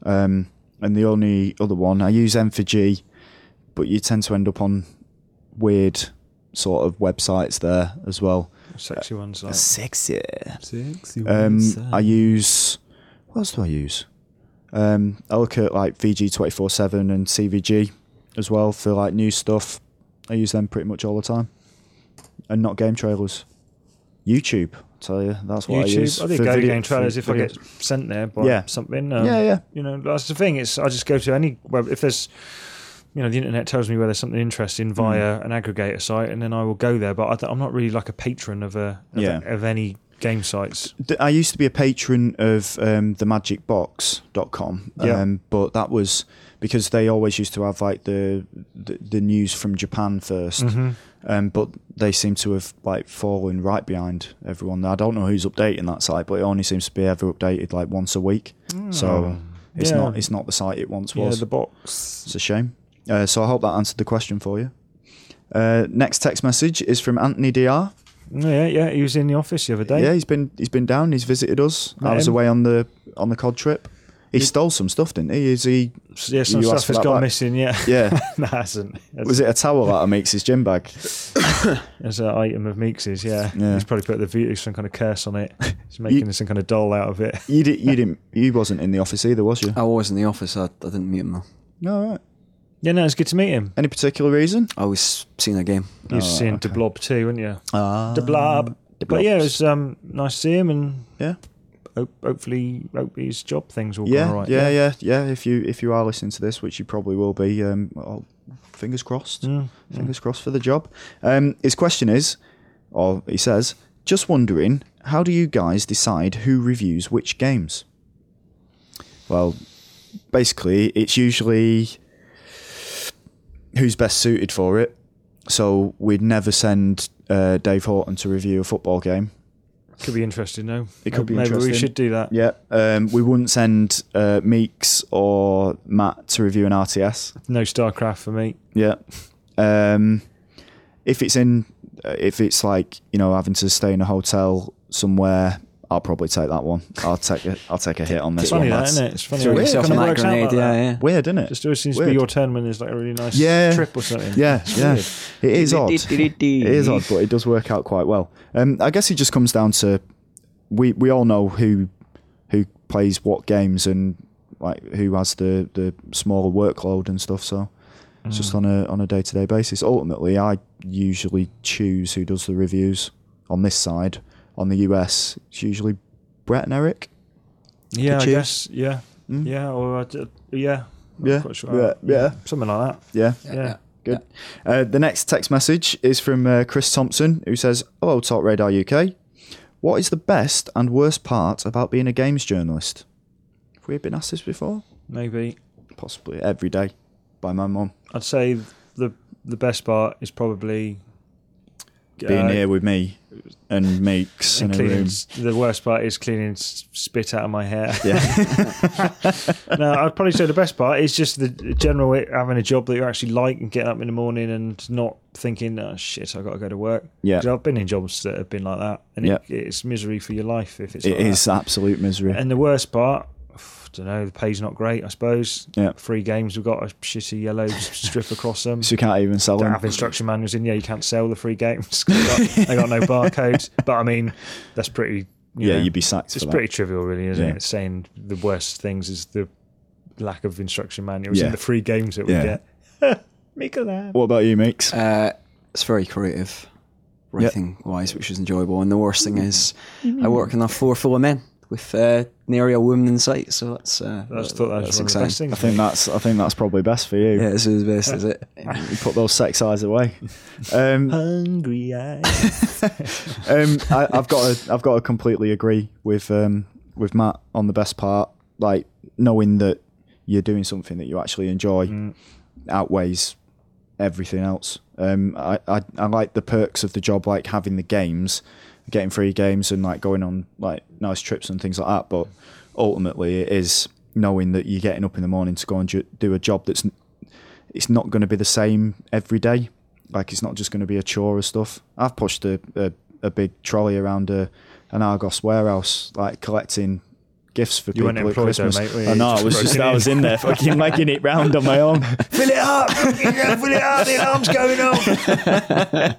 [SPEAKER 1] Um, and the only other one I use M for G, but you tend to end up on weird sort of websites there as well.
[SPEAKER 2] Sexy
[SPEAKER 1] Uh,
[SPEAKER 2] ones like
[SPEAKER 1] Sexy.
[SPEAKER 3] Uh,
[SPEAKER 1] Um, I use what else do I use? Um, I look at like VG twenty four seven and CVG as well for like new stuff. I use them pretty much all the time, and not game trailers. YouTube, I tell you, that's what I use.
[SPEAKER 2] YouTube. I, do
[SPEAKER 1] for
[SPEAKER 2] go to
[SPEAKER 1] video-
[SPEAKER 2] game trailers
[SPEAKER 1] for
[SPEAKER 2] if I
[SPEAKER 1] video-
[SPEAKER 2] get sent there by
[SPEAKER 1] Yeah.
[SPEAKER 2] something. Um,
[SPEAKER 1] Yeah, yeah.
[SPEAKER 2] You know, that's the thing. It's I just go to any web if there's. You know, the internet tells me where there's something interesting
[SPEAKER 1] Mm.
[SPEAKER 2] via an aggregator site, and then I will go there. But I th- I'm not really like a patron of a of,
[SPEAKER 1] Yeah.
[SPEAKER 2] of any game sites.
[SPEAKER 1] Th- I used to be a patron of um, themagicbox.com, um,
[SPEAKER 2] Yeah.
[SPEAKER 1] but that was because they always used to have like the the, the news from Japan 1st
[SPEAKER 2] Mm-hmm.
[SPEAKER 1] um, but they seem to have like fallen right behind everyone. I don't know who's updating that site, but it only seems to be ever updated like once a week. So it's
[SPEAKER 2] Mm. Oh. Yeah.
[SPEAKER 1] not it's not the site it once
[SPEAKER 2] Yeah,
[SPEAKER 1] was.
[SPEAKER 2] the box.
[SPEAKER 1] It's a shame. Uh, so I hope that answered the question for you. Uh, next text message is from Anthony Dr.
[SPEAKER 2] Yeah, yeah. He was in the office the other day.
[SPEAKER 1] Yeah, he's been he's been down. He's visited us. I
[SPEAKER 2] Met
[SPEAKER 1] was
[SPEAKER 2] him.
[SPEAKER 1] away on the on the cod trip. He stole some stuff, didn't he? Is he?
[SPEAKER 2] yeah some
[SPEAKER 1] You asked
[SPEAKER 2] stuff
[SPEAKER 1] for
[SPEAKER 2] has
[SPEAKER 1] that
[SPEAKER 2] gone
[SPEAKER 1] back?
[SPEAKER 2] missing. Yeah,
[SPEAKER 1] Yeah.
[SPEAKER 2] no, it hasn't. It's,
[SPEAKER 1] Was it a towel out of Meeks' gym bag?
[SPEAKER 2] it's an item of Meeks's. Yeah.
[SPEAKER 1] Yeah.
[SPEAKER 2] he's probably put the v- some kind of curse on it. He's making some kind of doll out of it.
[SPEAKER 1] You did. You didn't. You wasn't in the office either, was you?
[SPEAKER 3] I was in the office. I, I didn't meet him though.
[SPEAKER 1] No. Right.
[SPEAKER 2] Yeah, no, it's good to meet him.
[SPEAKER 1] Any particular reason?
[SPEAKER 3] I was seeing a game.
[SPEAKER 2] You've seen De Blob too, haven't you?
[SPEAKER 1] Oh, Ah.
[SPEAKER 2] De Blob.
[SPEAKER 1] De
[SPEAKER 2] But yeah, it
[SPEAKER 1] Blobs.
[SPEAKER 2] was um, nice to see him, and
[SPEAKER 1] Yeah.
[SPEAKER 2] hope, hopefully, hope his job things will
[SPEAKER 1] Yeah,
[SPEAKER 2] go right.
[SPEAKER 1] yeah, yeah, yeah. If you if you are listening to this, which you probably will be, um, well, fingers crossed, fingers crossed for the job. Um, his question is, or he says, just wondering, how do you guys decide who reviews which games? Well, basically, it's usually who's best suited for it. So we'd never send uh, Dave Horton to review a football game.
[SPEAKER 2] Could be interesting, though.
[SPEAKER 1] It could be
[SPEAKER 2] Maybe we
[SPEAKER 1] interesting.
[SPEAKER 2] should do that.
[SPEAKER 1] Yeah, um, we wouldn't send uh, Meeks or Matt to review an RTS.
[SPEAKER 2] No StarCraft for me.
[SPEAKER 1] Yeah, um, if it's in, uh, if it's like you know having to stay in a hotel somewhere, I'll probably take that one. I'll take a, I'll take a hit on this
[SPEAKER 2] It's funny,
[SPEAKER 1] one.
[SPEAKER 2] that,
[SPEAKER 1] lads.
[SPEAKER 2] isn't it? It's funny.
[SPEAKER 3] Threw
[SPEAKER 2] how it
[SPEAKER 3] myself
[SPEAKER 2] kinda
[SPEAKER 3] on that
[SPEAKER 2] works out like
[SPEAKER 3] grenade. Yeah,
[SPEAKER 2] that.
[SPEAKER 3] yeah.
[SPEAKER 1] Weird, isn't it?
[SPEAKER 2] Just always seems to
[SPEAKER 1] Weird.
[SPEAKER 2] be your turn when there's like a really nice
[SPEAKER 1] Yeah.
[SPEAKER 2] trip or something.
[SPEAKER 1] Yeah, yeah. It is odd. it is odd, but it does work out quite well. Um, I guess it just comes down to we we all know who who plays what games and like who has the the smaller workload and stuff. So it's
[SPEAKER 2] Hmm.
[SPEAKER 1] just on a on a day to day basis. Ultimately, I usually choose who does the reviews on this side. On the US, it's usually Brett and Eric.
[SPEAKER 2] Yeah, I
[SPEAKER 1] Could you?
[SPEAKER 2] guess. Yeah, yeah, or I d- yeah, Not
[SPEAKER 1] Mm. Yeah,
[SPEAKER 2] quite sure.
[SPEAKER 1] yeah, yeah.
[SPEAKER 2] something like
[SPEAKER 1] Yeah.
[SPEAKER 2] that. Yeah,
[SPEAKER 1] Good. Uh, the next text message is from uh, Chris Thompson, who says, "Hello, Talk Radar UK. What is the best and worst part about being a games journalist? Have we been asked this before?
[SPEAKER 2] maybe.
[SPEAKER 1] Possibly every day by my mum.
[SPEAKER 2] I'd say the the best part is probably
[SPEAKER 1] Being
[SPEAKER 2] uh,
[SPEAKER 1] here with me and Meeks in
[SPEAKER 2] and
[SPEAKER 1] a room.
[SPEAKER 2] cleaning. s- The worst part is cleaning s- spit out of my hair.
[SPEAKER 1] Yeah,
[SPEAKER 2] no, I'd probably say the best part is just the general i- having a job that you actually like and getting up in the morning and not thinking, oh shit, I got to go to work.
[SPEAKER 1] Yeah.
[SPEAKER 2] 'Cause I've been in jobs that have been like that, and
[SPEAKER 1] Yeah.
[SPEAKER 2] it, it's misery for your life if it's
[SPEAKER 1] it
[SPEAKER 2] like that.
[SPEAKER 1] is absolute misery.
[SPEAKER 2] And the worst part, don't know, the pay's not great, I suppose.
[SPEAKER 1] Yeah.
[SPEAKER 2] Three games, we've got a shitty yellow strip across them.
[SPEAKER 1] so you can't even sell
[SPEAKER 2] don't
[SPEAKER 1] them.
[SPEAKER 2] have instruction manuals in. Yeah, you can't sell the free games. They got, they got no barcodes. But I mean, that's pretty. You
[SPEAKER 1] Yeah,
[SPEAKER 2] know,
[SPEAKER 1] you'd be sacked
[SPEAKER 2] It's
[SPEAKER 1] for that.
[SPEAKER 2] pretty trivial, really, isn't
[SPEAKER 1] Yeah.
[SPEAKER 2] it? Saying the worst things is the lack of instruction manuals
[SPEAKER 1] Yeah.
[SPEAKER 2] and the free games that we
[SPEAKER 1] Yeah.
[SPEAKER 2] get. Make of that.
[SPEAKER 1] what about you, Meeks?
[SPEAKER 3] Uh, it's very creative, writing wise, which is enjoyable. And the worst thing is, I work on a floor full of men with uh, nary a woman in sight. So that's uh,
[SPEAKER 2] I just thought that was one of the best things.
[SPEAKER 1] I think that's I think that's probably best for you.
[SPEAKER 3] Yeah, this is the best, is it?
[SPEAKER 1] You put those sex eyes away. Um,
[SPEAKER 2] Hungry eyes.
[SPEAKER 1] um, I, I've got to, I've got to completely agree with um, with Matt on the best part. Like knowing that you're doing something that you actually enjoy outweighs everything else. Um, I, I I like the perks of the job, like having the games, getting free games, and like going on like nice trips and things like that. But ultimately, it is knowing that you're getting up in the morning to go and ju- do a job that's n- it's not going to be the same every day. Like it's not just going to be a chore of stuff. I've pushed a, a, a big trolley around a, an Argos warehouse, like collecting gifts for
[SPEAKER 2] You
[SPEAKER 1] people
[SPEAKER 2] weren't
[SPEAKER 1] at
[SPEAKER 2] employed though,
[SPEAKER 1] Christmas.
[SPEAKER 2] mate, were you?
[SPEAKER 1] I know. I
[SPEAKER 2] You
[SPEAKER 1] was just
[SPEAKER 2] just broke it
[SPEAKER 1] I was
[SPEAKER 2] in.
[SPEAKER 1] in there fucking making it round on my own.
[SPEAKER 4] Fill it up! Fill it up! The alarm's going off!
[SPEAKER 2] Oh,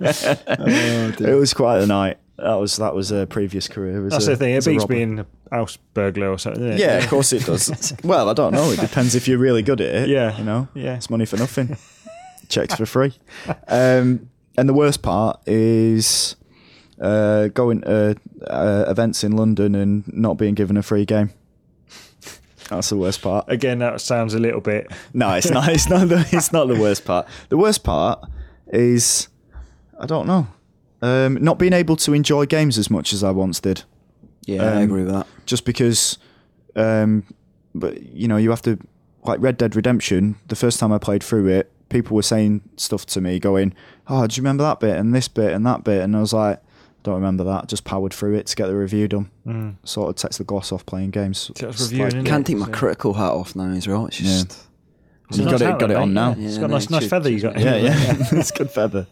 [SPEAKER 1] It was quite a night. That was that was a previous career. As
[SPEAKER 2] That's
[SPEAKER 1] a,
[SPEAKER 2] the thing. It
[SPEAKER 1] as a
[SPEAKER 2] beats
[SPEAKER 1] robber.
[SPEAKER 2] being a house burglar or something. Isn't it?
[SPEAKER 1] Yeah, of course it does. well, I don't know. It depends if you're really good at it.
[SPEAKER 2] Yeah.
[SPEAKER 1] you know.
[SPEAKER 2] Yeah.
[SPEAKER 1] it's money for nothing. Checks for free. Um, and the worst part is uh, going to uh, events in London and not being given a free game. That's the worst part.
[SPEAKER 2] Again, that sounds a little bit.
[SPEAKER 1] No, it's not. It's not. The, it's not the worst part. The worst part is I don't know. Um, not being able to enjoy games as much as I once did
[SPEAKER 3] Yeah, I
[SPEAKER 1] Um,
[SPEAKER 3] agree with that.
[SPEAKER 1] just because um but you know you have to like red dead redemption the first time i played through it people were saying stuff to me going oh do you remember that bit and this bit and that bit and i was like don't remember that just powered through it to get the review done
[SPEAKER 2] mm,
[SPEAKER 1] sort of takes the gloss off playing games
[SPEAKER 2] That's
[SPEAKER 1] It's
[SPEAKER 2] reviewing, isn't it?
[SPEAKER 3] Can't take my
[SPEAKER 2] so-
[SPEAKER 3] critical hat off now as well. It's
[SPEAKER 1] Yeah.
[SPEAKER 3] just
[SPEAKER 2] It's a
[SPEAKER 1] You've got
[SPEAKER 2] nice
[SPEAKER 1] it- got it
[SPEAKER 2] outlet,
[SPEAKER 1] on
[SPEAKER 2] mate.
[SPEAKER 1] now.
[SPEAKER 2] Yeah, It's
[SPEAKER 3] Yeah,
[SPEAKER 2] got a
[SPEAKER 3] no,
[SPEAKER 2] nice,
[SPEAKER 3] it
[SPEAKER 2] nice
[SPEAKER 3] should-
[SPEAKER 2] feather you got.
[SPEAKER 1] yeah yeah it's good feather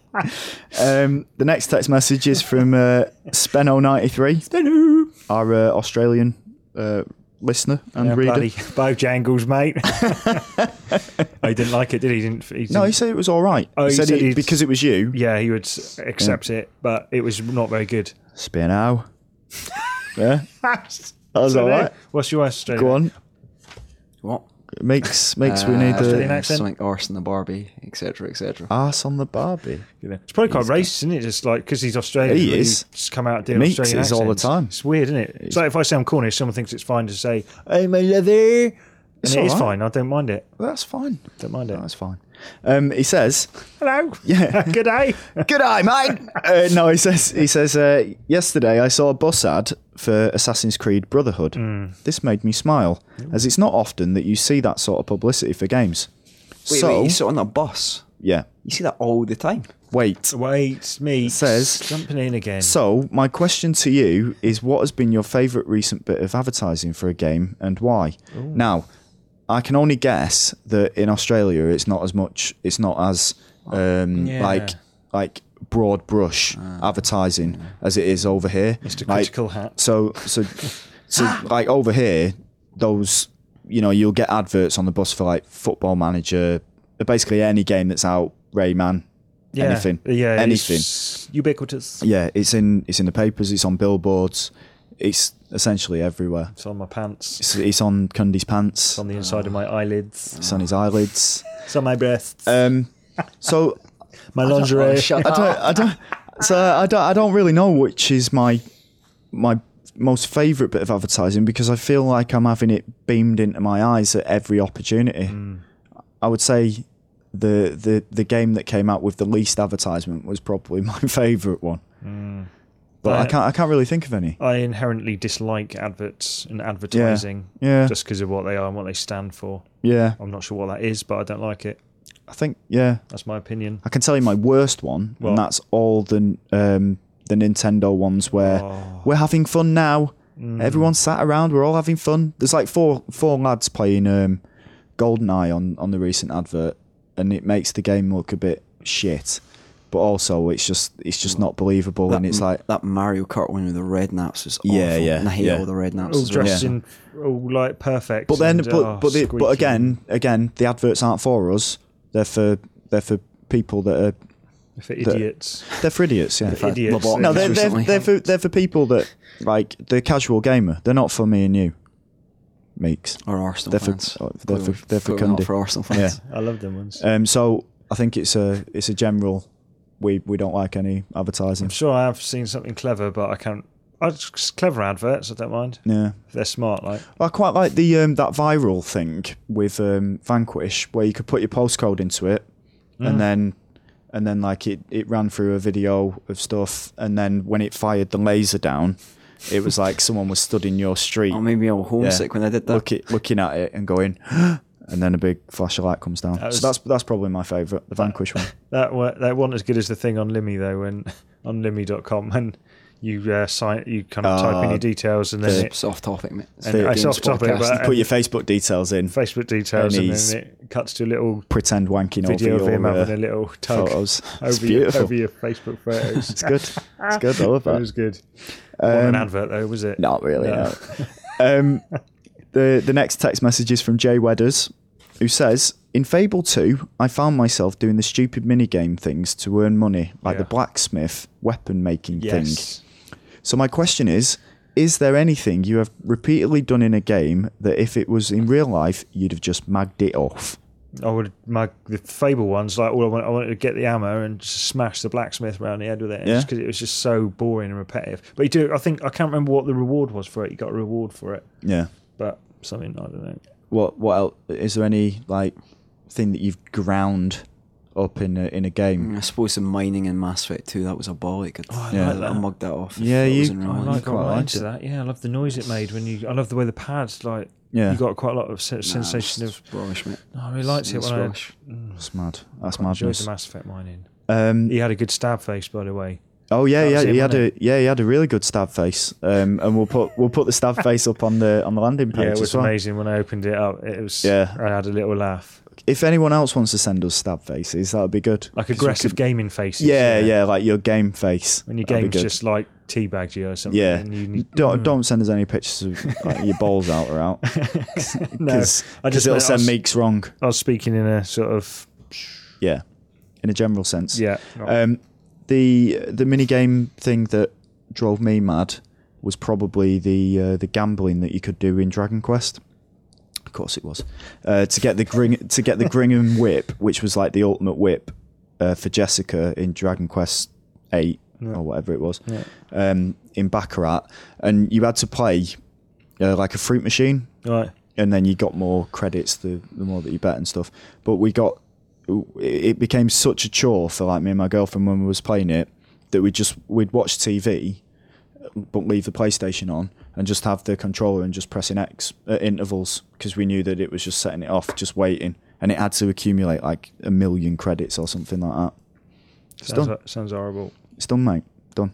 [SPEAKER 1] um the next text message is from uh speno93 speno our uh, australian uh listener and
[SPEAKER 2] Yeah,
[SPEAKER 1] reader
[SPEAKER 2] bloody Bojangles, mate. oh, he didn't like it, did he? He Didn't he?
[SPEAKER 1] no he
[SPEAKER 2] didn't-
[SPEAKER 1] said it was all right
[SPEAKER 2] Oh, he
[SPEAKER 1] he said,
[SPEAKER 2] said
[SPEAKER 1] he-
[SPEAKER 2] he'd-
[SPEAKER 1] because it was you
[SPEAKER 2] yeah, he would s- accept it, but it was not very good.
[SPEAKER 1] Spin out. yeah,
[SPEAKER 2] that
[SPEAKER 1] was all right.
[SPEAKER 2] What's your Australian?
[SPEAKER 1] go on.
[SPEAKER 3] What? Uh,
[SPEAKER 1] Makes makes we need
[SPEAKER 2] Australian
[SPEAKER 1] a
[SPEAKER 2] accent.
[SPEAKER 3] Something arse and the Barbie, etc., etc.
[SPEAKER 1] ass on the Barbie.
[SPEAKER 2] It's probably quite racist, isn't it? Just like because he's Australian,
[SPEAKER 1] He
[SPEAKER 2] but
[SPEAKER 1] is.
[SPEAKER 2] Just come out doing
[SPEAKER 1] Meeks
[SPEAKER 2] Australian
[SPEAKER 1] is all the
[SPEAKER 2] accents.
[SPEAKER 1] time.
[SPEAKER 2] It's weird, isn't it? It's like if I sound Cornish, someone thinks it's fine to say
[SPEAKER 1] Hey, my leather.
[SPEAKER 2] and
[SPEAKER 1] It's
[SPEAKER 2] it
[SPEAKER 1] all
[SPEAKER 2] is
[SPEAKER 1] right.
[SPEAKER 2] fine. I don't mind it.
[SPEAKER 1] That's fine.
[SPEAKER 2] Don't mind it.
[SPEAKER 1] That's fine. Um, he says,
[SPEAKER 2] Hello.
[SPEAKER 1] Yeah.
[SPEAKER 2] Good day.
[SPEAKER 1] "Good eye, mate." uh, no, he says. He says. Uh, Yesterday, I saw a bus ad for Assassin's Creed Brotherhood. This made me smile, as it's not often that you see that sort of publicity for games.
[SPEAKER 3] Wait,
[SPEAKER 1] so,
[SPEAKER 3] wait, you sit on a bus.
[SPEAKER 1] yeah.
[SPEAKER 3] You see that all the time.
[SPEAKER 1] Wait.
[SPEAKER 2] Wait, me
[SPEAKER 1] Says-
[SPEAKER 2] jumping in again.
[SPEAKER 1] So, my question to you is what has been your favourite recent bit of advertising for a game and why? Now, I can only guess that in Australia it's not as much, it's not as um,
[SPEAKER 2] Oh, Yeah.
[SPEAKER 1] like like broad brush advertising as it is over here.
[SPEAKER 2] Mr.
[SPEAKER 1] Like,
[SPEAKER 2] Critical Hat.
[SPEAKER 1] so so so like over here, those you know you'll get adverts on the bus for like Football Manager, basically any game that's out, Rayman,
[SPEAKER 2] Yeah.
[SPEAKER 1] anything,
[SPEAKER 2] Yeah.
[SPEAKER 1] anything.
[SPEAKER 2] it's Ubiquitous.
[SPEAKER 1] Yeah, it's in it's in the papers. It's on billboards. It's essentially everywhere.
[SPEAKER 2] It's on my pants. It's
[SPEAKER 1] It's, it's on Cundy's pants.
[SPEAKER 2] on the inside of my eyelids.
[SPEAKER 1] It's on his eyelids.
[SPEAKER 2] It's on my breasts.
[SPEAKER 1] Um, so
[SPEAKER 2] my lingerie.
[SPEAKER 3] Shut
[SPEAKER 1] I
[SPEAKER 3] up.
[SPEAKER 1] don't, I don't, so I don't, I don't really know which is my my most favourite bit of advertising because I feel like I'm having it beamed into my eyes at every opportunity. I would say the the the game that came out with the least advertisement was probably my favourite one. But I
[SPEAKER 2] Right.
[SPEAKER 1] can't I can't really think of any.
[SPEAKER 2] I inherently dislike adverts and advertising
[SPEAKER 1] Yeah.
[SPEAKER 2] just because of what they are and what they stand for.
[SPEAKER 1] Yeah,
[SPEAKER 2] I'm not sure what that is, but I don't like it.
[SPEAKER 1] I think yeah.
[SPEAKER 2] That's my opinion.
[SPEAKER 1] I can tell you my worst one,
[SPEAKER 2] What?
[SPEAKER 1] and that's all the um, the Nintendo ones where
[SPEAKER 2] Oh.
[SPEAKER 1] we're having fun now.
[SPEAKER 2] Mm.
[SPEAKER 1] Everyone's sat around. We're all having fun. There's like four four lads playing um, GoldenEye on on the recent advert, and it makes the game look a bit shit. But also, it's just it's just not believable, and it's like
[SPEAKER 3] that Mario Kart one with the red naps was awful.
[SPEAKER 1] Yeah, yeah,
[SPEAKER 3] And I hate
[SPEAKER 1] yeah.
[SPEAKER 3] all the red naps.
[SPEAKER 2] All
[SPEAKER 3] as well.
[SPEAKER 2] dressed
[SPEAKER 1] Yeah.
[SPEAKER 2] in all like perfect.
[SPEAKER 1] But then,
[SPEAKER 2] and,
[SPEAKER 1] but
[SPEAKER 2] oh,
[SPEAKER 1] but, the,
[SPEAKER 2] squeaky.
[SPEAKER 1] but again, again, the adverts aren't for us. They're for they're for people that are
[SPEAKER 2] for idiots.
[SPEAKER 1] they're for idiots. Yeah,
[SPEAKER 2] For idiots.
[SPEAKER 3] Lobotomies
[SPEAKER 1] No, they're, they're,
[SPEAKER 3] recently.
[SPEAKER 1] they're, for, they're for people that, like, the casual gamer. They're not for me and you, Meeks.
[SPEAKER 3] Or Arsenal
[SPEAKER 1] They're for-
[SPEAKER 3] fans.
[SPEAKER 1] oh, they're for-
[SPEAKER 3] Clearly.
[SPEAKER 1] they're for
[SPEAKER 3] Clearly not
[SPEAKER 1] Cundy.
[SPEAKER 3] for Arsenal
[SPEAKER 1] Yeah.
[SPEAKER 3] fans.
[SPEAKER 2] I love them ones.
[SPEAKER 1] Um, so I think it's a it's a general. We we don't like any advertising.
[SPEAKER 2] I'm sure I have seen something clever, but I can't. I just clever adverts. I don't mind.
[SPEAKER 1] Yeah,
[SPEAKER 2] If they're smart, like
[SPEAKER 1] I quite like the um, that viral thing with um, Vanquish, where you could put your postcode into it,
[SPEAKER 3] Mm.
[SPEAKER 1] and then and then like it it ran through a video of stuff, and then when it fired the laser down, it was like someone was stood in your street.
[SPEAKER 3] Oh, maybe I was
[SPEAKER 1] Yeah.
[SPEAKER 3] homesick when I did that.
[SPEAKER 1] Look at, looking at it and going, and then a big flash of light comes down.
[SPEAKER 2] That was-
[SPEAKER 1] so that's that's probably my favourite, the Vanquish one.
[SPEAKER 2] that. wa- That wasn't as good as the thing on Limmy though. When on Limmy.com, when you uh, sign, you kind of type in
[SPEAKER 1] Uh,
[SPEAKER 2] your details and then
[SPEAKER 3] It's
[SPEAKER 2] it,
[SPEAKER 3] soft topic, mate. It's
[SPEAKER 2] and
[SPEAKER 1] the
[SPEAKER 2] it's
[SPEAKER 3] games
[SPEAKER 2] off topic,
[SPEAKER 3] podcast.
[SPEAKER 2] but um,
[SPEAKER 1] Put your Facebook details in.
[SPEAKER 2] Facebook details
[SPEAKER 1] and
[SPEAKER 2] and,
[SPEAKER 1] he's-
[SPEAKER 2] then it cuts to a little
[SPEAKER 1] Pretend wanking
[SPEAKER 2] video
[SPEAKER 1] over
[SPEAKER 2] of him
[SPEAKER 1] your
[SPEAKER 2] having a
[SPEAKER 1] uh,
[SPEAKER 2] little tug
[SPEAKER 1] photos. it's
[SPEAKER 2] over your,
[SPEAKER 1] beautiful.
[SPEAKER 2] over your Facebook photos.
[SPEAKER 1] It's Um, good. It's good. I love
[SPEAKER 2] It
[SPEAKER 1] that.
[SPEAKER 2] was good. Wasn't an advert though, was it?
[SPEAKER 1] Not really.
[SPEAKER 2] No.
[SPEAKER 1] no. um, the the next text message is from Jay Wedders, who says, "In Fable Two, I found myself doing the stupid minigame things to earn money, like the
[SPEAKER 2] Yeah.
[SPEAKER 1] blacksmith weapon making
[SPEAKER 2] Yes.
[SPEAKER 1] thing." So my question is. Is there anything you have repeatedly done in a game that if it was in real life, you'd have just magged it off?
[SPEAKER 2] I would my the Fable ones like all I wanted, I wanted to get the hammer and just smash the blacksmith around the head with it
[SPEAKER 1] Yeah.
[SPEAKER 2] because it was just so boring and repetitive. But you do I think I can't remember what the reward was for it. You got a reward for it,
[SPEAKER 1] Yeah.
[SPEAKER 2] but something I don't know.
[SPEAKER 1] What what else, is there any like thing that you've ground up in a, in a game?
[SPEAKER 2] Mm.
[SPEAKER 3] I suppose the mining in Mass Effect 2, that was a ball. It could, I,
[SPEAKER 1] Yeah.
[SPEAKER 2] Oh, like that.
[SPEAKER 3] mugged that off. if
[SPEAKER 1] Yeah,
[SPEAKER 3] that
[SPEAKER 1] you-
[SPEAKER 3] was in real
[SPEAKER 2] I
[SPEAKER 3] life.
[SPEAKER 1] like
[SPEAKER 2] like
[SPEAKER 1] quite
[SPEAKER 2] I'm
[SPEAKER 1] liked
[SPEAKER 2] into
[SPEAKER 1] it.
[SPEAKER 2] that. Yeah, I love the noise it made when you. I love the way the pads like.
[SPEAKER 1] Yeah.
[SPEAKER 2] you got quite a lot of se-
[SPEAKER 3] Nah,
[SPEAKER 2] sensation
[SPEAKER 3] it's
[SPEAKER 2] of.
[SPEAKER 3] rubbish, mate.
[SPEAKER 2] No, I really liked it
[SPEAKER 3] It's
[SPEAKER 2] when I
[SPEAKER 3] rubbish.
[SPEAKER 1] That's mad. That's
[SPEAKER 2] enjoyed the
[SPEAKER 1] madness.
[SPEAKER 2] Mass Effect mining.
[SPEAKER 1] Um,
[SPEAKER 2] He had a good stab face, by the way.
[SPEAKER 1] Oh yeah,
[SPEAKER 2] That
[SPEAKER 1] yeah,
[SPEAKER 2] was him,
[SPEAKER 1] he had a
[SPEAKER 2] wasn't
[SPEAKER 1] yeah, he had a really good stab face. Um, and we'll put we'll put the stab face up on the on the landing page
[SPEAKER 2] Yeah, it
[SPEAKER 1] as
[SPEAKER 2] was
[SPEAKER 1] well.
[SPEAKER 2] amazing when I opened it up. It was.
[SPEAKER 1] Yeah.
[SPEAKER 2] I had a little laugh,
[SPEAKER 1] If anyone else wants to send us stab faces, that would be good.
[SPEAKER 2] like
[SPEAKER 1] 'Cause we
[SPEAKER 2] aggressive
[SPEAKER 1] could-
[SPEAKER 2] gaming faces.
[SPEAKER 1] Yeah, yeah, like your game face.
[SPEAKER 2] When your
[SPEAKER 1] That'd be
[SPEAKER 2] game's
[SPEAKER 1] good.
[SPEAKER 2] just like teabagged you or something.
[SPEAKER 1] yeah.
[SPEAKER 2] And you need, Mm.
[SPEAKER 1] don't don't send us any pictures of like, your balls out or out
[SPEAKER 2] no,
[SPEAKER 1] because
[SPEAKER 2] I just
[SPEAKER 1] it'll
[SPEAKER 2] meant- I
[SPEAKER 1] send
[SPEAKER 2] was-
[SPEAKER 1] meeks wrong.
[SPEAKER 2] I was speaking in a sort of
[SPEAKER 1] Yeah, in a general sense.
[SPEAKER 2] yeah.
[SPEAKER 1] Um, the the mini game thing that drove me mad was probably the uh, the gambling that you could do in Dragon Quest. Of course, it was uh, to get the Gring- to get the Gringham whip, which was like the ultimate whip uh, for Jessica in Dragon Quest Eight or whatever it was um, in Baccarat, and you had to play uh, like a fruit machine
[SPEAKER 2] right.
[SPEAKER 1] and then you got more credits the, the more that you bet and stuff. But we got it became such a chore for like me and my girlfriend when we was playing it that we just we'd watch TV but leave the PlayStation on and just have the controller and just pressing X at intervals because we knew that it was just setting it off, just waiting, and it had to accumulate like a million credits or something like that. It's
[SPEAKER 2] Sounds,
[SPEAKER 1] done.
[SPEAKER 2] ho- sounds horrible.
[SPEAKER 1] It's done, mate. Done.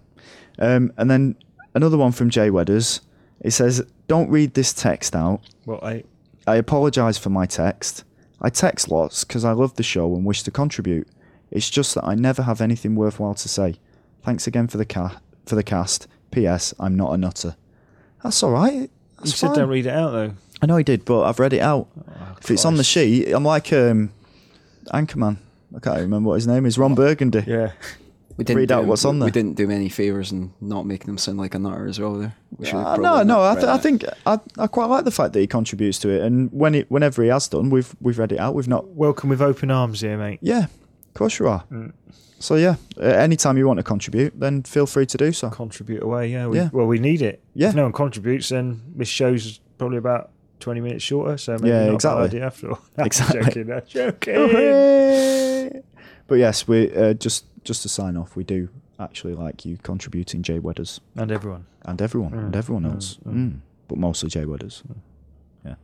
[SPEAKER 1] Um, and then another one from Jay Wedders. It says, "Don't read this text out.
[SPEAKER 2] Well, I
[SPEAKER 1] I apologise for my text. I text lots because I love the show and wish to contribute. It's just that I never have anything worthwhile to say. Thanks again for the ca- for the cast. P.S. I'm not a nutter. That's all right.
[SPEAKER 2] you
[SPEAKER 1] That's
[SPEAKER 2] said
[SPEAKER 1] fine.
[SPEAKER 2] don't read it out though.
[SPEAKER 1] I know I did, but I've read it out.
[SPEAKER 3] Oh,
[SPEAKER 1] if it's on the
[SPEAKER 2] Christ.
[SPEAKER 1] sheet, I'm like um, Anchorman. I can't remember what his name is. Ron Burgundy. Uh,
[SPEAKER 2] Yeah.
[SPEAKER 3] We didn't
[SPEAKER 1] Read
[SPEAKER 3] do
[SPEAKER 1] out
[SPEAKER 3] him-
[SPEAKER 1] what's on there.
[SPEAKER 3] We didn't do him any favours in not making them sound like a nutter as well. There. We should have
[SPEAKER 1] Uh, no,
[SPEAKER 3] probably
[SPEAKER 1] no.
[SPEAKER 3] not
[SPEAKER 1] I,
[SPEAKER 3] read
[SPEAKER 1] th- I
[SPEAKER 3] that.
[SPEAKER 1] think I, I quite like the fact that he contributes to it, and when it, whenever he has done, we've we've read it out. We've not
[SPEAKER 2] Welcome with open arms here, mate.
[SPEAKER 1] Yeah, of course you are. So yeah, uh, anytime you want to contribute, then feel free to do so.
[SPEAKER 2] Contribute away, yeah. We,
[SPEAKER 1] Yeah.
[SPEAKER 2] Well, we need it.
[SPEAKER 1] Yeah.
[SPEAKER 2] If no one contributes, then this show's probably about twenty minutes shorter. So maybe
[SPEAKER 1] Yeah,
[SPEAKER 2] not
[SPEAKER 1] exactly.
[SPEAKER 2] a bad idea after all. I'm
[SPEAKER 1] Exactly.
[SPEAKER 2] Joking, I'm joking.
[SPEAKER 1] Oh, but yes, we uh, just just to sign off, we do actually like you contributing, Jay Wedders,
[SPEAKER 2] and everyone.
[SPEAKER 1] and everyone, and everyone else, Mm. but mostly Jay Wedders. Yeah.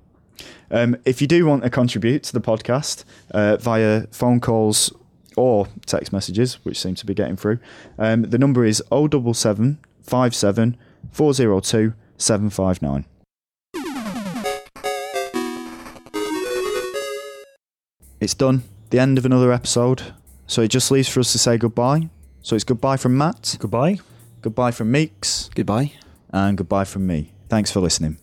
[SPEAKER 1] Um, if you do want to contribute to the podcast uh, via phone calls or text messages, which seem to be getting through, um, the number is 077 57 402 759. It's done. The end of another episode. So it just leaves for us to say goodbye. So it's goodbye from Matt,
[SPEAKER 2] Goodbye.
[SPEAKER 1] goodbye from Meeks,
[SPEAKER 3] Goodbye.
[SPEAKER 1] and goodbye from me. Thanks for listening.